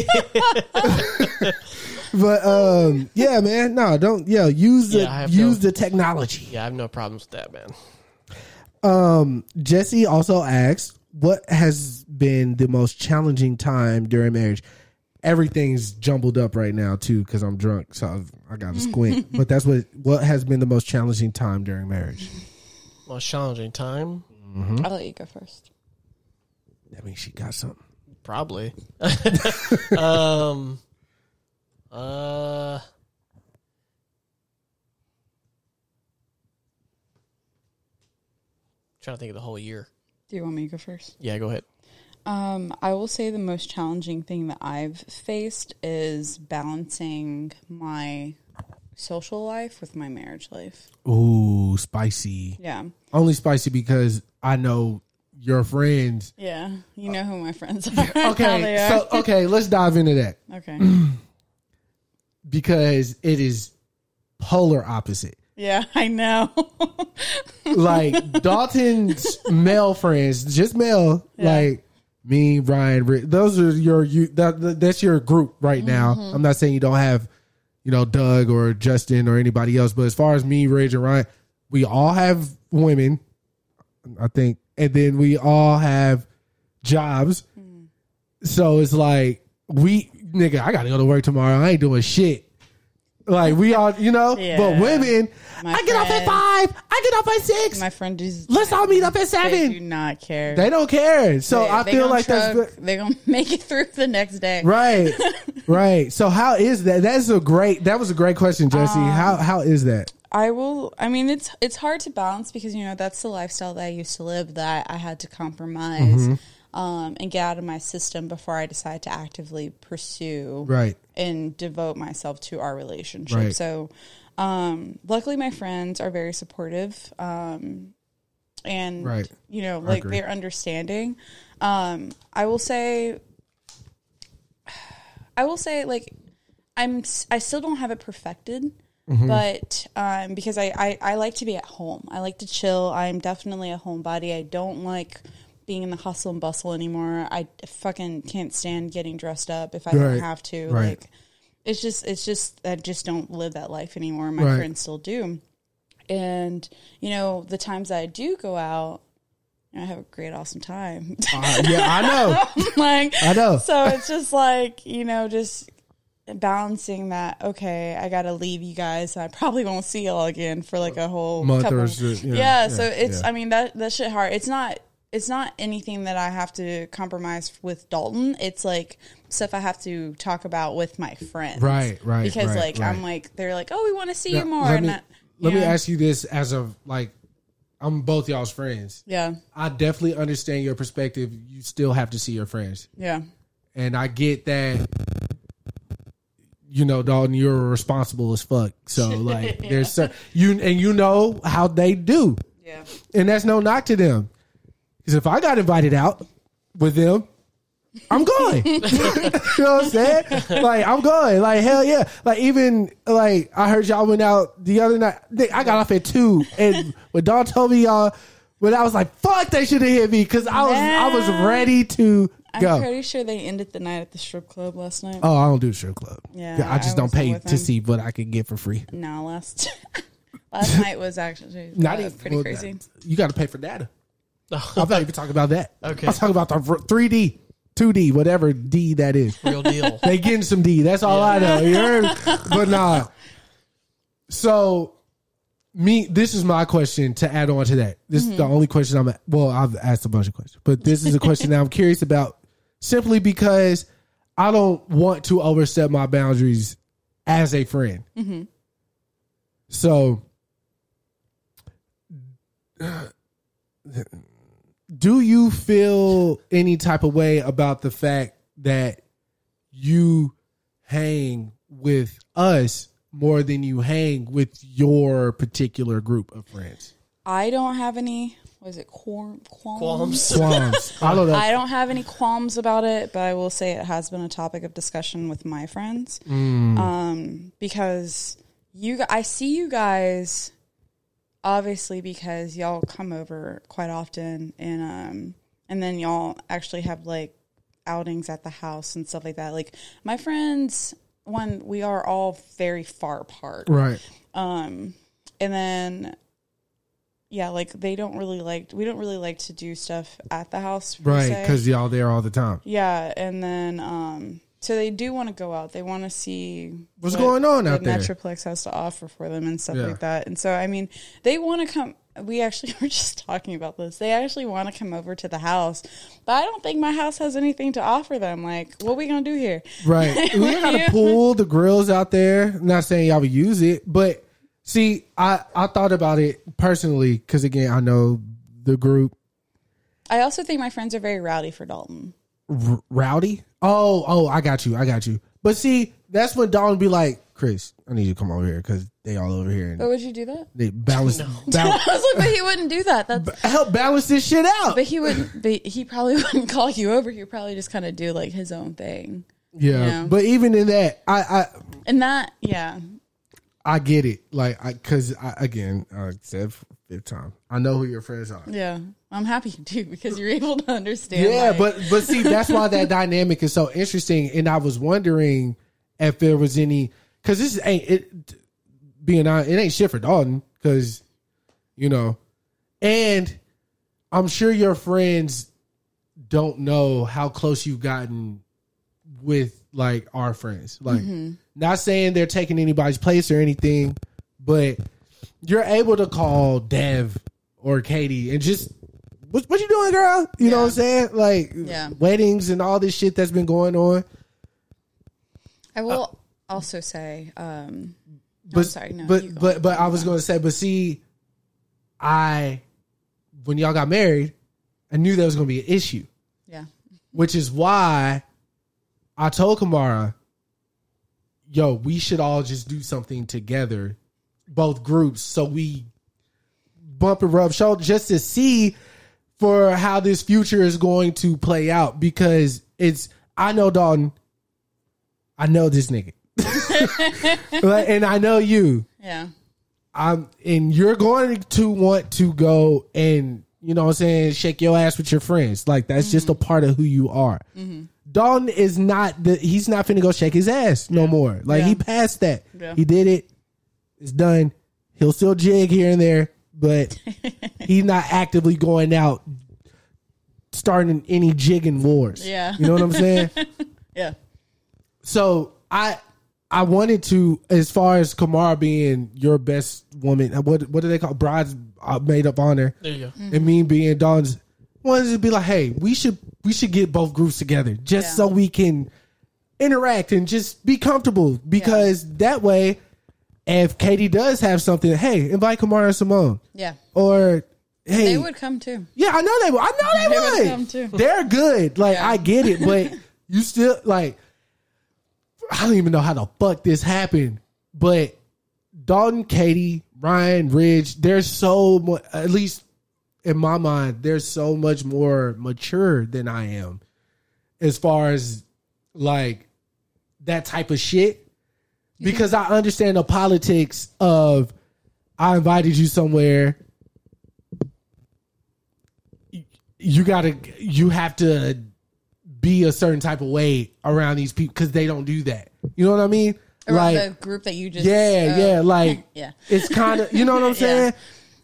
S1: but um, yeah, man, no, don't. Yeah, use the
S2: Yeah, I have
S1: use
S2: to-
S1: the technology.
S2: Yeah, I have no problems with that, man.
S1: Jesse also asked, "What has been the most challenging time during marriage?" Everything's jumbled up right now too because I'm drunk, so I've, I got to squint. but that's what what has been the most challenging time during marriage.
S2: Most challenging time,
S5: I'll let you go first.
S1: That means she got something.
S2: probably. um. Uh. Trying to think of the whole year.
S4: Do you want me to go first?
S2: Yeah, go ahead.
S4: Um, I will say the most challenging thing that I've faced is balancing my social life with my marriage life.
S1: Ooh, spicy.
S4: Yeah.
S1: Only spicy because I know your friends.
S4: Yeah. You know who my friends are. and how they
S1: Okay,
S4: are.
S1: so okay, let's dive into that
S4: okay.
S1: because it is polar opposite.
S4: Yeah, I know.
S1: Like Dalton's male friends, just male, like me, Ryan, Rick, those are your you. That, that- that's your group right now.
S4: Mm-hmm.
S1: I'm not saying you don't have, you know, Doug or Justin or anybody else, but as far as me, Ridge and Ryan, we all have women, I think, and then we all have jobs.
S4: Mm.
S1: So it's like we nigga, I gotta go to work tomorrow. I ain't doing shit. Like we all, you know, but
S4: Yeah.
S1: women,
S4: My
S1: I get off at
S4: friends.
S1: five. I get off at six.
S4: my friend is
S1: Let's all meet up at
S4: they do
S1: seven.
S4: not care.
S1: They don't care. So
S4: They-
S1: I
S4: they
S1: feel
S4: gonna
S1: like
S4: truck,
S1: that's
S4: they gonna make it through the next day.
S1: right, right. So how is that? That's a great. That was a great question, Jesse.
S4: Um,
S1: how how is that?
S4: I will. I mean, it's it's hard to balance because you know that's the lifestyle that I used to live that I had to compromise
S1: Mm-hmm.
S4: um, and get out of my system before I decided to actively pursue
S1: Right.
S4: and devote myself to our relationship.
S1: Right.
S4: So, um, luckily, my friends are very supportive, um, and
S1: Right.
S4: you know, like
S1: agree.
S4: they're understanding. Um, I will say, I will say, like I'm, s- I still don't have it perfected,
S1: Mm-hmm.
S4: but um, because I, I, I like to be at home. I like to chill. I'm definitely a homebody. I don't like being in the hustle and bustle anymore. I fucking can't stand getting dressed up if I
S1: Right.
S4: don't have to.
S1: Right.
S4: Like, it's just, it's just, I just don't live that life anymore. My
S1: Right.
S4: friends still do, and you know, the times that I do go out, I have a great, awesome time.
S1: Uh, yeah, I know.
S4: like
S1: I know.
S4: So it's just like you know, just balancing that. Okay, I got to leave you guys. I probably won't see y'all again for like a whole
S1: Month
S4: couple.
S1: or so, yeah,
S4: yeah,
S1: yeah,
S4: So it's.
S1: yeah.
S4: I mean that that shit hard. It's not. It's not anything that I have to compromise with Dalton. It's like stuff I have to talk about with my friends.
S1: Right, right,
S4: Because
S1: right,
S4: like I'm
S1: right.
S4: like they're like, oh, we want to see
S1: Now,
S4: you more.
S1: Let
S4: and
S1: me,
S4: I-
S1: let me
S4: yeah.
S1: ask you this: as of like, I'm both y'all's friends.
S4: Yeah,
S1: I definitely understand your perspective. You still have to see your friends.
S4: yeah,
S1: and I get that. You know, Dalton, you're responsible as fuck. So like, there's cer- you and you know how they do,
S4: yeah,
S1: and that's no knock to them. Because if I got invited out with them, I'm going. you know what I'm saying? Like, I'm going. Like, hell yeah. Like, even like I heard y'all went out the other night. Nick, I got off at two, and when Dalton told me y'all, when I was like, fuck, they should have hit me because I was I was
S4: Man.
S1: ready to
S4: I'm
S1: go.
S4: pretty sure they ended the night at the strip club last night.
S1: Oh, I don't do strip club.
S4: Yeah,
S1: I just
S4: I
S1: don't
S4: wasn't
S1: pay
S4: with
S1: to
S4: him.
S1: see what I can get for free.
S4: No, last last night was actually uh, pretty
S1: well,
S4: crazy.
S1: You got to pay for data. I'm not even talking about that.
S2: Okay.
S1: I'm talking about the 3D, 2D, whatever D that is.
S2: Real deal.
S1: They getting some D. That's all I know. You heard? but nah. So, me. This is my question to add on to that. This is the only question I'm. Well, I've asked a bunch of questions, but this is a question that I'm curious about, simply because I don't want to overstep my boundaries as a friend. So. Do you feel any type of way about the fact that you hang with us more than you hang with your particular group of friends.
S4: I don't have any. Was it quorm, qualms?
S2: Qualms.
S1: Qualms. I don't know.
S4: I don't have any qualms about it, but I will say it has been a topic of discussion with my friends um, because you. gu- I see you guys obviously because y'all come over quite often, and um, and then y'all actually have like outings at the house and stuff like that. Like my friends, one we are all very far apart,
S1: right.
S4: um and then yeah like they don't really like we don't really like to do stuff at the house per
S1: Right.
S4: se.
S1: Because y'all there all the time.
S4: yeah and then um so they do want to go out they want to see
S1: What's going on
S4: the
S1: out there?
S4: metroplex has to offer for them and stuff
S1: Yeah.
S4: like that and so i mean they want to come we actually were just talking about this. They actually want to come over to the house, but I don't think my house has anything to offer them. Like, what we gonna do here?
S1: Right. we got a pool, the grills out there. I'm not saying y'all would use it, but see, I, I thought about it personally because, again, I know the group
S4: I also think my friends are very rowdy for Dalton.
S1: r- rowdy. Oh, oh, I got you. I got you. But see, that's when Dawn be like, Chris, I need you to come over here because they all over here
S4: But
S1: and
S4: would you do that?
S1: they balance,
S4: I
S1: bal-
S4: was like, but he wouldn't do that. That's
S1: help balance this shit out.
S4: but he wouldn't. But he probably wouldn't call you over. He'd probably just kind of do like his own thing.
S1: Yeah,
S4: Yeah.
S1: but even in that, I I
S4: And that, yeah,
S1: I get it. Like I, because I, again, I said f- fifth time, I know who your friends are.
S4: yeah. I'm happy you do because you're able to understand.
S1: Yeah,
S4: like-
S1: but but see, that's why that dynamic is so interesting. And I was wondering if there was any because this ain't it. Being honest, it ain't shit for Dalton because you know, and I'm sure your friends don't know how close you've gotten with like our friends. Like,
S4: Mm-hmm.
S1: not saying they're taking anybody's place or anything, but you're able to call Dev or Katie and just what, what you doing, girl? You know what I'm saying? Like
S4: Yeah.
S1: weddings and all this shit that's been going on.
S4: I will
S1: uh,
S4: also say, um,
S1: But
S4: I'm sorry, no, you
S1: but
S4: go
S1: but
S4: on,
S1: but I
S4: you
S1: was
S4: go
S1: gonna say, but see, I when y'all got married, I knew there was gonna be an issue,
S4: yeah,
S1: which is why I told Kamara, "Yo, we should all just do something together, both groups, so we bump and rub shoulders just to see for how this future is going to play out because it's I know Dalton, I know this nigga, Like, and I know you.
S4: yeah,
S1: I'm and you're going to want to go and you know what I'm saying shake your ass with your friends like that's just a part of who you are.
S4: Mm-hmm.
S1: Dalton is not the he's not finna go shake his ass no more. Like he
S4: Yeah.
S1: passed that.
S4: Yeah.
S1: He did it. It's done. He'll still jig here and there, but he's not actively going out starting any jigging wars.
S4: Yeah.
S1: You know what I'm saying?
S4: yeah,
S1: so I I wanted to as far as Kamara being your best woman. uh, What what do they call bride's uh, made up honor?
S2: There you go.
S4: Mm-hmm.
S1: And me being Dawn's wanted to be like, hey, we should we should get both groups together just
S4: Yeah.
S1: so we can interact and just be comfortable because that way, if Katie does have something, hey, invite Kamara and Simone
S4: yeah.
S1: or hey,
S4: They would come too.
S1: yeah, I know they would. I know they,
S4: They would
S1: would.
S4: come too.
S1: They're good. Like
S4: Yeah.
S1: I get it, but you still like I don't even know how the fuck this happened, but Dalton, Katie, Ryan, Ridge, there's so much at least in my mind, they're so much more mature than I am as far as like that type of shit. Because I understand the politics of I invited you somewhere. You gotta you have to be a certain type of way around these people because they don't do that. You know what I mean?
S4: Around
S1: like
S4: the group that you just
S1: yeah,
S4: uh,
S1: yeah, like
S4: yeah.
S1: it's kind of you know what I'm saying?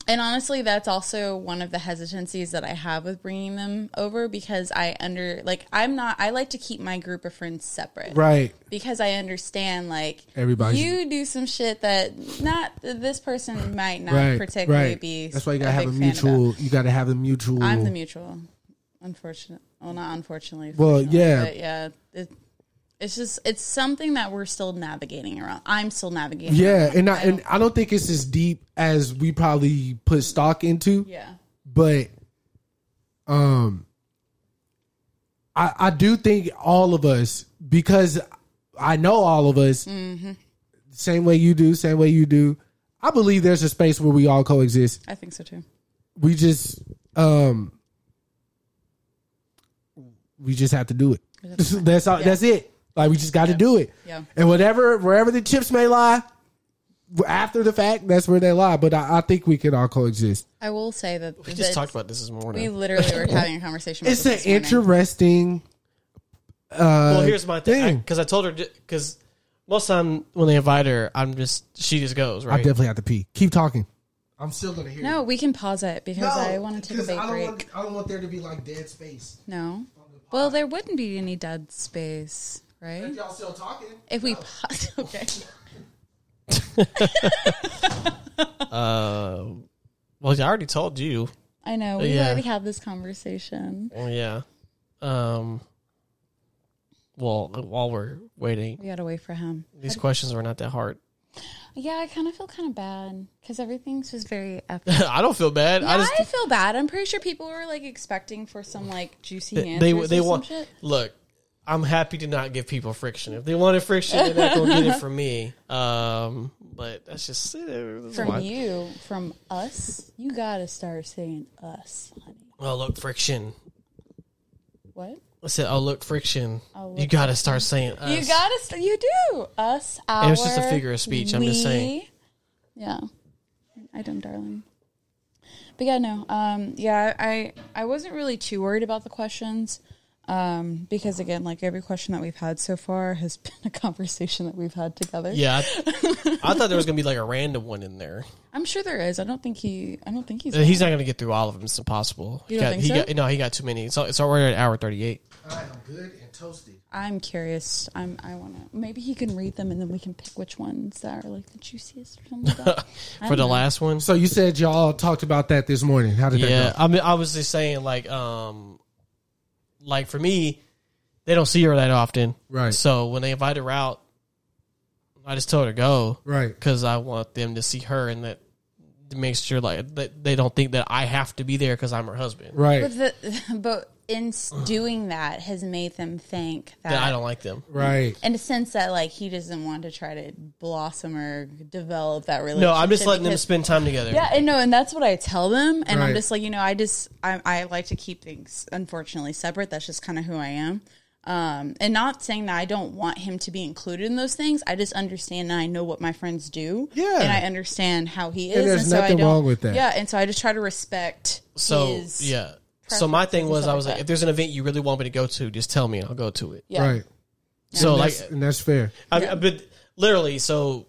S4: And honestly, that's also one of the hesitancies that I have with bringing them over because I under like I'm not I like to keep my group of friends separate.
S1: Right.
S4: Because I understand like
S1: Everybody's-
S4: you do some shit that not this person might not
S1: right,
S4: particularly
S1: right.
S4: be.
S1: That's why you gotta have a
S4: big fan about.
S1: mutual. You gotta have a mutual.
S4: I'm the mutual. Unfortunate. Well, not unfortunately.
S1: Well,
S4: fortunately,
S1: yeah.
S4: But yeah. It, it's just it's something that we're still navigating around. I'm still navigating.
S1: yeah,
S4: around.
S1: and I, and I don't think it's as deep as we probably put stock into,
S4: yeah.
S1: but um, I I do think all of us because I know all of us, same way you do, same way you do. I believe there's a space where we all coexist.
S4: I think so too.
S1: We just um, we just have to do it. that's all. That's it. Like we just got to do it.
S4: Yeah.
S1: And whatever, wherever the chips may lie, after the fact, that's where they lie. But I, I think we can all coexist.
S4: I will say that
S2: We just talked about this this morning.
S4: We literally were having a conversation. about
S1: It's an
S4: this this morning.
S1: interesting. uh,
S2: well, here's my thing
S1: thing.
S2: because I, told her because most time when they invite her, I'm just she just goes
S1: I
S2: right.
S1: definitely have to pee. Keep talking. I'm still gonna hear.
S4: No, we can pause it because I want to take a big break.
S1: I don't want there to be like dead space.
S4: no. Well, there wouldn't be any dead space, right?
S1: Y'all still talking?
S4: If we pause, okay.
S2: Uh, well, I already told you.
S4: I know we
S2: Yeah.
S4: already had this conversation.
S2: Well, yeah. Um. Well, while we're waiting,
S4: We gotta wait for him.
S2: these questions were not that hard.
S5: Yeah, I kind of feel kind of bad because everything's just very epic.
S2: I don't feel bad.
S4: I,
S2: I just
S4: feel bad. I'm pretty sure people were like expecting for some like juicy
S2: they
S4: answers.
S2: they,
S4: or
S2: they
S4: some
S2: want
S4: shit.
S2: look. I'm happy to not give people friction. If they wanted friction, they're not gonna get it from me. Um, but that's just eh, that's
S4: From
S2: why-
S4: you, from us, you gotta start saying us, honey.
S2: Oh look, friction.
S4: What?
S2: I said, oh look, friction.
S4: Oh,
S2: you
S4: look,
S2: got to start saying us.
S4: You gotta, st- you do us, our.
S2: It was just a figure of speech, I'm just saying.
S4: we. Yeah, I don't, darling. But yeah, no. Um, yeah, I I wasn't really too worried about the questions, um, because again, like every question that we've had so far has been a conversation that we've had together.
S2: yeah, I, I thought there was gonna be like a random one in there.
S4: I'm sure there is. I don't think he. I don't think he's.
S2: Uh, He's not gonna get through all of them. It's impossible. he
S4: You don't
S2: got,
S4: think
S2: he
S4: so?
S2: got, no, he got too many. It's, it's already at hour thirty-eight.
S1: I am good and toasty.
S4: I'm curious. I'm. I want to. Maybe he can read them, and then we can pick which ones that are like the juiciest or something. Like that. I
S2: For
S4: don't
S2: the
S4: know.
S2: last one,
S1: So you said y'all talked about that this morning. How did
S2: yeah.
S1: that
S2: I mean, I was just saying, like, um, like for me, they don't see her that often,
S1: Right.
S2: So when they invite her out, I just told her go,
S1: go? Right.
S2: because I want them to see her, and that makes sure like that they don't think that I have to be there because I'm her husband.
S1: Right.
S4: But the, but in s- doing that has made them think that,
S2: That I don't like them.
S1: Right.
S4: In a sense that like he doesn't want to try to blossom or develop that relationship.
S2: No, I'm just letting them
S4: because-
S2: spend time together.
S4: Yeah, and no, and that's what I tell them, and
S1: Right.
S4: I'm just like you know, I just I, I like to keep things unfortunately separate. That's just kind of who I am. Um, and not saying that I don't want him to be included in those things. I just understand and I know what my friends do.
S1: Yeah.
S4: and I understand how he is.
S1: And there's
S4: so I
S1: nothing
S4: don't-
S1: wrong with that.
S4: Yeah, and so I just try to respect.
S2: So
S4: his,
S2: yeah. So my thing
S4: preferences and
S2: was,
S4: stuff
S2: I was
S4: like
S2: like,
S4: that.
S2: if there's an event you really want me to go to, just tell me and I'll go to it.
S4: yeah.
S1: Right.
S2: So like,
S1: That's, and that's fair.
S2: I, I- but literally, so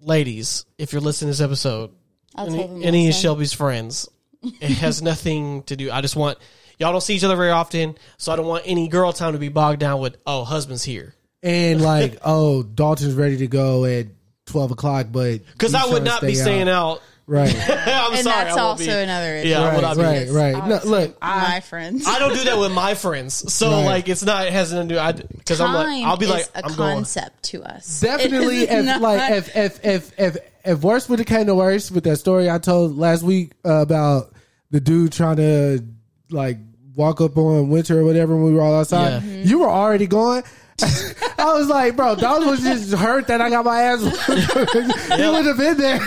S2: ladies, if you're listening to this episode,
S5: I'll tell them
S2: any, any of
S5: also.
S2: Shelby's friends, it has nothing to do. I just want y'all don't see each other very often, so I don't want any girl time to be bogged down with oh husband's here
S1: And like, oh, Dalton's ready to go at twelve o'clock, but
S2: because
S1: he's
S2: I would
S1: trying to
S2: not be
S1: stay
S2: staying out.
S1: Right.
S2: I'm
S4: And
S2: sorry,
S4: that's
S2: I won't be.
S4: also another issue.
S2: yeah, I would
S1: right.
S2: not be.
S1: Right. Right. No, look.
S4: my friends.
S2: I don't do that with my friends, so
S1: Right.
S2: like it's not it has nothing to do. I because I'm
S4: Time
S2: like I'll be
S4: is
S2: like
S4: a
S2: I'm going.
S4: concept to us.
S1: definitely
S4: It is
S1: if
S4: not-
S1: like if if if if if worse would have came to worse with that story I told last week uh, about the dude trying to like walk up on winter or whatever when we were all outside.
S2: Yeah.
S1: You were already gone. I was like, bro, Dalton was just hurt that I got my ass. he would have been there.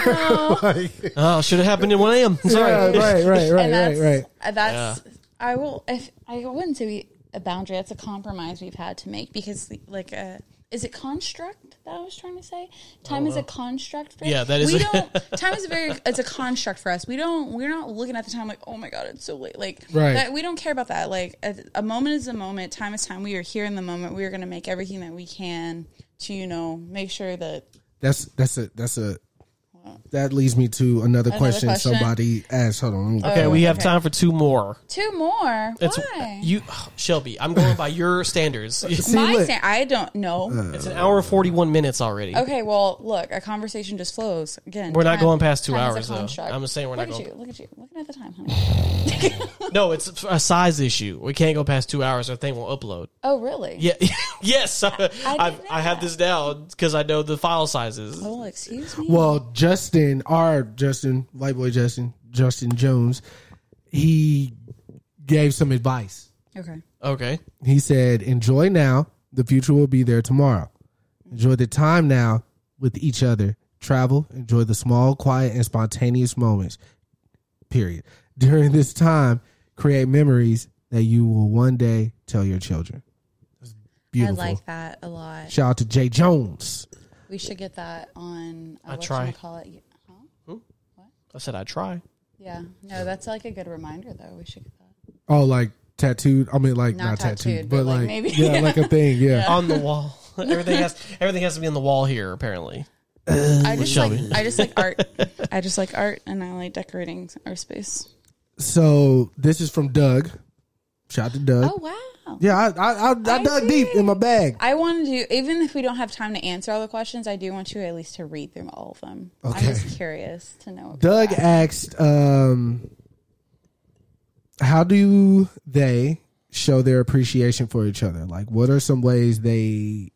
S1: Like,
S2: Oh, should have happened at one a.m. Sorry.
S1: yeah, right, right, right,
S4: and
S1: right,
S4: that's,
S1: right.
S4: uh, That's I will. If I wouldn't say we, a boundary. That's a compromise we've had to make because like uh Is it construct that I was trying to say? Time is a construct. For
S2: Oh. Yeah, that is
S4: We
S2: a-
S4: don't. Time is a very. It's a construct for us. We don't. We're not looking at the time like, oh my god, it's so late. Like,
S1: Right.
S4: That, we don't care about that. Like, a, a moment is a moment. Time is time. We are here in the moment. We are going to make everything that we can to, you know, make sure that
S1: That's that's a that's a. That leads me to another, question,
S4: question?
S1: somebody asked. Hold on. let me-
S2: Okay, we have time for two more.
S4: two more.
S2: It's
S4: Oh, Why?
S2: you, Shelby. I'm going by your standards. It's
S4: My
S1: look. Uh,
S4: stand- I don't know.
S2: an hour and forty one minutes already.
S4: Okay, well, look, a conversation just flows. Again,
S2: We're not
S4: time-
S2: going past two
S4: time is a
S2: hours, though.
S4: construct.
S2: I'm just saying we're not
S4: look at
S2: going-
S4: You, look at you, looking at the time, honey.
S2: No, it's a size issue. We can't go past two hours, or thing won't upload.
S4: Oh, really?
S2: Yeah, yes, I, I,
S4: know Oh.
S2: I have this down because I know the file sizes.
S4: Well, excuse me.
S1: Well, Justin, our Justin, white boy Justin, Justin Jones, he gave some advice.
S4: okay.
S2: Okay,
S1: He said, "Enjoy now; the future will be there tomorrow. Enjoy the time now with each other. Travel, enjoy the small, quiet, and spontaneous moments. Period. During this time, create memories that you will one day tell your children." That's Beautiful.
S4: I like that a lot.
S1: Shout out to Jay Jones.
S4: We should get that on.
S2: I
S4: Uh, what
S2: try.
S4: Call it. Huh?
S2: I said I'd try.
S4: Yeah. No, that's like a good reminder, though. We should get that.
S1: Oh, like tattooed. I mean, like not,
S4: Not
S1: tattooed,
S4: tattooed,
S1: but,
S4: but, like,
S1: like,
S4: maybe.
S1: yeah, like a thing. Yeah.
S2: on the wall. everything has everything has to be on the wall here. Apparently, Uh,
S4: I just like I just like art. I just like art, and I like decorating our space.
S1: So this is from Doug. Shout out to Doug.
S4: Oh wow.
S1: Yeah, I I, I, I dug deep in my bag.
S4: I want to do, even if we don't have time to answer all the questions, I do want you at least to read through all of them.
S1: Okay.
S4: I'm just curious to know.
S1: Doug asked, um, "How do they show their appreciation for each other? Like, what are some ways they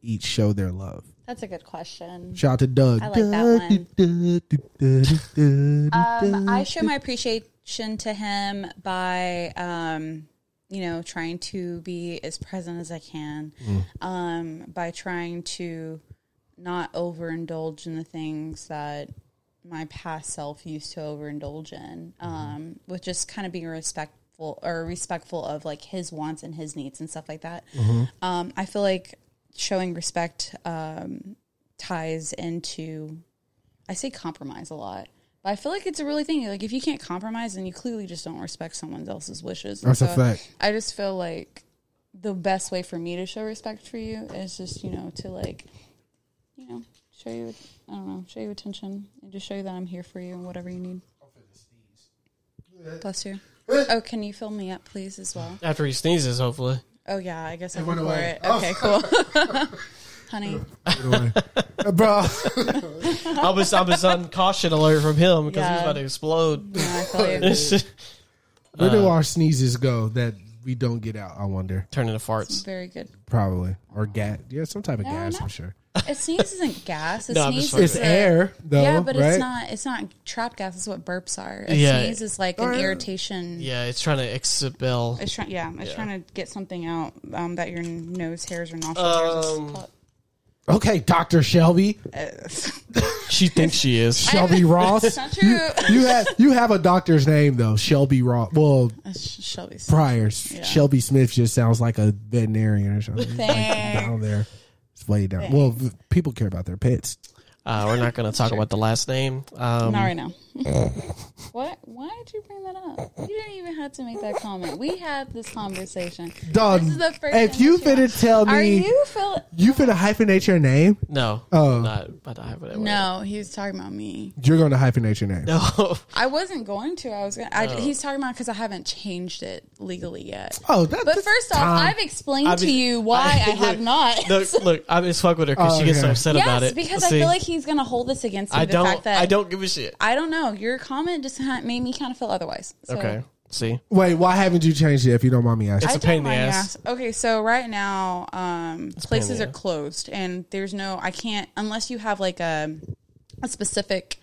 S1: each show their love?"
S4: That's a good question.
S1: Shout out to Doug.
S4: I like that
S1: one.
S4: Um, I show my appreciation to him by um, you know, trying to be as present as I can um, by trying to not overindulge in the things that my past self used to overindulge in, um, with just kind of being respectful or respectful of like his wants and his needs and stuff like that. Um, I feel like showing respect um, ties into, I say compromise a lot. But I feel like it's a really thing. Like if you can't compromise, then you clearly just don't respect someone else's wishes. And
S1: That's a fact.
S4: I just feel like the best way for me to show respect for you is just you know to like you know show you I don't know show you attention and just show you that I'm here for you and whatever you need. Bless you. Oh, can you fill me up, please, as well?
S2: After he sneezes, hopefully.
S4: Oh yeah, I guess I
S1: went
S4: can pour
S1: away. Oh.
S4: it. Okay, cool. Honey,
S1: bro.
S2: I was I was on caution alert from him because he was
S4: Yeah.
S2: about to explode.
S4: no, I feel you.
S2: It's just-
S1: Where do our sneezes go that we don't get out? I wonder.
S2: Turn into farts.
S4: Very good.
S1: Probably or gas. Yeah, some type of
S4: I don't
S1: gas.
S4: know.
S1: I'm sure.
S4: A sneeze isn't gas. A
S2: No, I'm just
S4: sneeze
S2: fucking-
S4: is
S1: It's
S4: a-
S1: air, though.
S4: yeah, but
S1: right?
S4: it's not. It's not trap gas. It's what burps are. A
S2: Yeah.
S4: sneeze is like
S1: Oh,
S4: an irritation.
S2: Yeah, it's trying to expel.
S4: It's trying, yeah, it's
S2: Yeah.
S4: trying to get something out um, that your nose hairs or nostril
S2: Um,
S4: hairs.
S1: Okay, Doctor Shelby,
S4: It's called-
S2: She thinks she is.
S1: Shelby Ross.
S4: not true.
S1: You have you have a doctor's name though, Shelby Ross. Well,
S4: Uh, Sh- Shelby.
S1: prior Shelby Smith just sounds like a veterinarian or something. It's like
S4: Thanks.
S1: down there, it's way down. Well, v- people care about their pets.
S2: Uh, we're not going to talk about the last name. Um,
S4: Not right now. what? Why did you bring that up? You didn't even have to make that comment. We had this conversation.
S1: Dog,
S4: This is the first
S1: if
S4: thing
S1: you
S4: that
S1: finna tell
S4: Are
S1: me you,
S4: you Phil?
S1: finna hyphenate your name,
S2: No.
S1: Oh.
S2: Not, but I have it. No.
S4: No, he was talking about me.
S1: you're gonna hyphenate your name.
S2: no.
S4: I wasn't going to. I was gonna. I,
S2: Oh.
S4: He's talking about because I haven't changed it legally yet.
S1: Oh, that,
S4: But
S1: that's
S4: first off,
S1: time.
S4: I've explained
S2: I
S4: to
S2: mean,
S4: you why I,
S2: I-
S4: have not.
S2: Look, look, I just fuck with her because she gets so
S1: Oh, Okay.
S2: upset about it.
S4: because I
S2: See,
S4: feel like he's gonna hold this against me.
S2: I
S4: the
S2: don't.
S4: fact that
S2: I don't give a shit.
S4: I don't know. Your comment just ha- made me kind of feel otherwise. So.
S2: Okay. See,
S1: Wait, why haven't you changed it? If you don't mind me asking,
S2: It's
S4: I
S2: a pain
S4: don't
S2: in the
S4: mind
S2: ass.
S4: ass. Okay, so right now, um,
S2: in
S4: places
S2: the
S4: are
S2: ass.
S4: closed, and there's no. I can't unless you have like a a specific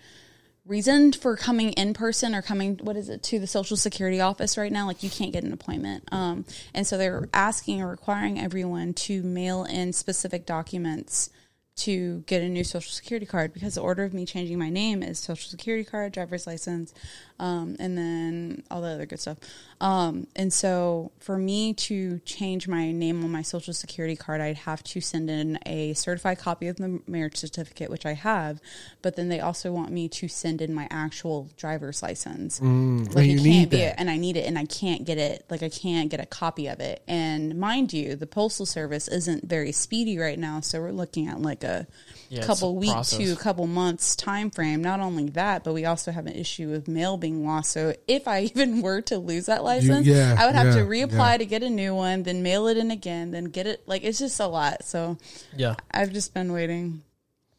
S4: reason for coming in person or coming what is it to the social security office right now like you can't get an appointment um, and so they're asking or requiring everyone to mail in specific documents to get a new social security card because the order of me changing my name is social security card driver's license um, and then all the other good stuff um, and so for me to change my name on my social security card i'd have to send in a certified copy of the marriage certificate which i have but then they also want me to send in my actual driver's license like
S1: and you
S4: it
S1: need
S4: can't be
S1: that.
S4: it and I need it and I can't get it. Like I can't get a copy of it. And mind you, the postal service isn't very speedy right now, so we're looking at like a
S2: it's
S4: couple
S2: a
S4: week
S2: process.
S4: to a couple months time frame. Not only that, but we also have an issue with mail being lost. So if I even were to lose that license,
S1: yeah,
S4: I would have to
S1: yeah,
S4: reapply
S1: yeah.
S4: to get a new one, then mail it in again, then get it like it's just a lot. So
S2: yeah,
S4: I've just been waiting.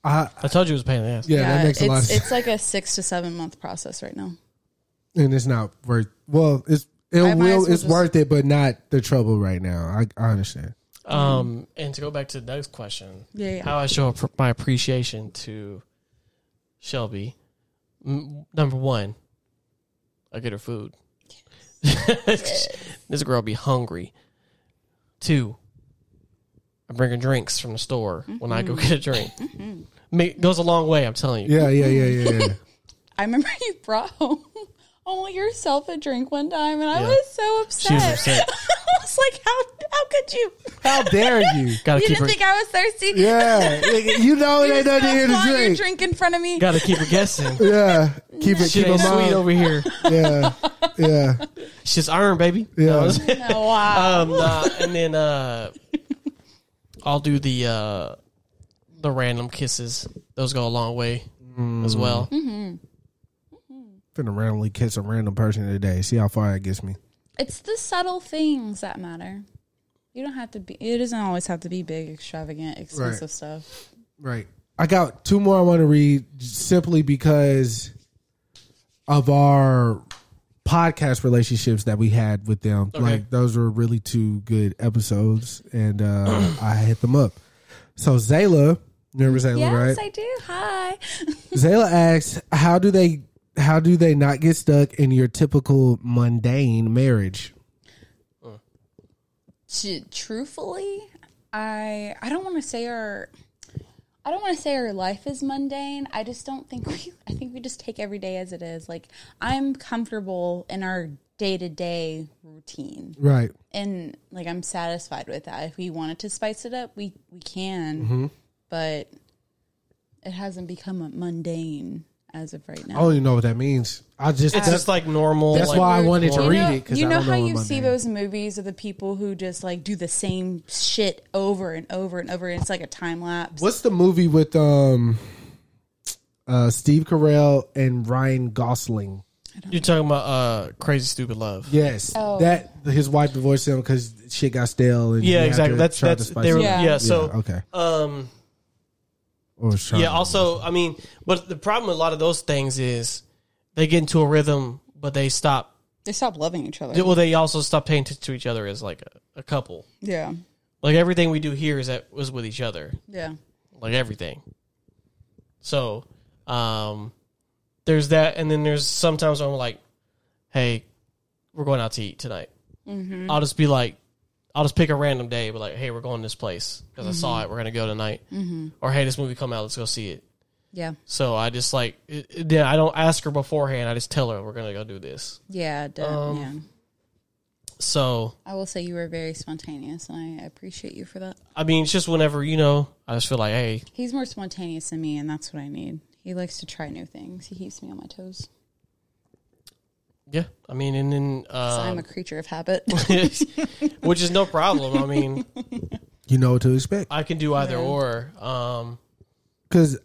S2: I told you it was a pain in the ass.
S1: yeah, that makes a lot. Of
S4: it's
S1: sense.
S4: it's like a six to seven month process right now.
S1: and it's not worth. Well, it's it
S4: I might as
S1: will.
S4: well
S1: it's
S4: just-
S1: worth it, but not the trouble right now. I, I understand.
S2: Um, and to go back to Doug's question,
S4: Mm-hmm. Yeah, yeah.
S2: how I show app- my appreciation to Shelby. M- number one, I get her food. this girl be hungry. Two, I bring her drinks from the store when I go
S4: Mm-hmm.
S2: get a drink. Ma- goes a long way, I'm telling you.
S1: Yeah, yeah, yeah, yeah. yeah.
S4: I remember you brought home only yourself a drink one time, and I
S2: Yeah.
S4: was so upset.
S2: She was upset.
S4: I was like, "How how could you?
S1: How dare you?
S2: Gotta
S4: you
S2: keep
S4: didn't
S2: her.
S4: think I was thirsty?
S1: Yeah, you know it
S4: You
S1: ain't
S4: just
S1: nothing here to
S4: spilled your
S1: drink.
S4: drink in front of me.
S2: Gotta keep her guessing.
S1: Yeah, keep it,
S2: She
S1: keep
S2: ain't
S1: it
S2: sweet
S1: mind.
S2: over here.
S1: Yeah, yeah.
S2: She's iron, baby.
S1: Yeah.
S4: No, uh, wow.
S2: um, nah, and then uh, I'll do the uh, the random kisses. Those go a long way
S1: Mm.
S2: as well.
S1: Finna randomly kiss a random person today. See how far it gets me.
S4: it's the subtle things that matter. You don't have to be. It doesn't always have to be big, extravagant, expensive
S1: Right.
S4: stuff.
S1: Right. I got two more I want to read simply because of our podcast relationships that we had with them. Like those were really two good episodes, and uh, I hit them up. So Zayla, remember Zayla,
S4: Yes,
S1: right?
S4: I do. Hi.
S1: Zayla asks, "How do they? How do they not get stuck in your typical mundane marriage?"
S4: t- truthfully, I I don't want to say our I don't want to say our life is mundane. I just don't think we I think we just take every day as it is. Like I'm comfortable in our day-to-day routine.
S1: Right.
S4: And like I'm satisfied with that. If we wanted to spice it up, we we can. But it hasn't become a mundane as of right now.
S1: I don't even know what that means. I just
S2: It's
S1: that's,
S2: just like normal.
S1: that's
S2: like,
S1: why I wanted to
S4: You
S1: read
S4: know,
S1: it because
S4: you
S1: I
S4: know
S1: don't
S4: how
S1: know
S4: you
S1: what
S4: see
S1: mundane-
S4: those movies of the people who just like do the same shit over and over and over, and it's like a time lapse.
S1: What's the movie with um uh Steve Carell and Ryan Gosling?
S2: You're talking about uh, crazy stupid love. Yeah,
S1: Yes,
S2: Oh.
S1: that his wife divorced him because shit got stale. And they had
S2: exactly.
S1: to
S2: That's
S1: try to
S2: that's
S1: spice
S2: they
S1: it
S2: were,
S1: up.
S2: yeah.
S4: Yeah.
S2: So
S1: Yeah, okay.
S2: um,
S1: Or was trying
S2: yeah.
S1: to-
S2: Also, I mean, but the problem with a lot of those things is they get into a rhythm, but they stop.
S4: They stop loving each other.
S2: Well, they also stop paying attention to each other as like a, a couple.
S4: Yeah,
S2: Like everything we do here is that was with each other.
S4: yeah.
S2: like everything. So, um, there's that, and then there's sometimes I'm like, "Hey, we're going out to eat tonight."
S4: Mm-hmm.
S2: I'll just be like, I'll just pick a random day, but like, "Hey, we're going to this place because I
S4: Mm-hmm.
S2: saw it. We're gonna go tonight." Or, "Hey, this movie come out. Let's go see it."
S4: Yeah,
S2: So I just like, it, it- yeah, I don't ask her beforehand. I just tell her we're gonna go do this.
S4: yeah, duh,
S1: Um,
S4: yeah.
S2: So
S4: I will say you were very spontaneous, and I appreciate you for that.
S2: I mean, it's just whenever you know, I just feel like, "Hey,
S4: He's more spontaneous than me, and that's what I need. He likes to try new things. He keeps me on my toes.
S2: yeah." I mean, and then uh,
S4: 'Cause I'm
S1: Um,
S4: a creature of habit.
S2: which is no problem. I mean.
S1: you know what to expect
S2: I can do either or. Um,
S1: because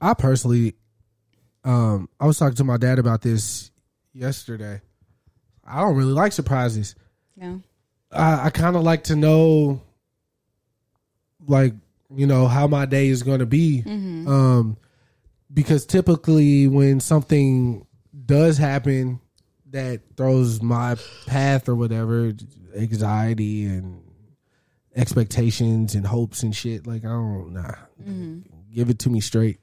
S1: I personally, um, I was talking to my dad about this yesterday. I don't really like surprises.
S4: no,
S1: I, I kind of like to know, like you know, how my day is going to be, um, because typically when something does happen that throws my path or whatever, anxiety and expectations and hopes and shit, like I don't nah, give it to me straight.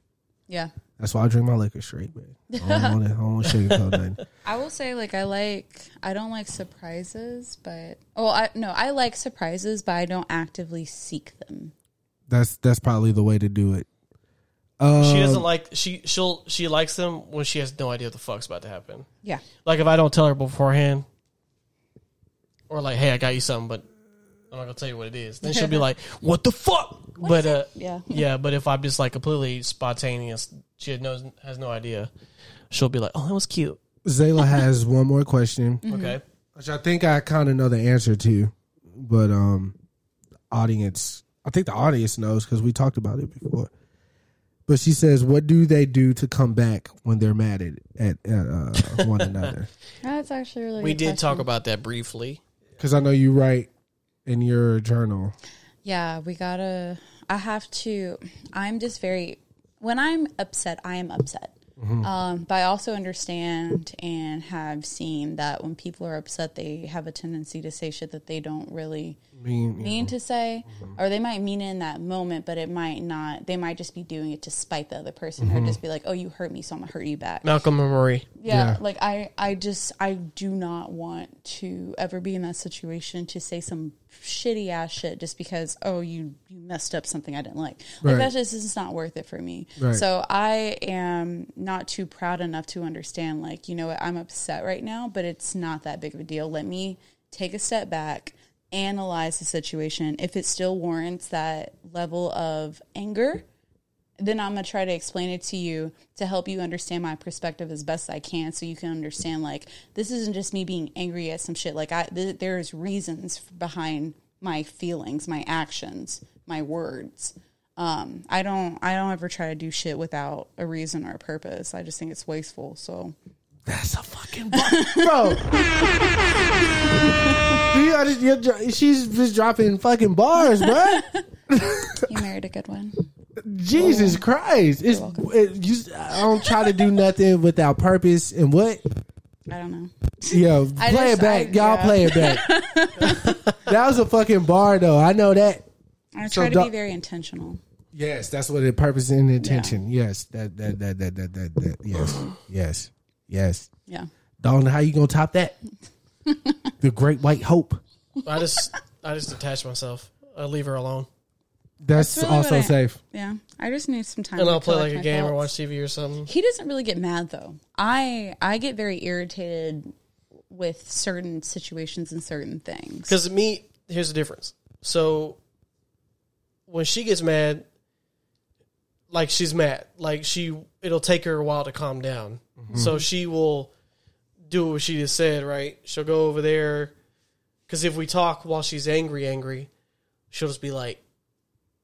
S4: yeah.
S1: That's why I drink my liquor straight, man. I don't want to. I don't want to sugarcoat nothing.
S4: I will say like I like I don't like surprises, but oh I no, I like surprises, but I don't actively seek them.
S1: That's that's probably the way to do it. Um,
S2: she doesn't like she she'll she likes them when she has no idea what the fuck's about to happen.
S4: Yeah.
S2: Like if I don't tell her beforehand, or like, hey, I got you something, but I'm not gonna tell you what it is. Then she'll be like, what the fuck? but uh,
S4: Yeah.
S2: yeah. But if I'm just like completely spontaneous, she knows has no idea. She'll be like, oh, that was cute.
S1: Zayla has one more question,
S2: Okay.
S1: which I think I kind of know the answer to, but um, audience, I think the audience knows because we talked about it before. But she says, "What do they do to come back when they're mad at at uh, one another?"
S5: That's actually really.
S2: We
S5: good
S2: did talk
S5: question.
S2: about that briefly.
S1: Because I know you write in your journal.
S4: Yeah, we gotta I have to I'm just very when I'm upset, I am upset.
S2: Mm-hmm.
S4: Um, but I also understand and have seen that when people are upset, they have a tendency to say shit that they don't really
S1: I mean, you
S4: mean to say,
S2: Mm-hmm.
S4: or they might mean it in that moment, but it might not. They might just be doing it to spite the other person,
S2: Mm-hmm.
S4: or just be like, "Oh, you hurt me, so I'm gonna hurt you back."
S2: Malcolm and Marie.
S4: Yeah,
S1: Yeah.
S4: like I, I just, I do not want to ever be in that situation to say some shitty ass shit just because oh you you messed up something I didn't like.
S1: Right.
S4: Like that's just it's not worth it for me.
S1: Right.
S4: So I am not too proud enough to understand like you know what I'm upset right now, but it's not that big of a deal. Let me take a step back. Analyze the situation. If it still warrants that level of anger, then I'm gonna try to explain it to you to help you understand my perspective as best I can, so you can understand like this isn't just me being angry at some shit. Like I, th- there is reasons behind my feelings, my actions, my words. Um, I don't, I don't ever try to do shit without a reason or a purpose. I just think it's wasteful. So
S1: bro. You gotta- you're dro- She's just dropping fucking bars, bro.
S4: you married a good one.
S1: Jesus Christ! It's it, you. I don't try to do nothing without purpose and what?
S4: I don't know.
S1: Yo,
S4: I
S1: play
S4: just-
S1: it back,
S4: I-
S1: y'all.
S4: yeah.
S1: Play it back. that was a fucking bar, though. I know that.
S4: I
S1: So
S4: try to
S1: do-
S4: be very intentional.
S1: Yes, that's what it purpose and intention. Yes, that that that that that that. that. Yes, yes, yes.
S4: Yeah.
S1: Don't know how you gonna top that. the Great White Hope.
S2: I just I just detach myself. I leave her alone,
S1: That's,
S4: really what
S1: also
S4: I-
S1: safe.
S4: Yeah, I just need some time.
S2: and
S4: to
S2: I'll play like a
S4: collect my
S2: game or
S4: thoughts.
S2: watch TV or something.
S4: He doesn't really get mad though. I I get very irritated with certain situations and certain things.
S2: Because me, here's the difference. So when she gets mad, like she's mad, like she it'll take her a while to calm down. So she will do what she just said, right? She'll go over there. Because if we talk while she's angry, angry, she'll just be like,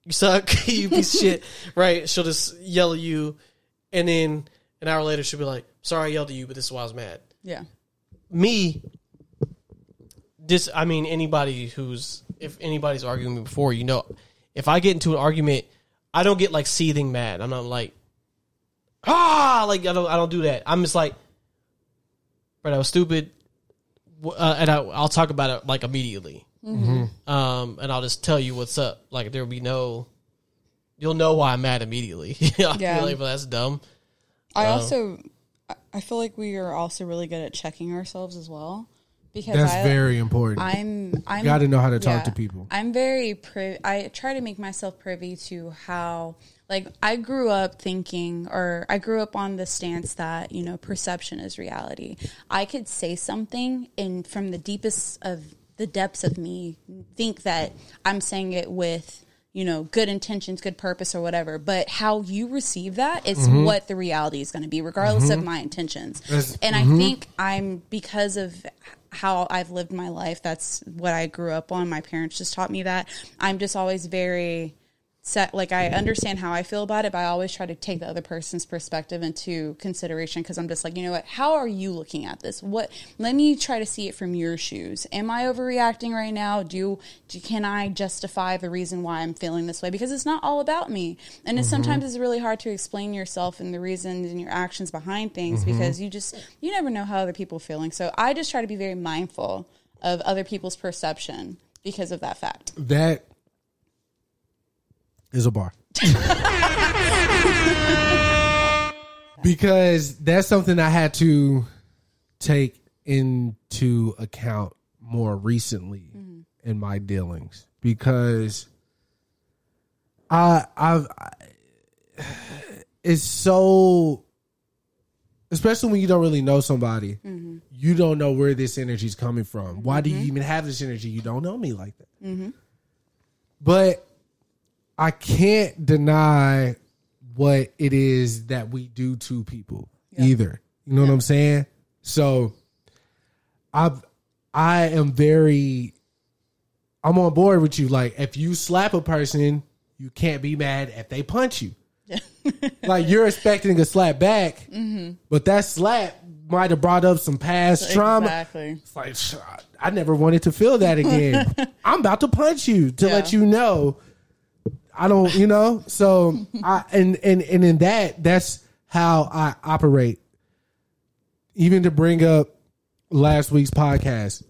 S2: "You suck, you piece of shit," right? She'll just yell at you, and then an hour later she'll be like, "Sorry, I yelled at you, but this is why I was mad."
S4: Yeah,
S2: me this i mean anybody who's if anybody's arguing with me before you know if i get into an argument i don't get like seething mad i'm not like ah like i don't i don't do that i'm just like but i was stupid W- uh, and I, i'll talk about it like immediately um and i'll just tell you what's up like there'll be no you'll know why i'm mad immediately I'll be
S4: Yeah.
S2: like, well, that's dumb
S1: Oh.
S4: I also I- I feel like we are also really good at checking ourselves as well because
S1: That's
S4: I,
S1: very important.
S4: I'm I'm
S1: gotta know how to talk to people.
S4: I'm very pri- I try to make myself privy to how like I grew up thinking or I grew up on the stance that, you know, perception is reality. I could say something and from the deepest of the depths of me think that I'm saying it with you know, good intentions, good purpose, or whatever. But how you receive that is what the reality is going to be, regardless of my intentions. and I think I'm because of how I've lived my life. That's what I grew up on. My parents just taught me that. I'm just always very set. Like I understand how I feel about it, but I always try to take the other person's perspective into consideration because I'm just like, you know what? How are you looking at this? What? Let me try to see it from your shoes. Am I overreacting right now? Do, do can I justify the reason why I'm feeling this way? Because it's not all about me, and it's sometimes it's really hard to explain yourself and the reasons and your actions behind things because you just you never know how other people are feeling. So I just try to be very mindful of other people's perception because of that fact.
S1: that is a bar. because that's something I had to take into account more recently in my dealings because I I've I, it's so especially when you don't really know somebody you don't know where this energy is coming from why do you even have this energy you don't know me like that but I can't deny what it is that we do to people either. You know what I'm saying? So I I am very I'm on board with you. Like if you slap a person, you can't be mad if they punch you. like you're expecting a slap back, but that slap might have brought up some past trauma.
S4: Exactly.
S1: It's like "Psh, I never wanted to feel that again. I'm about to punch you to
S4: Yeah.
S1: let you know. I don't, you know. So I and and and in that, that's how I operate. Even to bring up last week's podcast,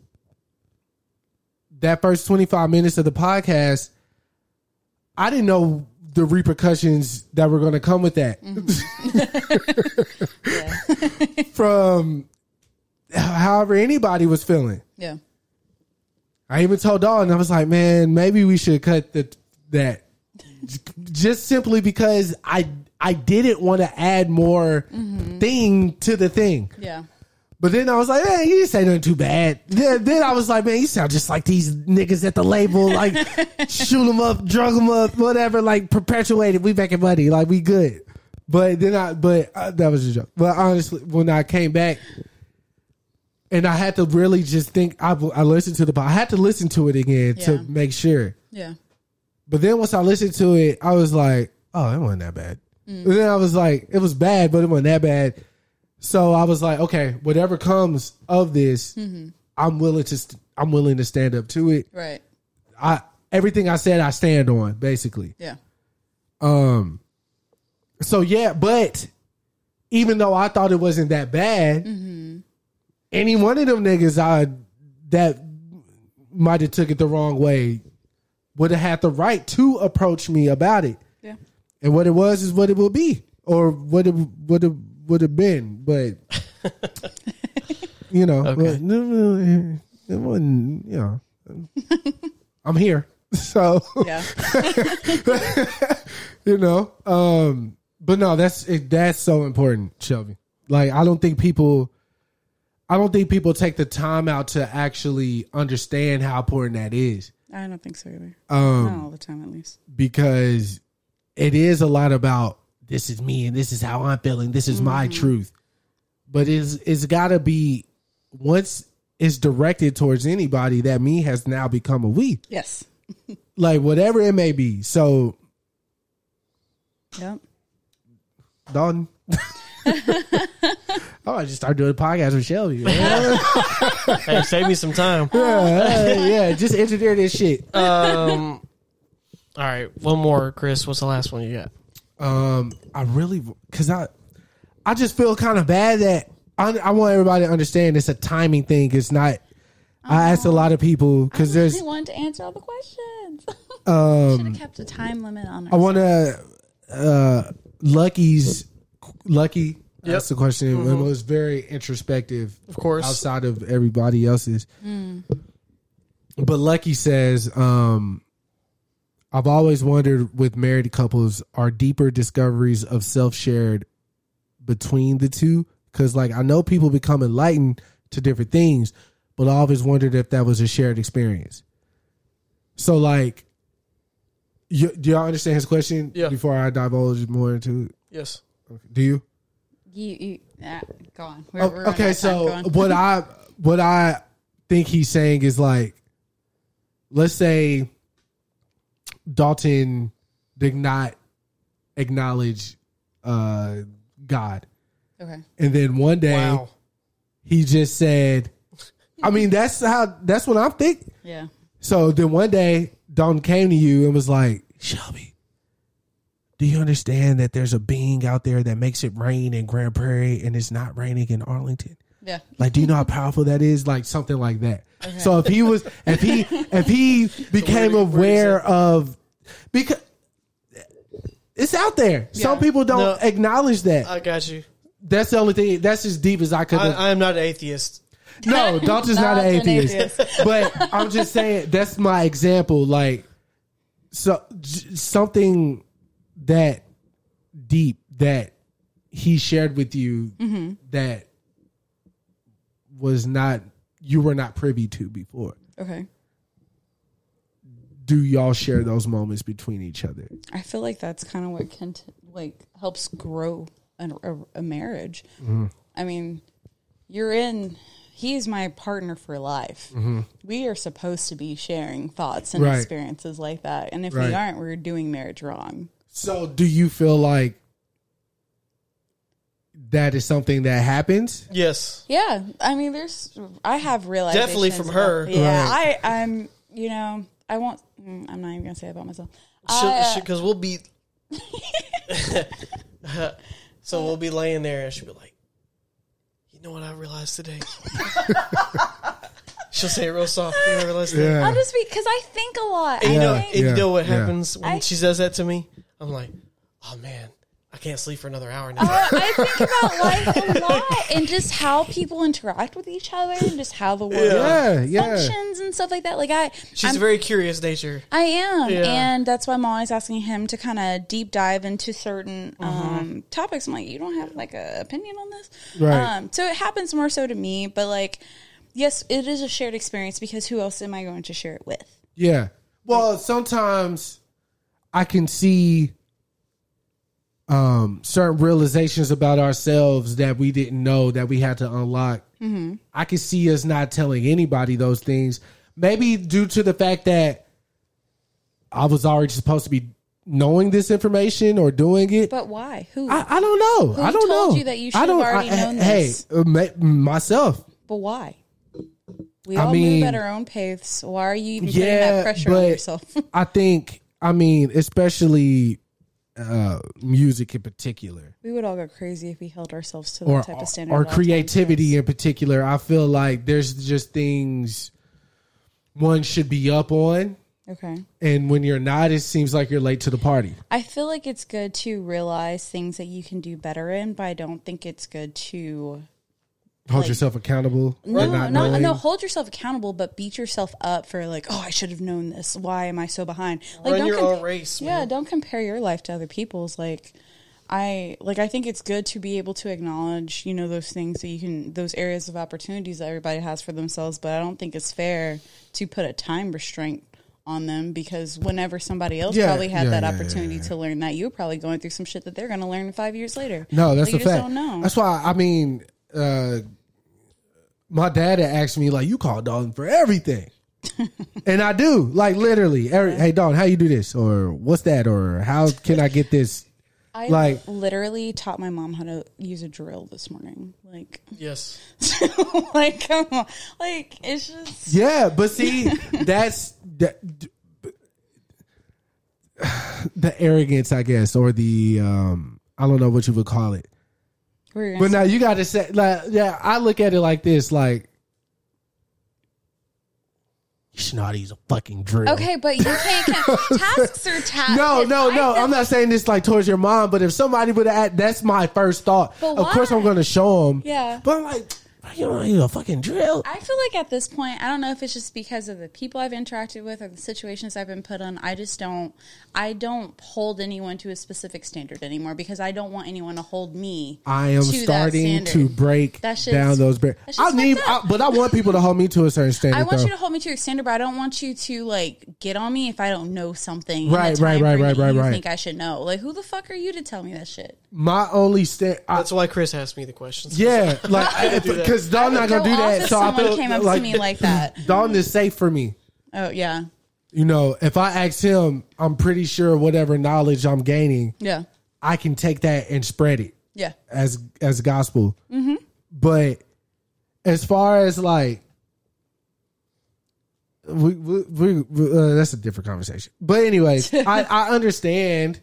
S1: that first 25 minutes of the podcast, I didn't know the repercussions that were going to come with that. From however anybody was feeling.
S4: Yeah.
S1: I even told Dawn, I was like, man, maybe we should cut the that just simply because I I didn't want to add more thing to the thing.
S4: Yeah.
S1: But then I was like, man, you didn't say nothing too bad. Then, then I was like, man, you sound just like these niggas at the label, like shoot them up, drug them up, whatever, like perpetuated. We making money, like we good. But then I, but uh, that was a joke. But honestly, when I came back, and I had to really just think, I, I listened to the, pod- I had to listen to it again
S4: Yeah.
S1: to make sure.
S4: Yeah.
S1: But then once I listened to it, I was like, oh, it wasn't that bad. And then I was like, it was bad, but it wasn't that bad. So I was like, okay, whatever comes of this, I'm willing to st- I'm willing to stand up to it.
S4: Right.
S1: I everything I said, I stand on basically.
S4: Yeah.
S1: Um, so yeah, but even though I thought it wasn't that bad, any one of them niggas I that might have took it the wrong way would have had the right to approach me about it.
S4: Yeah.
S1: And what it was is what it will be, or what it would have would have been. But you know, but, it wasn't. You know, I'm here. So
S4: Yeah.
S1: you know, um, but no, that's it, that's so important, Shelby. Like I don't think people, I don't think people take the time out to actually understand how important that is
S4: I don't think so either.
S1: Um,
S4: Not all the time, at least.
S1: because it is a lot about this is me and this is how I'm feeling. This is my truth. But it's it's gotta be once it's directed towards anybody, that me has now become a we.
S4: Yes.
S1: Like whatever it may be. So
S4: Yep.
S1: Don. Oh, I might just start doing a podcast with Shelby. man.
S2: Hey, save me some time.
S1: yeah, yeah, just engineer this shit.
S2: Um, all right, one more, Chris. What's the last one you got?
S1: Um, I really because I, I just feel kind of bad that I, I want everybody to understand it's a timing thing. It's not. I asked a lot of people because
S5: Oh. I
S1: there's. Um,
S5: really wanted to answer all the questions. Should have kept a time limit on it.
S1: I want to. Uh, Lucky's Lucky. That's the question. It was very introspective,
S2: Mm-hmm. Of course. Mm.
S1: outside of everybody else's. But Lucky says, um, I've always wondered with married couples are deeper discoveries of self shared between the two? Because, like, I know people become enlightened to different things, but I always wondered if that was a shared experience. So, like, you, do y'all understand his question
S2: Yeah.
S1: before I divulge more into it?
S2: Yes.
S1: Do you?
S4: You, you ah, go on. We're,
S1: Oh,
S4: we're running out
S1: okay,
S4: of time.
S1: so
S4: Go on.
S1: what I what I think he's saying is like, let's say Dalton did not acknowledge uh, God,
S4: Okay.
S1: and then one day
S2: Wow.
S1: he just said, "I mean, that's how that's what I'm thinking."
S4: Yeah.
S1: So then one day, Don came to you and was like, Shelby, do you understand that there's a being out there that makes it rain in Grand Prairie and it's not raining in Arlington?
S4: Yeah.
S1: Like, do you know how powerful that is? Like something like that. So if he was, if he, if he became
S2: where did- where
S1: aware
S2: is
S1: of, because it's out there. Some people don't
S2: No.
S1: acknowledge that.
S2: I got you.
S1: that's the only thing. That's as deep as I could.
S2: I, I am not an atheist.
S1: No, Dalton's not an
S5: Dalton
S1: atheist. but I'm just saying that's my example. Like, so j- something that deep that he shared with you that was not you were not privy to before.
S4: Okay.
S1: Do y'all share those moments between each other?
S4: I feel like that's kind of what can t- like helps grow an, a, a marriage.
S1: Mm-hmm.
S4: I mean, you're in. He's my partner for life. We are supposed to be sharing thoughts and
S1: Mm-hmm. Right.
S4: experiences like that, and if
S1: Right.
S4: we aren't, we're doing marriage wrong.
S1: So, do you feel like that is something that happens?
S2: Yes.
S4: Yeah, I mean, there's. I have realized
S2: Definitely from her.
S4: yeah, I, I'm. You know, I won't. mm, I'm not even gonna say it about myself. I, uh,
S2: Because we'll be. so we'll be laying there and she'll be like, you know what I realized today? she'll say it real soft. You know what I realized today?
S5: I'll just be because I think a lot.
S2: And you know,
S1: Yeah,
S2: and you know what
S1: yeah.
S2: happens when
S5: I-
S2: she says that to me? I'm like, oh man, I can't sleep for another hour now.
S4: Uh,
S5: I, I think about life a lot and just how people interact with each other and just how the world
S1: Yeah, yeah.
S5: functions and stuff like that. Like I,
S2: She's
S5: I'm-
S2: a very curious nature.
S5: I am,
S2: Yeah.
S5: and that's why I'm always asking him to kind of deep dive into certain
S1: Uh-huh.
S5: um, topics. I'm like, you don't have like an opinion on this,
S1: Right.
S5: Um, so it happens more so to me, but like, yes, it is a shared experience because who else am I going to share it with?
S1: Yeah. Well, sometimes I can see um certain realizations about ourselves that we didn't know that we had to unlock.
S5: Mm-hmm.
S1: I can see us not telling anybody those things, maybe due to the fact that I was already supposed to be knowing this information or doing it.
S5: But why? Who?
S1: I, I don't know. I don't
S5: told
S1: know.
S5: you that you
S1: I
S5: should have
S1: don't-
S5: already
S1: I-
S5: known
S1: hey,
S5: this?
S1: uh, ma- myself.
S5: but why? We
S1: I
S5: all
S1: mean-
S5: move at our own pace. Why are you even putting
S1: yeah,
S5: that pressure
S1: but
S5: on yourself?
S1: I think I mean, especially uh, music in particular,
S4: we would all go crazy if we held ourselves to that
S1: or
S4: type of standard.
S1: or
S4: at all times,
S1: creativity
S4: yes.
S1: in particular. I feel like there's just things one should be up on,
S4: Okay.
S1: and when you're not, it seems like you're late to the party.
S4: I feel like it's good to realize things that you can do better in, but I don't think it's good to
S1: Hold
S4: like-
S1: yourself accountable. for
S4: No,
S1: not
S4: no,
S1: knowing.
S4: no. Hold yourself accountable, but beat yourself up for like, oh, I should have known this. Why am I so behind? Like,
S2: Run
S4: don't
S2: your
S4: com-
S2: own race,
S4: Yeah,
S2: man.
S4: don't compare your life to other people's. Like, I like I think it's good to be able to acknowledge, you know, those things that you can, those areas of opportunities that everybody has for themselves. But I don't think it's fair to put a time restraint on them because whenever somebody else
S1: Yeah,
S4: probably had
S1: yeah,
S4: that
S1: yeah, yeah,
S4: opportunity to learn that, you're probably going through some shit that they're going to learn five years later.
S1: No, that's
S4: Like, you
S1: a
S4: just
S1: fact.
S4: Don't know.
S1: That's why I mean, uh, my dad had asked me like, "You call Dalton for everything," and I do. Like literally, every, hey Dalton, how you do this, or what's that, or how can I get this?
S4: I
S1: like-
S4: literally taught my mom how to use a drill this morning. Like,
S2: Yes.
S4: like come on, like it's just
S1: Yeah, but see, that's that. The arrogance, I guess, or the um, I don't know what you would call it.
S4: we're
S1: But now you got to say, like, yeah, I look at it like this, like. You should know how to use a fucking drill.
S5: Okay, but you can't count tasks or tasks.
S1: No, no, no. I'm not saying this like towards your mom, but if somebody would have, that's my first thought.
S5: But
S1: Of course,
S5: why?
S1: I'm going to show them.
S4: Yeah.
S1: But I'm like, "Bro, you don't need a fucking drill.
S4: I feel like at this point, I don't know if it's just because of the people I've interacted with or the situations I've been put on. I just don't, I don't hold anyone to a specific standard anymore because I don't want anyone to hold me.
S1: I am
S4: to that
S1: starting
S4: standard.
S1: to break
S4: That shit's-
S1: down those barriers.
S4: that shit's
S1: I need,
S4: fucked
S1: I,
S4: up.
S1: but I want people to hold me to a certain standard.
S4: I want
S1: though.
S4: you to hold me to your standard, but I don't want you to like get on me if I don't know something. in the
S1: Right, right,
S4: time
S1: right,
S4: frame
S1: right,
S4: that
S1: right,
S4: You
S1: right.
S4: think I should know? Like, who the fuck are you to tell me that shit?
S1: My only stand. I,
S2: That's why Chris asked me the questions.
S1: yeah, like
S2: do that.
S1: because Don not gonna
S4: go
S1: do
S4: off
S1: that.
S4: if
S1: So I
S4: someone
S1: feel
S4: came up to
S1: like
S4: me like that.
S1: Don is safe for me.
S4: Oh yeah,
S1: You know, if I ask him, I'm pretty sure whatever knowledge I'm gaining,
S4: yeah,
S1: I can take that and spread it.
S4: yeah.
S1: as as gospel. But as far as like, we, we, we, we- uh, that's a different conversation. But anyways, I, I understand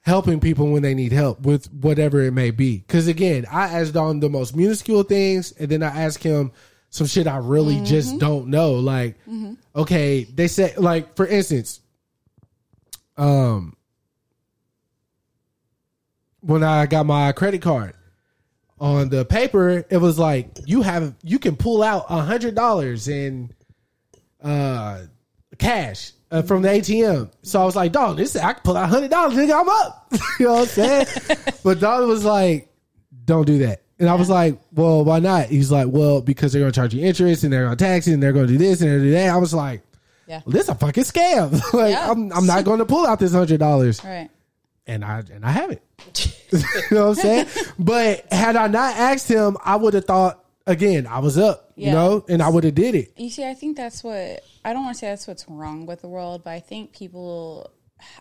S1: helping people when they need help with whatever it may be. Because again, I asked Don the most minuscule things, and then I asked him some shit I really just don't know. Like, okay, they said like for instance, um, when I got my credit card on the paper, it was like you have you can pull out a hundred dollars in uh cash uh, from the ATM. So I was like, dog, this I can pull out hundred dollars, nigga, I'm up. you know what I'm saying? but dog was like, don't do that. And I was like, well, why not? He's like, well, because they're gonna charge you interest and they're gonna tax it and they're gonna do this and they're gonna do that. I was like,
S4: Yeah.
S1: this is a fucking scam. like,
S4: Yeah.
S1: I'm, I'm not gonna pull out this hundred dollars
S4: All right.
S1: and I and I haven't. you know what I'm saying? but had I not asked him, I would have thought again. I was up, you
S4: Yeah.
S1: know, and I would have did it.
S4: You see, I think that's what I don't want to say that's what's wrong with the world, but I think people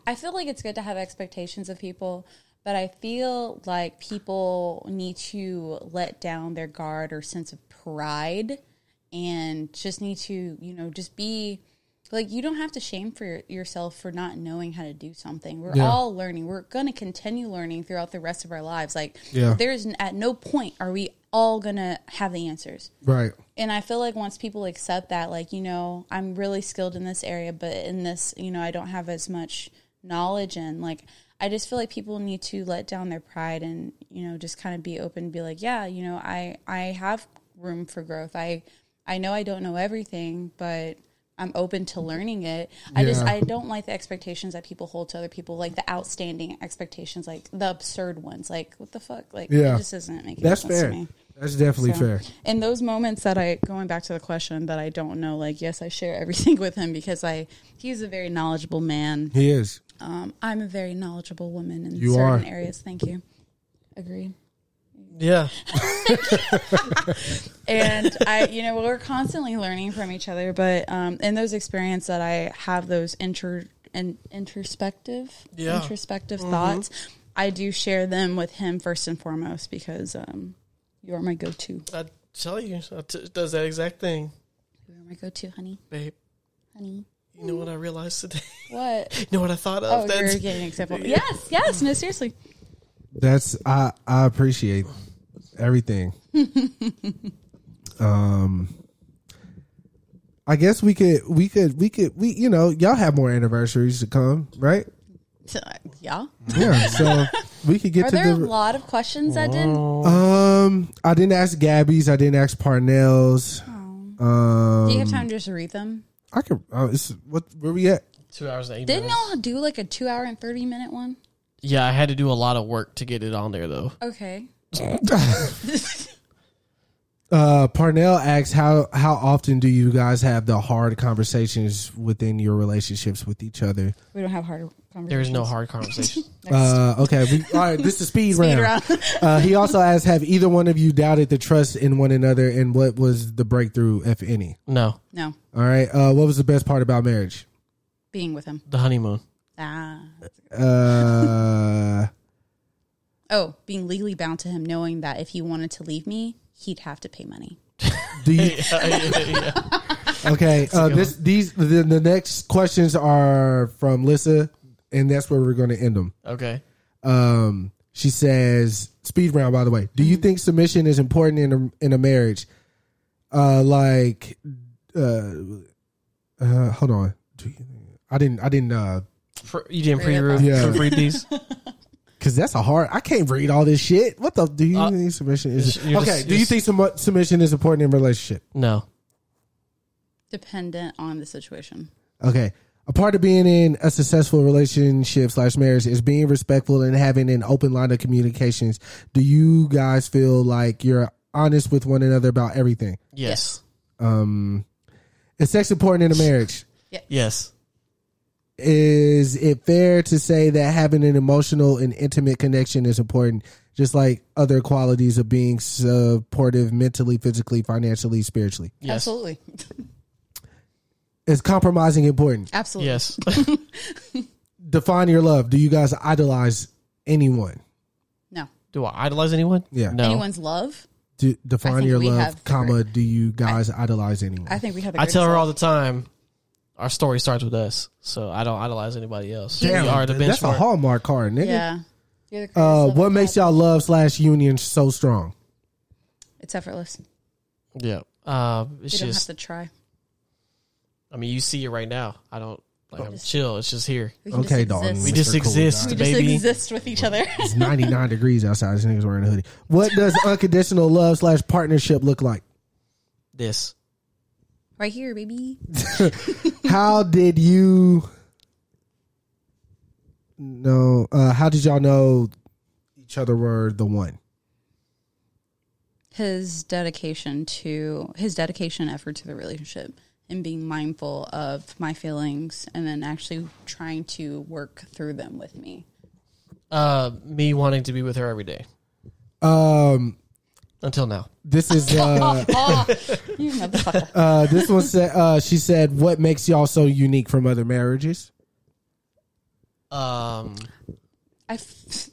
S4: I feel like it's good to have expectations of people, but I feel like people need to let down their guard or sense of pride and just need to, you know, just be like you don't have to shame for your- yourself for not knowing how to do something. We're
S1: Yeah.
S4: all learning. We're going to continue learning throughout the rest of our lives. Like
S1: Yeah.
S4: there's at no point are we all going to have the answers
S1: Right.
S4: and I feel like once people accept that, like, you know, I'm really skilled in this area, but in this, you know, I don't have as much knowledge in. Like, I just feel like people need to let down their pride and, you know, just kind of be open, be like, yeah, you know, I, I have room for growth. I, I know I don't know everything, but I'm open to learning it. I just,
S1: Yeah.
S4: I don't like the expectations that people hold to other people, like the outstanding expectations, like the absurd ones. Like, what the fuck? Like,
S1: Yeah.
S4: it just isn't making
S1: That's
S4: sense
S1: fair.
S4: to me.
S1: That's definitely
S4: So,
S1: fair.
S4: In those moments that I going back to the question that I don't know, like yes, I share everything with him because I he's a very knowledgeable man.
S1: He is.
S4: Um, I'm a very knowledgeable woman in
S1: You
S4: certain
S1: are.
S4: areas. Thank you. Agreed.
S2: Yeah.
S4: and I, you know, we're constantly learning from each other. But um, in those experiences that I have those inter and introspective,
S2: Yeah.
S4: introspective
S1: Mm-hmm.
S4: thoughts, I do share them with him first and foremost because um, you are my go-to.
S2: I tell you, I t- does that exact thing,
S4: You are my go-to, honey,
S2: babe.
S4: honey.
S2: You know what I realized today?
S4: What?
S2: You know what I thought
S4: Oh,
S2: of?
S4: you're getting an example. Yes, yes. No, seriously.
S1: That's I I appreciate everything. um I guess we could we could we could we you know, y'all have more anniversaries to come, right?
S4: So, yeah.
S1: Yeah. So we could get
S4: Are
S1: to
S4: there a
S1: the
S4: lot of questions that didn't?
S1: um Um, I didn't ask Gabby's. I didn't ask Parnell's. Um,
S4: Oh. Do you have
S2: Oh.
S4: time to just read them?
S1: I could. Uh, it's, what? Where we at?
S2: Two hours and eight
S4: Didn't
S2: minutes.
S4: y'all do like a two hour and 30 minute one?
S2: Yeah, I had to do a lot of work to get it on there though.
S4: Okay.
S1: Uh, Parnell asks how how often do you guys have the hard conversations within your relationships with each other?
S4: We don't have hard conversations.
S2: There is no hard conversation.
S1: Uh, okay, we, all right. This is speed, round. uh, he also asks, have either one of you doubted the trust in one another, and what was the breakthrough, if any?
S2: no,
S4: No,
S1: All right. Uh, what was the best part about marriage?
S4: being with him.
S2: the honeymoon.
S4: Ah.
S1: Uh,
S4: Oh, being legally bound to him, knowing that if he wanted to leave me, he'd have to pay money.
S1: do you? Okay. Uh, this these the, the next questions are from Lissa, and that's where we're going to end them.
S2: Okay.
S1: um, she says speed round by the way do
S2: Mm-hmm.
S1: you think submission is important in a, in a marriage uh like uh, uh hold on do you, i didn't i didn't uh
S2: Pre- you didn't pre-read,
S1: Yeah.
S2: pre-read these.
S1: because that's a hard i can't read all this shit what the do you
S2: Uh,
S1: think submission is
S2: you're
S1: okay
S2: just-
S1: do you
S2: you're-
S1: think sum- submission is important in a relationship
S2: No.
S4: Dependent on the situation.
S1: okay a part of being in a successful relationship slash marriage is being respectful and having an open line of communications do you guys feel like you're honest with one another about everything
S2: Yes.
S1: um is sex important in a marriage
S2: Yes.
S1: is it fair to say that having an emotional and intimate connection is important just like other qualities of being supportive mentally physically financially spiritually
S2: Yes.
S4: Absolutely.
S1: is compromising important
S4: Absolutely.
S2: Yes.
S1: define your love do you guys idolize anyone
S4: No.
S2: Do I idolize anyone?
S1: Yeah.
S2: No.
S4: Anyone's love?
S1: do,
S4: I
S1: define
S4: think
S1: your
S4: we
S1: love
S4: have-
S1: comma do you guys idolize anyone
S4: I think we had the
S2: I tell
S4: greatest
S2: her all
S4: love.
S2: the time. Our story starts with us, so I don't idolize anybody else.
S1: Damn,
S2: we are the benchmark.
S1: that's a hallmark card nigga
S4: Yeah. You're the greatest
S1: uh
S4: love
S1: what
S4: I've
S1: makes
S4: had.
S1: y'all love slash union so strong
S4: It's effortless.
S2: yeah. Uh, it's
S4: You don't
S2: just.
S4: have to try.
S2: I mean, you see it right now. I don't. Like, I'm chill. It's just here.
S4: We can
S1: okay
S4: just
S1: Dalton.
S4: exist.
S2: We just
S1: Mr. Cool
S2: exist.
S1: Guy.
S4: We just
S2: baby.
S4: exist with each other.
S1: It's 99 degrees outside. This nigga's wearing a hoodie. What does unconditional love slash partnership look like?
S2: This.
S4: right here, baby.
S1: How did you know? Uh, how did y'all know each other were the one?
S4: his dedication to his dedication effort to the relationship and being mindful of my feelings and then actually trying to work through them with me.
S2: Uh, me wanting to be with her every day
S1: Um,
S2: until now.
S1: this is uh,
S4: Ah. You motherfucker.
S1: uh, this one said uh, she said what makes y'all so unique from other marriages?
S2: Um,
S4: I, f-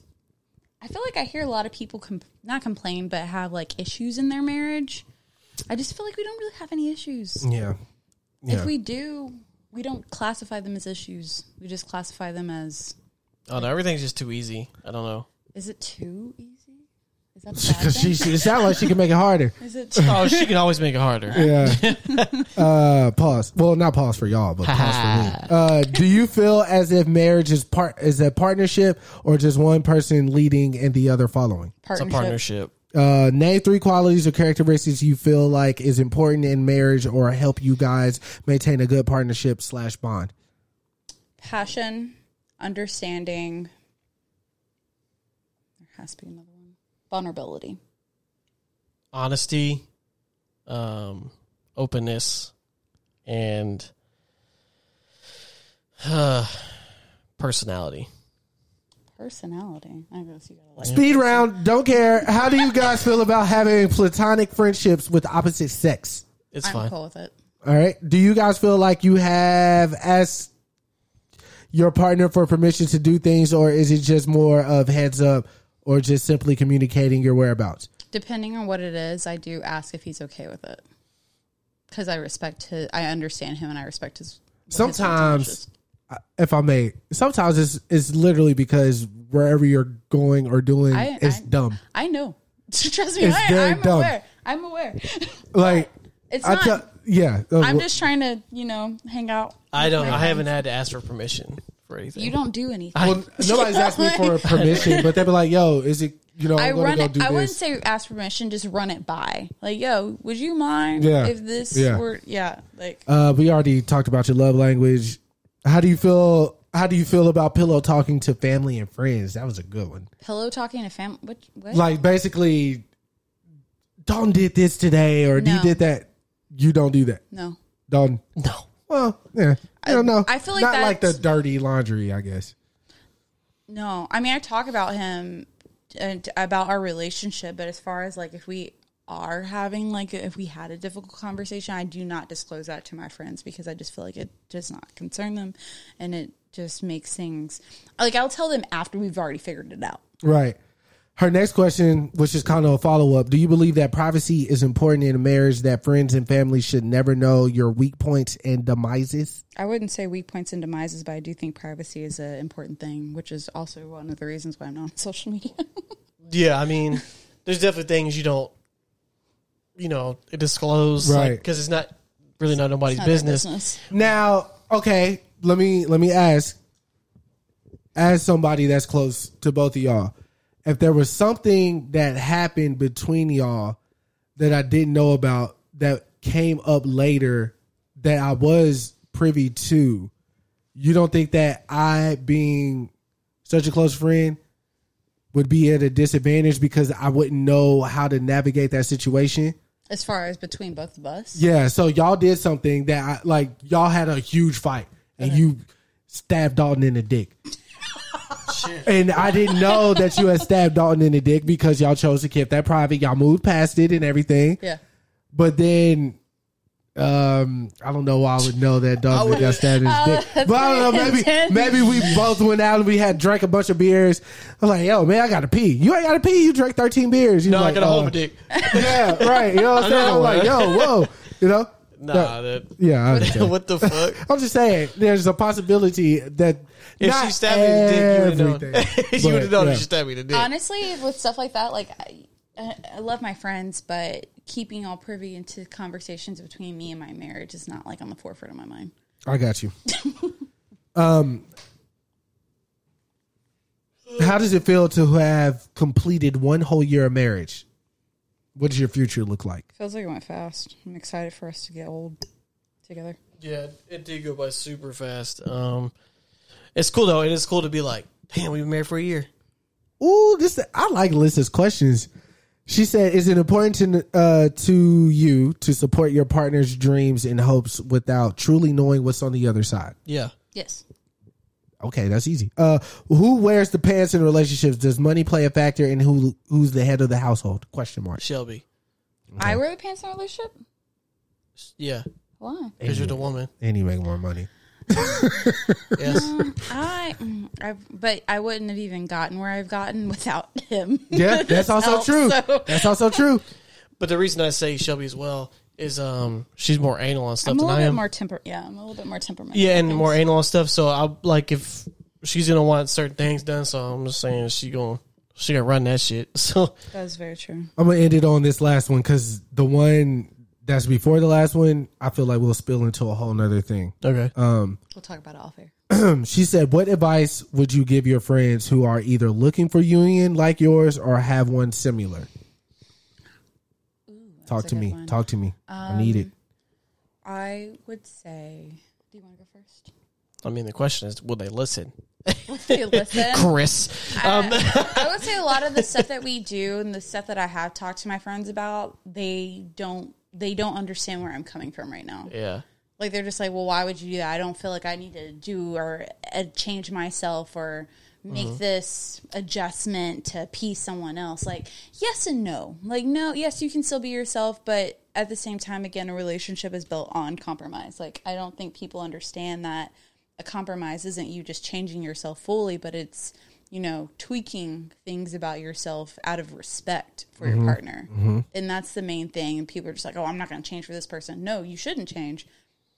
S4: I feel like I hear a lot of people com- not complain but have like issues in their marriage. I just feel like we don't really have any issues.
S1: Yeah, Mm, yeah.
S4: If we do, we don't classify them as issues. We just classify them as
S2: oh no, everything's just too easy. I don't know.
S4: is it too easy? Is that the bad
S1: Because she,
S4: thing?
S1: she it sounds like she can make it harder.
S4: Is it
S2: Oh, she can always make it harder.
S1: Yeah. uh, pause. Well, not pause for y'all, but pause for me. Uh, do you feel as if marriage is part is a partnership or just one person leading and the other following?
S2: It's a partnership.
S1: Uh, name three qualities or characteristics you feel like is important in marriage or help you guys maintain a good partnership slash bond.
S4: passion, understanding. There has to be another one. Vulnerability.
S2: honesty, um, openness, and uh, personality.
S4: Personality. I guess you gotta like.
S1: Speed round. Don't care. How do you guys feel about having platonic friendships with opposite sex?
S2: It's
S4: I'm
S2: fine.
S4: cool with it.
S1: All right. Do you guys feel like you have asked your partner for permission to do things, or is it just more of heads up, or just simply communicating your whereabouts?
S4: Depending on what it is, I do ask if he's okay with it. Because I respect his, I understand him and I respect his. his
S1: Sometimes,
S4: wishes.
S1: uh, if I may, sometimes it's it's literally because wherever you're going or doing
S4: I-
S1: is
S4: I-
S1: dumb.
S4: I know. Trust me,
S1: It's
S4: I,
S1: very
S4: I'm
S1: dumb.
S4: aware. I'm aware.
S1: Like
S4: It's
S1: I
S4: not.
S1: tell, yeah. uh,
S4: I'm just trying to, you know, hang out.
S2: I
S4: with
S2: don't.
S4: my
S2: I haven't
S4: friends.
S2: had to ask for permission for anything.
S4: You don't do anything.
S1: well, nobody's asked me for permission, but they'd be like, "Yo, is it you know,
S4: I
S1: Oh, I'm gonna
S4: run
S1: go
S4: it.
S1: do
S4: I wouldn't
S1: this.
S4: say ask permission. Just run it by. Like, yo, would you mind
S1: Yeah.
S4: if this
S1: Yeah.
S4: were? Yeah. Like,
S1: Uh, we already talked about your love language. How do you feel? How do you feel about pillow talking to family and friends? That was a good one.
S4: pillow talking to family. What? what?
S1: Like basically, Don did this today, or he
S4: No.
S1: did that. You don't do that,
S4: no.
S1: Don.
S2: No.
S1: Well, yeah, I don't know.
S4: I feel like
S1: not like the
S4: that's-
S1: dirty laundry, I guess.
S4: No, I mean I talk about him and about our relationship, but as far as like if we are having like if we had a difficult conversation, I do not disclose that to my friends because I just feel like it does not concern them, and it just makes things like I'll tell them after we've already figured it out.
S1: Right. Her next question, which is kind of a follow up, do you believe that privacy is important in a marriage? That friends and family should never know your weak points and demises?
S4: I wouldn't say weak points and demises, but I do think privacy is an important thing, which is also one of the reasons why I'm not on social media.
S2: Yeah, I mean, there's definitely things you don't, you know, disclose, right?
S1: Right.
S2: Because it's not really not nobody's
S4: Not their
S2: business.
S1: Now, okay, let me let me ask, as somebody that's close to both of y'all, if there was something that happened between y'all that I didn't know about that came up later that I was privy to, you don't think that I being such a close friend would be at a disadvantage because I wouldn't know how to navigate that situation?
S4: As far as between both of us,
S1: Yeah, so y'all did something that I, like y'all had a huge fight and you stabbed Dalton in the dick. and I didn't know that you had stabbed Dalton in the dick because y'all chose to keep that private. Y'all moved past it and everything.
S4: yeah.
S1: But then um I don't know why I would know that Dalton got stabbed in his dick. But I don't know, maybe maybe we both went out and we had drank a bunch of beers. I was like, yo, man, I gotta pee. You ain't gotta pee, you drank thirteen beers. You
S2: No, I
S1: like,
S2: got a
S1: uh,
S2: hold my dick.
S1: yeah, right. You know what I'm saying? I'm like, yo, whoa. You know?
S2: Nah, that,
S1: Yeah, I understand.
S2: what the fuck?
S1: I'm just saying, there's a possibility that
S2: If
S1: not
S2: she stabbed me in the dick, you would have known.
S1: everything,
S2: you would have
S1: but,
S2: known
S1: yeah.
S2: if she stabbed me in the dick.
S4: honestly with stuff like that like I, I- I love my friends but keeping all privy into conversations between me and my marriage is not like on the forefront of my mind
S1: I got you. um, how does it feel to have completed one whole year of marriage? What does your future look like?
S4: feels like it went fast i'm excited for us to get old together
S2: Yeah, it did go by super fast. Um, it's cool though. It is cool to be like, damn, we've been married for a year.
S1: Ooh, this I like Alyssa's questions. She said, "Is it important to uh, to you to support your partner's dreams and hopes without truly knowing what's on the other side?"
S2: Yeah,
S4: yes
S1: Okay, that's easy. Uh, who wears the pants in relationships? Does money play a factor, and who who's the head of the household? Question mark.
S2: Shelby.
S4: i wear the pants in a relationship
S2: Yeah,
S4: why
S2: because you're the woman.
S1: And you make more money.
S2: Yes.
S4: i mm, I've, but i wouldn't have even gotten where i've gotten without him
S1: Yeah, that's also
S4: Helps,
S1: true.
S4: so-
S1: That's also true.
S2: but the reason I say Shelby as well is um she's more anal on stuff
S4: i'm a
S2: than
S4: little
S2: I
S4: bit
S2: am.
S4: more temper yeah i'm a little bit more temperamental
S2: yeah, and
S4: Things.
S2: more anal on stuff. So I like if she's gonna want certain things done. So I'm just saying she gonna she gonna run that shit. So
S4: that's very true
S1: I'm gonna end it on this last one because the one that's before the last one, I feel like we'll spill into a whole nother thing.
S2: okay,
S4: we'll talk about it off air
S1: She said, "What advice would you give your friends who are either looking for union like yours or have one similar?" Talk
S4: a
S1: to
S4: good
S1: me.
S4: one. Um,
S1: Talk to me. I need it.
S4: i would say do you want to go first
S2: I mean the question is, will they listen,
S4: They listen.
S2: Chris?
S4: Uh, I would say a lot of the stuff that we do and the stuff that I have talked to my friends about, they don't they don't understand where I'm coming from right now.
S2: Yeah,
S4: Like they're just like, well, why would you do that? I don't feel like I need to do or uh, change myself or make this adjustment to appease someone else. Like yes and no. Like no, yes, you can still be yourself, but at the same time, again, a relationship is built on compromise. Like I don't think people understand that a compromise isn't you just changing yourself fully, but it's you know tweaking things about yourself out of respect for your partner, and that's the main thing. And people are just like, oh, I'm not going to change for this person. No, you shouldn't change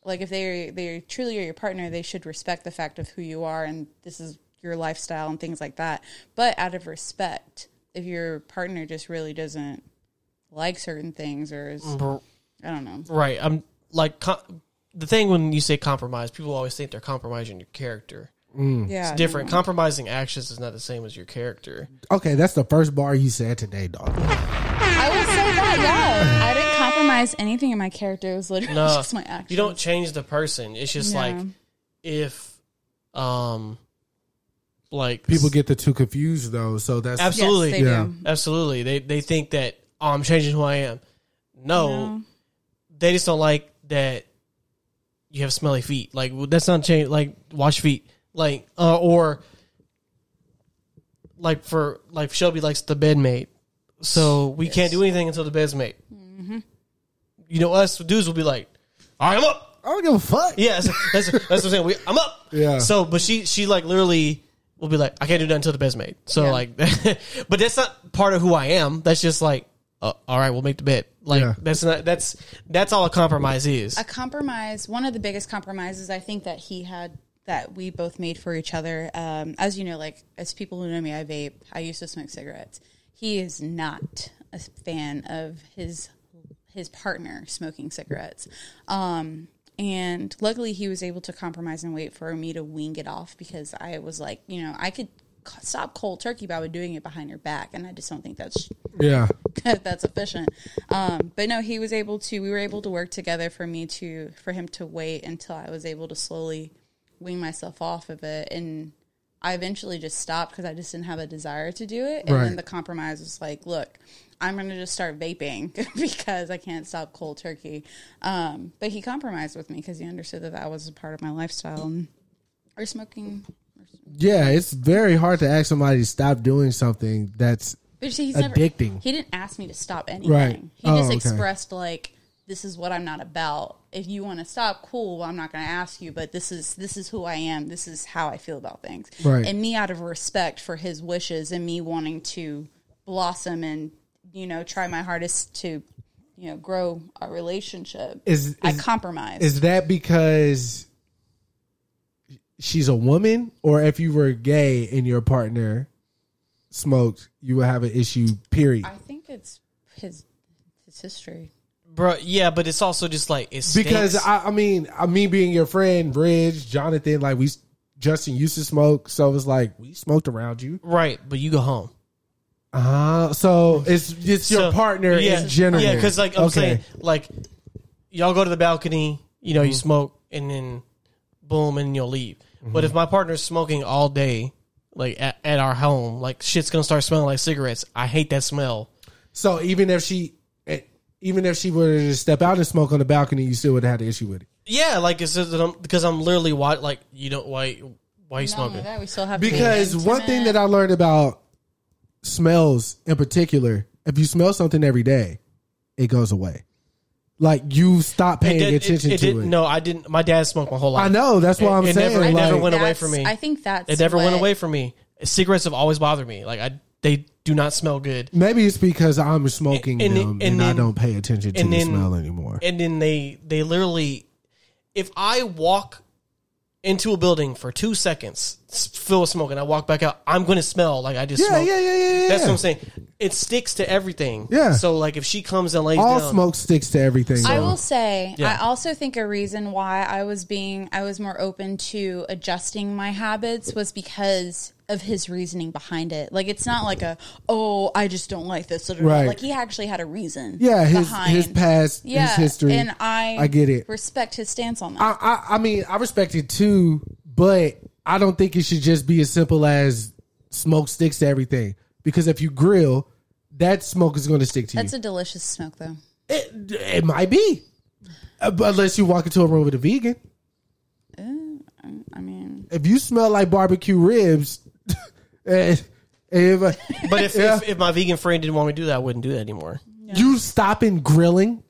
S4: like if they they truly are your partner, they should respect the fact of who you are and this is your lifestyle and things like that. But out of respect, if your partner just really doesn't like certain things or is
S2: Mm.
S4: I don't know.
S2: Right. um, I'm like com- the thing when you say compromise, people always think they're compromising your character.
S4: Yeah,
S2: Mm. It's different. Compromising actions is not the same as your character.
S1: Okay, that's the first bar you said today, dog.
S4: I would say that. Yeah, I didn't compromise anything in my character. It was literally
S2: No,
S4: just my actions.
S2: you don't change the person. It's just like if, um, like
S1: People get the two confused though, so that's
S2: absolutely,
S4: Yes, they
S1: Yeah.
S4: do.
S2: absolutely. They they think that oh, I'm changing who I am. No, they just don't like that you have smelly feet. Like well, that's not change. Like wash feet. Like uh, or like for like Shelby likes the bed made, so we can't do anything until the bed's made. You know, us dudes will be like, "All right, I'm up."
S1: I don't give a fuck.
S2: Yeah, that's, that's, that's what I'm saying. We, I'm up.
S1: Yeah.
S2: So, but she she like literally will be like, I can't do that until the bed's made. So like, but that's not part of who I am. That's just like, uh, all right, we'll make the bed. Like
S1: Yeah.
S2: that's not that's that's all a compromise is.
S4: a compromise one of the biggest compromises i think that he had that we both made for each other um, as you know like as people who know me i vape i used to smoke cigarettes he is not a fan of his his partner smoking cigarettes um, and luckily he was able to compromise and wait for me to wing it off because i was like you know i could c- stop cold turkey by doing it behind her back and i just don't think that's
S1: Yeah.
S4: that's efficient. Um, but no, he was able to. We were able to work together for me to for him to wait until I was able to slowly wean myself off of it, and I eventually just stopped because I just didn't have a desire to do it. And
S1: Right.
S4: then the compromise was like, look. I'm going to just start vaping because I can't stop cold turkey. Um, but he compromised with me because he understood that that was a part of my lifestyle. And, or smoking.
S1: Yeah, it's very hard to ask somebody to stop doing something that's
S4: But see, he's
S1: Addicting.
S4: Never, he didn't ask me to stop anything. He
S1: Oh,
S4: just
S1: okay.
S4: expressed like, "This is what I'm not about. If you want to stop, cool. I'm not going to ask you, but this is this is who I am. This is how I feel about things."
S1: Right.
S4: And me out of respect for his wishes and me wanting to blossom and you know try my hardest to you know grow our relationship.
S1: is
S4: I
S1: is-
S4: compromised.
S1: is that because she's a woman or if you were gay and your partner smoked, you would have an issue, period.
S4: I think it's his his history.
S2: Bro, yeah, but it's also just like it's
S1: because I, I mean, I mean, being your friend, Ridge, Jonathan, like we, Justin used to smoke, so it's like we smoked around you.
S2: right, but you go home.
S1: Uh, so it's it's your
S2: So-
S1: partner in general.
S2: Yeah, because like I'm saying, like y'all go to the balcony, you know, you
S1: Mm-hmm.
S2: smoke, and then boom, and you'll leave. But if my partner's smoking all day, like at, at our home, like shit's gonna start smelling like cigarettes. I hate that smell.
S1: so even if she, eh, even if she were to step out and smoke on the balcony, you still would have had an issue with it
S2: Yeah, like it's just that I'm, because I'm literally why like you don't why why you
S4: Not only
S2: smoking?
S4: that, we still have to be
S1: because one
S4: intimate.
S1: thing that I learned about smells in particular, if you smell something every day, it goes away. Like you stop paying
S2: did-
S1: attention
S2: it
S1: to
S2: didn't-
S1: it.
S2: No, I didn't. My dad smoked my whole life.
S1: I know. That's
S2: It-
S1: what I'm
S2: it
S1: saying.
S2: never- it never
S1: like-
S2: went away
S4: That's-
S2: for me.
S4: I think that's
S2: It never went
S4: what-
S2: away from me. Cigarettes have always bothered me. Like I, they do not smell good.
S1: Maybe it's because I'm smoking
S2: And- and
S1: them and,
S2: then-
S1: I don't pay attention to
S2: and
S1: the
S2: then-
S1: smell anymore.
S2: and then they they literally if i walk into a building for two seconds s- filled with smoke and i walk back out i'm gonna smell like i just
S1: yeah,
S2: smoked.
S1: yeah, yeah, yeah, yeah.
S2: that's
S1: yeah.
S2: what i'm saying it sticks to everything
S1: Yeah.
S2: so like if she comes and lays
S1: All
S2: down
S1: smoke sticks to everything.
S4: I
S1: though.
S4: will say,
S2: Yeah.
S4: I also think a reason why I was being, I was more open to adjusting my habits was because of his reasoning behind it. Like, it's not like a, oh, I just don't like this.
S1: Right.
S4: Like, he actually had a reason.
S1: yeah, his
S4: behind.
S1: his past, his history,
S4: And I,
S1: I get it.
S4: Respect his stance on that.
S1: I, I I mean, I respect it too, but I don't think it should just be as simple as smoke sticks to everything. Because if you grill, that smoke is going to stick to
S4: That's
S1: you.
S4: a delicious smoke, though.
S1: it, it might be, Uh, but unless you walk into a room with a vegan.
S4: I mean,
S1: If you smell like barbecue ribs, and, and uh, if,
S2: but if,
S1: Yeah.
S2: if if my vegan friend didn't want me to do that i wouldn't do that anymore
S1: you stopping grilling,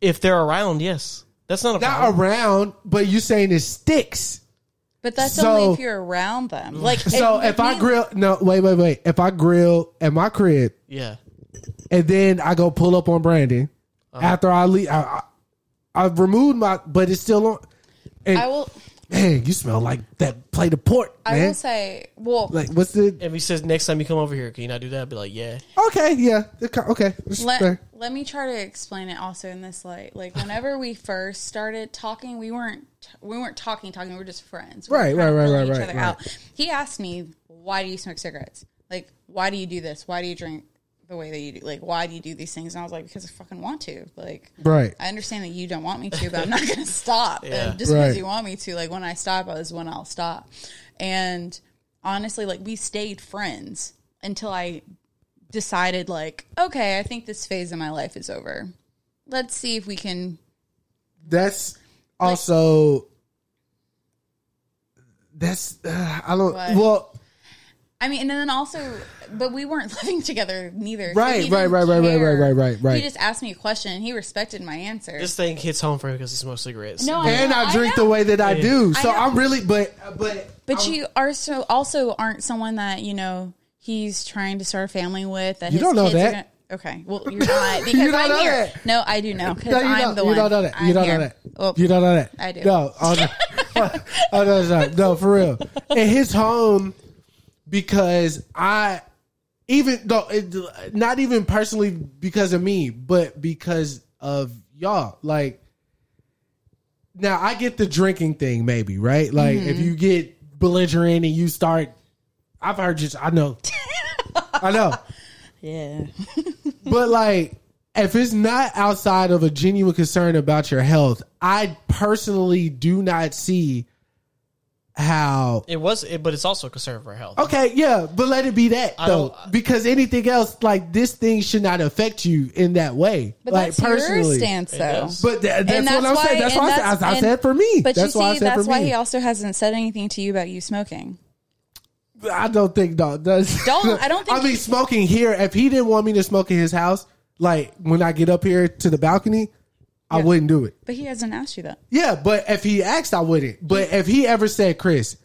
S2: if they're around yes that's not a
S1: not
S2: problem
S1: around, but you saying it sticks.
S4: but that's
S1: So-
S4: only if you're around them. Like,
S1: So
S4: it-
S1: if I
S4: me-
S1: grill, no, wait, wait, wait. If I grill at my crib,
S2: yeah
S1: and then I go pull up on Brandon
S4: Uh-huh.
S1: after I leave. I, I, I've removed my, but it's still on. And
S4: I will.
S1: dang, you smell like that plate of pork,
S4: I
S1: man.
S4: will say, well,
S1: like, what's the?
S2: If he says next time you come over here, can you not do that? I'd be like, yeah.
S1: Okay, yeah, the co- okay. that's
S4: let,
S1: fair.
S4: let me try to explain it also in this light. Like whenever we first started talking, we weren't we weren't talking talking. We were just friends. We were
S1: Right,
S4: kinda
S1: right, right,
S4: feeling
S1: right,
S4: each
S1: right,
S4: other
S1: right.
S4: out. He asked me, "Why do you smoke cigarettes? Like, why do you do this? Why do you drink the way that you do? Like, why do you do these things?" And I was like, "Because I fucking want to." Like,
S1: Right.
S4: I understand that you don't want me to, but I'm not going to stop.
S2: Yeah.
S4: And just
S1: Right.
S4: because you want me to, like when I stop, is when I'll stop. And honestly, like we stayed friends until I decided, like, okay, I think this phase of my life is over. Let's see if we can.
S1: That's also. That's uh, I don't
S4: What?
S1: well.
S4: I mean, and then also, but we weren't living together neither.
S1: Right,
S4: he
S1: right,
S4: didn't
S1: right, right, right, right, right, right, right.
S4: He just asked me a question and he respected my answer.
S2: This thing hits home for him because he smokes cigarettes.
S4: no,
S1: And
S4: know,
S1: I drink the
S4: know.
S1: way that I do, so
S4: I know.
S1: I'm really, but but
S4: But you are so also aren't someone that you know he's trying to start a family with. That
S1: You
S4: his
S1: don't know
S4: kids are
S1: that.
S4: gonna- okay, well you're not because
S1: You don't
S4: I'm
S1: know
S4: here.
S1: that.
S4: No, I do know because
S1: No, you
S4: I'm
S1: don't.
S4: the
S1: you
S4: one.
S1: don't know that. You
S4: I'm
S1: don't
S4: here.
S1: know that.
S4: Well,
S1: You don't know that.
S4: I do.
S1: No. Oh, no. oh no, no, no, for real. And his home, because I, even though it, not even personally because of me, but because of y'all. Like, now I get the drinking thing, maybe right? Like,
S4: Mm-hmm.
S1: if you get belligerent and you start, I've heard just I know, I know.
S4: yeah,
S1: But like, if it's not outside of a genuine concern about your health, I personally do not see how.
S2: It was, it, but it's also a concern for our health.
S1: Okay, yeah, but let it be that
S2: I
S1: though,
S2: don't-
S1: because anything else like this thing should not affect you in that way.
S4: but
S1: like
S4: that's your stance though.
S2: does.
S1: But tha- that's, what I'm saying. That's
S4: and
S1: why I, said, I
S4: and-
S1: said for me.
S4: But
S1: that's
S4: you see,
S1: why I said
S4: that's
S1: for
S4: why
S1: me.
S4: he also hasn't said anything to you about you smoking.
S1: I don't think dog does.
S4: Don't- I don't think
S1: I mean,
S4: he-
S1: smoking here. If he didn't want me to smoke in his house, like when I get up here to the balcony, I wouldn't do it.
S4: But he hasn't asked you that.
S1: Yeah, but if he asked, I wouldn't. But if he ever said, "Chris,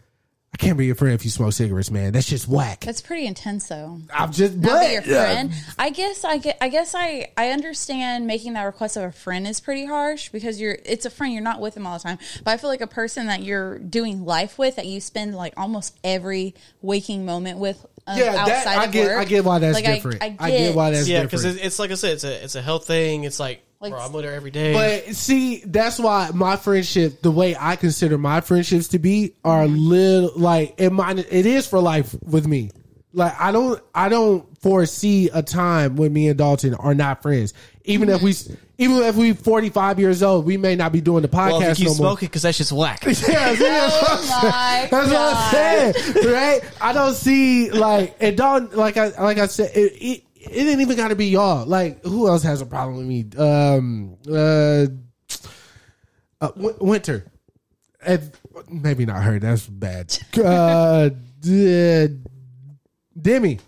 S1: I can't be your friend if you smoke cigarettes, man. That's just whack."
S4: That's pretty intense though.
S1: I'm just
S4: not
S1: but
S4: be your friend. I guess I get. I guess I. I understand making that request of a friend is pretty harsh because you're. It's a friend. You're not with them all the time. But I feel like a person that you're doing life with that you spend like almost every waking moment with. Um,
S1: Yeah, that-
S4: outside
S1: I
S4: of
S1: get-
S4: work.
S1: I get why that's
S4: Like, I-
S1: different.
S4: I,
S1: I get why that's-
S2: Yeah,
S1: different.
S2: because it's, it's like I said, it's a it's a health thing. It's like,
S4: Like-
S2: bro, I'm with her every day.
S1: But see, that's why my friendship, the way I consider my friendships to be, are
S4: Mm-hmm.
S1: little like it. Mine, it is for life with me. Like I don't, I don't foresee a time when me and Dalton are not friends. Even if we,
S4: Mm-hmm.
S1: s- even if we 45 years old, we may not be doing the
S2: well, if
S1: podcast
S2: you keep
S1: no more.
S2: smoking because that shit's whack.
S1: Yeah, see, that's what I'm
S4: Oh my
S1: That's what I'm saying, right? I don't see like it don't like I like I said it. it it ain't even got to be y'all. Like, who else has a problem with me? Um, uh, uh Win- Winter. If, maybe not her. That's bad. Uh, d- Demi.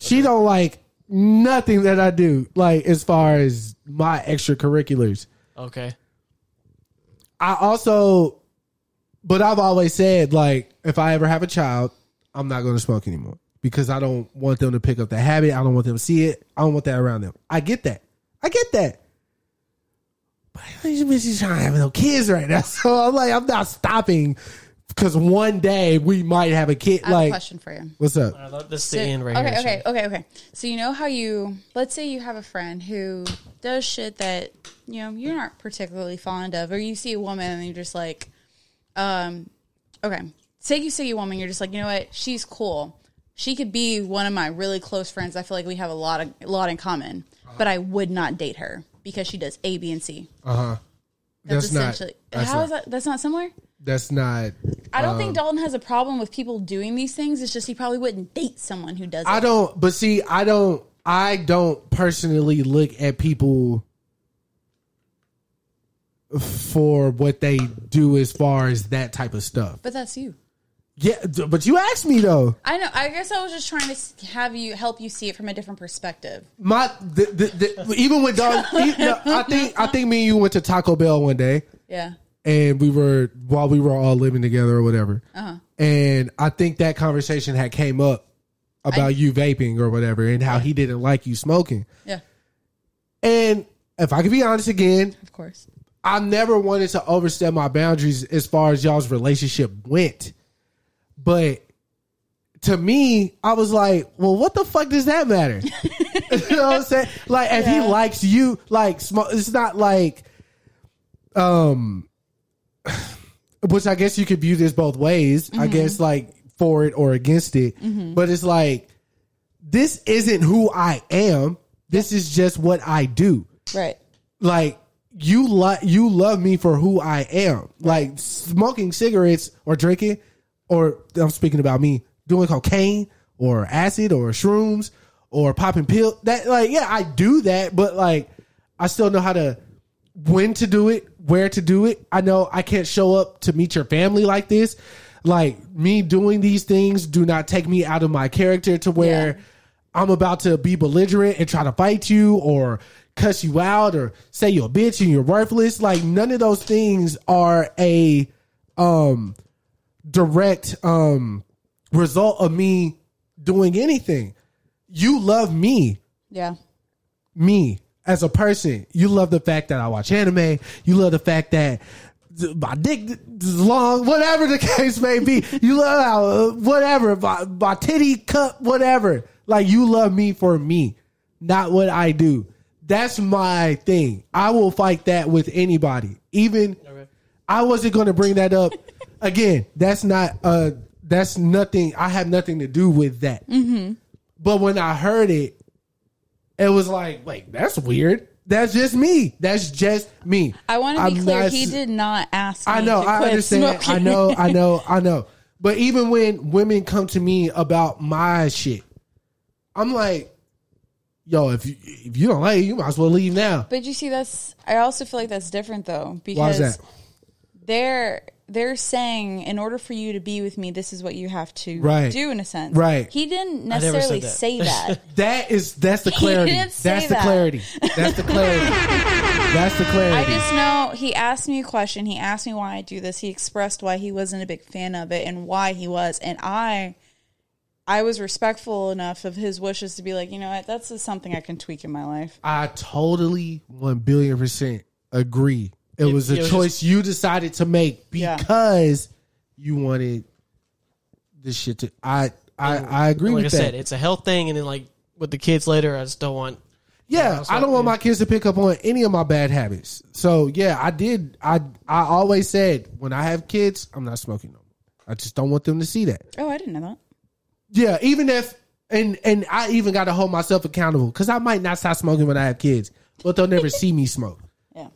S1: She don't like nothing that I do. Like, as far as my extracurriculars.
S2: okay,
S1: I also, but I've always said like, if I ever have a child, I'm not going to smoke anymore because I don't want them to pick up the habit. I don't want them to see it. I don't want that around them. I get that. I get that. But these bitches trying to have no kids right now, so I'm like, I'm not stopping because one day we might have a kid.
S4: I have a
S1: like,
S4: question for you.
S1: what's up?
S2: I love this is the end right
S4: okay,
S2: here.
S4: okay, okay, okay. So you know how you let's say you have a friend who does shit that you know you're not particularly fond of, or you see a woman and you're just like, um, okay. Say you see a woman, you're just like, you know what? She's cool. She could be one of my really close friends. I feel like we have a lot of a lot in common, but I would not date her because she does A, B, and C. That's,
S1: That's not-
S4: essentially
S1: that's
S4: how
S1: not- Um,
S4: is that? That's not similar.
S1: That's not.
S4: I don't think Dalton has a problem with people doing these things. It's just he probably wouldn't date someone who does.
S1: I
S4: it.
S1: don't. But see, I don't. I don't personally look at people for what they do as far as that type of stuff.
S4: But that's you.
S1: Yeah, d- but you asked me though.
S4: I know. I guess I was just trying to s- have you help you see it from a different perspective.
S1: My the, the, the, even with dog, e- no, I think I think me and you went to Taco Bell one day,
S4: Yeah.
S1: and we were while we were all living together or whatever. And I think that conversation had came up about you vaping or whatever, and how he didn't like you smoking.
S4: Yeah.
S1: And if I could be honest again,
S4: Of course.
S1: I never wanted to overstep my boundaries as far as y'all's relationship went. But to me, I was like, well, what the fuck does that matter? you know what I'm saying? Like, if he likes you, like, sm- it's not like, um, which I guess you could view this both ways. I guess like for it or against it, but it's like this isn't who I am. This is just what I do.
S4: Right.
S1: Like you like you love me for who I am. Like smoking cigarettes or drinking, or I'm speaking about me doing cocaine or acid or shrooms or popping pill. That like yeah, I do that, but like I still know how to when to do it, where to do it. I know I can't show up to meet your family like this. Like me doing these things do not take me out of my character to where I'm about to be belligerent and try to fight you or cuss you out or say you're a bitch and you're worthless. Like none of those things are a um direct um result of me doing anything. You love me
S4: Yeah.
S1: me as a person. You love the fact that I watch anime. You love the fact that th- my dick th- is long, whatever the case may be. You love how, uh, whatever, my, my titty cup, whatever. Like, you love me for me, not what I do. That's my thing. I will fight that with anybody. Even I wasn't going to bring that up again. That's not, uh, that's nothing. I have nothing to do with that. But when I heard it, it was like, like that's weird. That's just me. That's just me.
S4: I want to be
S1: I'm
S4: clear.
S1: not-
S4: he did not ask. Me
S1: I know.
S4: To
S1: I
S4: quit
S1: understand.
S4: Smoking.
S1: I know. I know. I know. But even when women come to me about my shit, I'm like, yo, if you, if you don't like it, you might as well leave now.
S4: But you see, that's. I also feel like that's different though because
S1: Why is that?
S4: they're they're saying in order for you to be with me, this is what you have to
S1: Right.
S4: do in a sense.
S1: Right.
S4: He didn't
S2: never said
S4: necessarily
S2: that.
S4: say that.
S1: That is that's the clarity.
S4: did say
S1: That's the
S4: that.
S1: clarity. That's the clarity. That's the
S4: I
S1: clarity.
S4: just know he asked me a question. He asked me why I do this. He expressed why he wasn't a big fan of it and why he was. And I, I was respectful enough of his wishes to be like, you know what, that's just something I can tweak in my life.
S1: I totally one billion percent agree. It, was a
S2: it was
S1: choice you decided to make
S4: Yeah.
S1: because you wanted this shit to. I I, I agree
S2: like I
S1: with that.
S2: said, it's a health thing, and then like with the kids later, I just don't want.
S1: yeah, I don't want my kids to pick up on any of my bad habits. So yeah, I did. I I always said when I have kids, I'm not smoking no more. I just don't want them to see that.
S4: Oh, I didn't know that.
S1: Yeah, even if and and I even got to hold myself accountable because I might not stop smoking when I have kids, but they'll never see me smoke.
S4: Yeah.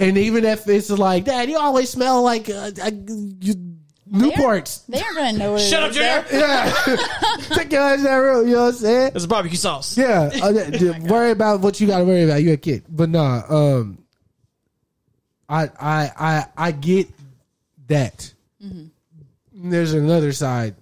S1: And even if it's like, Dad, you always smell like uh, uh, you, Newports.
S4: They aren't gonna know. Shut
S2: up, Junior!
S1: Yeah, take your ass in that room. You know what I'm saying?
S2: It's barbecue sauce.
S1: Yeah, uh, d- worry about what you got to worry about. You're a kid, but nah. Um, I I I I get that.
S4: Mm-hmm.
S1: There's another side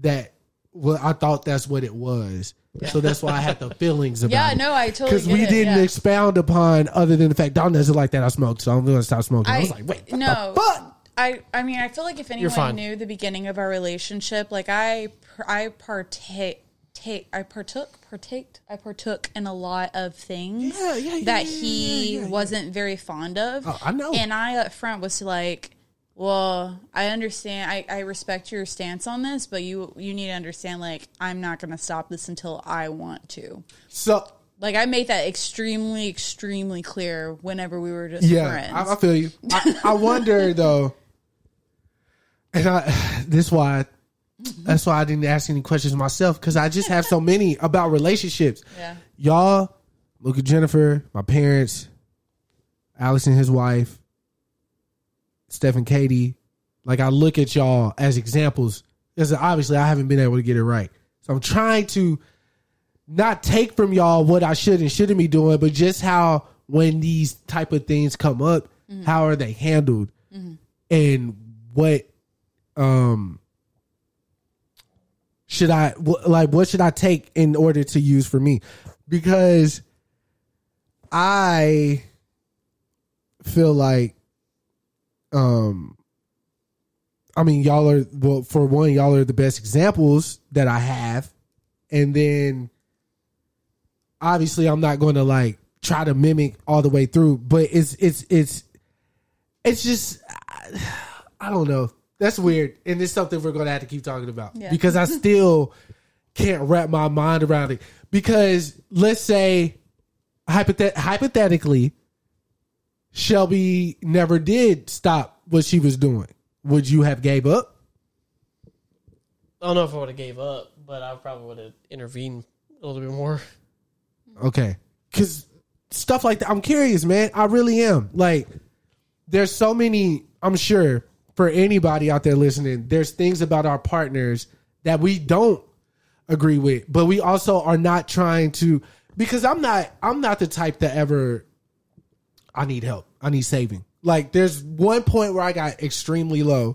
S1: that well, I thought that's what it was, so that's why I had the feelings about.
S4: Yeah,
S1: it.
S4: no, I totally.
S1: Because
S4: get
S1: we
S4: it,
S1: didn't
S4: yeah.
S1: expound upon other than the fact Don doesn't like that I smoked, so I'm gonna stop smoking. I,
S4: I
S1: was like, wait, what
S4: no,
S1: the fuck?
S4: I I mean, I feel like if
S2: fine.
S4: anyone knew the beginning of our relationship, like I par- I partake. Take, I partook, partaked, I partook in a lot of things
S1: Yeah, yeah, yeah,
S4: that
S1: yeah, yeah,
S4: he wasn't very fond of.
S1: Oh, I know.
S4: And I up front was like, "Well, I understand. I, I respect your stance on this, but you you need to understand. Like, I'm not going to stop this until I want to.
S1: So
S4: Like, I made that extremely, extremely clear whenever we were just
S1: yeah,
S4: friends.
S1: I, I feel you. I, I wonder though, and I this why that's why I didn't ask any questions myself because I just have so many about relationships.
S4: Yeah.
S1: Y'all look at Jennifer, my parents, Alex and his wife, Steph and Katie. Like I look at y'all as examples because obviously I haven't been able to get it right. So I'm trying to not take from y'all what I should and shouldn't be doing, but just how when these type of things come up, how are they handled, and what um should I wh- like what should I take in order to use for me? Because I feel like um I mean y'all are well for one y'all are the best examples that I have and then obviously I'm not going to like try to mimic all the way through but it's it's it's it's just I don't know. That's weird, and it's something we're gonna have to keep talking about because I still can't wrap my mind around it. Because let's say hypothet- hypothetically, Shelby never did stop what she was doing. Would you have gave up?
S2: I don't know if I would have gave up, but I probably would have intervened a little bit more.
S1: Okay. Cause stuff like that, I'm curious, man. I really am. Like, there's so many, I'm sure, for anybody out there listening, there's things about our partners that we don't agree with, but we also are not trying to because I'm not I'm not the type that ever I need help. I need saving. Like there's one point where I got extremely low.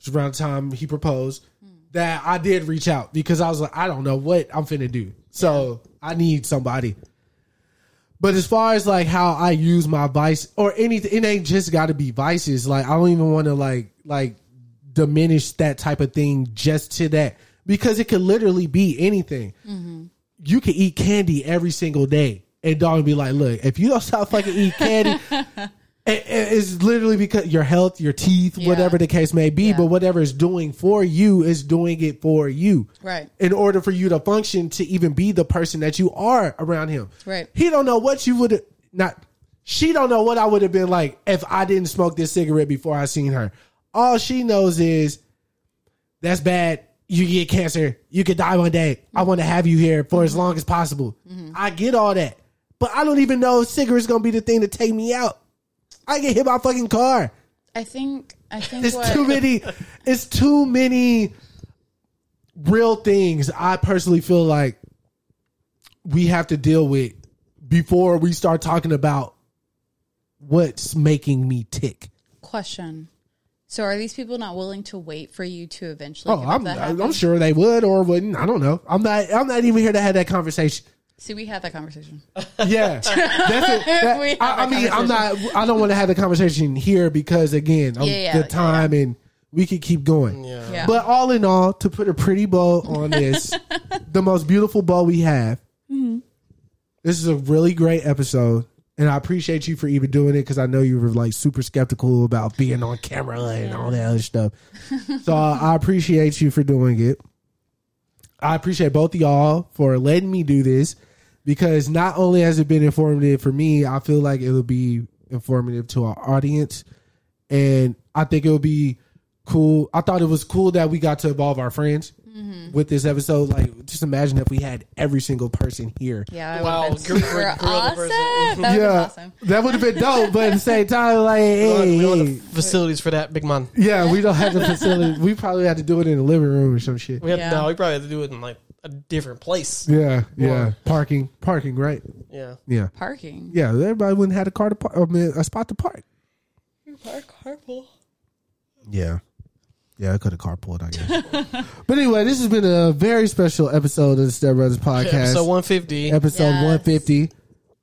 S1: It was around the time he proposed that I did reach out because I was like, I don't know what I'm finna do. So I need somebody. But as far as like how I use my vice or anything, it ain't just got to be vices. Like I don't even want to like like diminish that type of thing just to that because it could literally be anything. You could eat candy every single day, and dog would be like, "Look, if you don't stop fucking eat candy." it- it- It's literally because your health, your teeth, whatever the case may be, but whatever it's doing for you is doing it for you
S4: Right.
S1: in order for you to function to even be the person that you are around him.
S4: Right.
S1: He don't know what you would not she don't know what I would have been like if I didn't smoke this cigarette before I seen her. All she knows is that's bad. You get cancer. You could die one day. I want to have you here for as long as possible. I get all that. But I don't even know if cigarettes gonna be the thing to take me out. I get hit by a fucking car.
S4: I think I think
S1: It's
S4: what
S1: too many. It's too many real things. I personally feel like we have to deal with before we start talking about what's making me tick.
S4: question. So are these people not willing to wait for you to eventually?
S1: Oh,
S4: give up
S1: I'm
S4: that
S1: I'm
S4: happen?
S1: sure they would or wouldn't. I don't know. I'm not. I'm not even here to have that conversation.
S4: See, we had that conversation.
S1: Yeah, that's it. That-
S4: We have
S1: I, I
S4: that
S1: mean, I'm not. I don't want to have the conversation here because again, of
S4: Yeah, yeah,
S1: the time and we could keep going.
S4: Yeah.
S1: But all in all, to put a pretty bow on this, the most beautiful bow we have. This is a really great episode, and I appreciate you for even doing it because I know you were like super skeptical about being on camera and all that other stuff. so uh, I appreciate you for doing it. I appreciate both of y'all for letting me do this because not only has it been informative for me, I feel like it'll be informative to our audience. And I think it'll be cool. I thought it was cool that we got to involve our friends
S2: Mm-hmm.
S1: with this episode. Like, just imagine if we had every single person here.
S4: Yeah, I
S2: Wow,
S4: wow, been
S2: gr-
S4: super
S2: gr- gorilla
S4: awesome.
S2: person.
S4: That would yeah. awesome.
S1: that would have been dope. But at the same time, like, hey,
S2: We don't have
S1: hey.
S2: the facilities for that, big man.
S1: yeah, we don't have the facility. We probably had to do it in the living room or some shit.
S2: We had,
S4: Yeah.
S2: No, we probably had to do it in like a different place.
S1: Yeah, yeah, parking, parking, right?
S2: Yeah.
S1: Yeah,
S4: Parking.
S1: yeah. Everybody wouldn't had a car to park. I mean, a spot to park.
S4: Park carpool.
S1: Yeah. Yeah, I could have carpooled, I guess. but anyway, this has been a very special episode of the Step Brothers podcast.
S2: Episode 150.
S1: episode
S4: Yes.
S1: 150.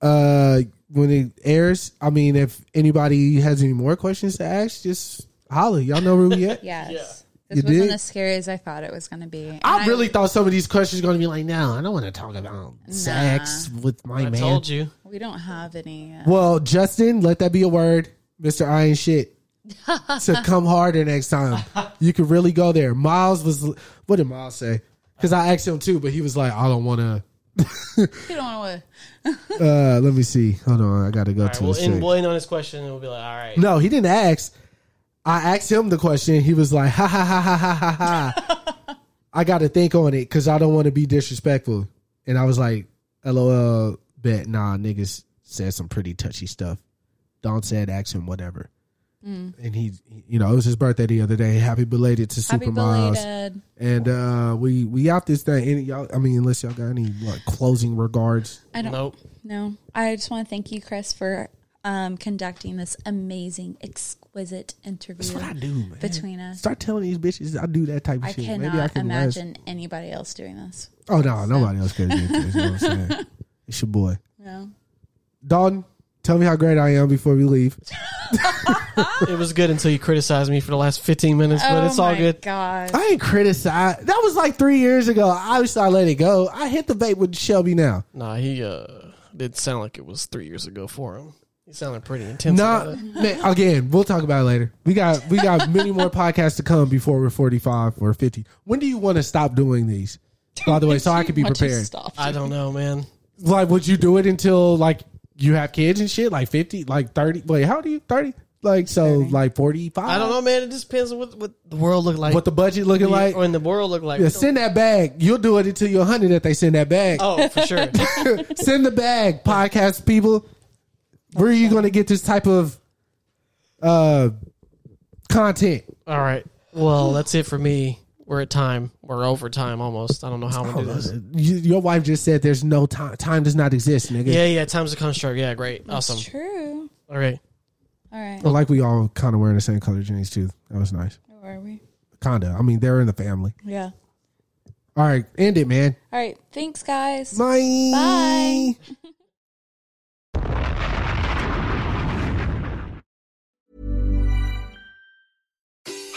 S1: Uh, when it airs, I mean, if anybody has any more questions to ask, just holler. Y'all know where we at.
S4: Yes. This
S1: You
S4: wasn't
S1: did?
S4: as scary as I thought it was going to be. And
S1: I really thought some of these questions were going to be like, no, I don't want to talk about sex with my
S2: I
S1: man.
S2: told you.
S4: we don't have any. Uh,
S1: Well, Justin, let that be a word, Mister Iron Shit, to come harder next time. You could really go there. Miles was, what did Miles say? Because I asked him too, but he was like, I don't want to.
S4: you don't know
S1: Uh, let me see. Hold on, I gotta go
S2: All right,
S1: to
S2: we'll
S1: the
S2: end,
S1: site.
S2: we'll end on this question and we'll be like, all right.
S1: No, he didn't ask. I asked him the question. He was like, ha ha ha ha ha ha ha. I got to think on it because I don't want to be disrespectful. And I was like, lol, bet nah, niggas said some pretty touchy stuff. Don said, ask him whatever.
S4: Mm.
S1: And he, you know, it was his birthday the other day. Happy belated to Super
S4: Happy
S1: Miles.
S4: belated.
S1: And uh, we we out this thing. Any y'all? I mean, unless y'all got any like closing regards.
S4: I don't
S2: Nope.
S4: No, I just want to thank you, Chris, for um, conducting this amazing, exquisite interview
S1: What I do, man.
S4: between us.
S1: Start telling these bitches I do that type of
S4: I
S1: shit.
S4: cannot
S1: Maybe I can last-
S4: imagine anybody else doing this.
S1: Oh no, nobody else could have did this. You know what I'm saying? It's your boy.
S4: No,
S1: Dalton, tell me how great I am before we leave.
S2: it was good until you criticized me for the last 15 minutes,
S5: Oh
S2: but it's all good.
S4: Oh God,
S1: I ain't criticized. That was like three years ago. Obviously I let it go. I hit the vape with Shelby now.
S2: Nah, he uh did sound like it was three years ago for him. You sounded pretty intense.
S1: Nah, man, again, we'll talk about it later. We got we got many more podcasts to come before we're forty five or fifty. When do you want to stop doing these? By the way, so I can be
S5: Why don't you
S1: prepared.
S5: stop?
S2: I don't know, man.
S1: Like, would you do it until like you have kids and shit? Like fifty, like thirty. Wait, how do you thirty? Like so, like forty five.
S2: I don't know, man. It just depends on what, what the world look like.
S1: what the budget looking
S2: Yeah,
S1: like.
S2: or in the world look like.
S1: Yeah, send that bag. You'll do it until you're hundred. That they send that bag.
S2: oh, for sure.
S1: send the bag, podcast people. Where are you going to get this type of uh content?
S2: All right. Well, that's it for me. We're at time. We're over time almost. I don't know how we do this.
S1: You, your wife just said there's no time. Time does not exist, nigga.
S2: Yeah, yeah. Time's a construct. Yeah, great. Awesome.
S5: True.
S2: All right.
S5: All right.
S1: I like we all kind of wearing the same color jeans too. That was nice.
S5: Where are we?
S1: Kinda. I mean, they're in the family.
S5: Yeah.
S1: All right, end it, man.
S5: All right. Thanks, guys.
S1: Bye.
S5: Bye.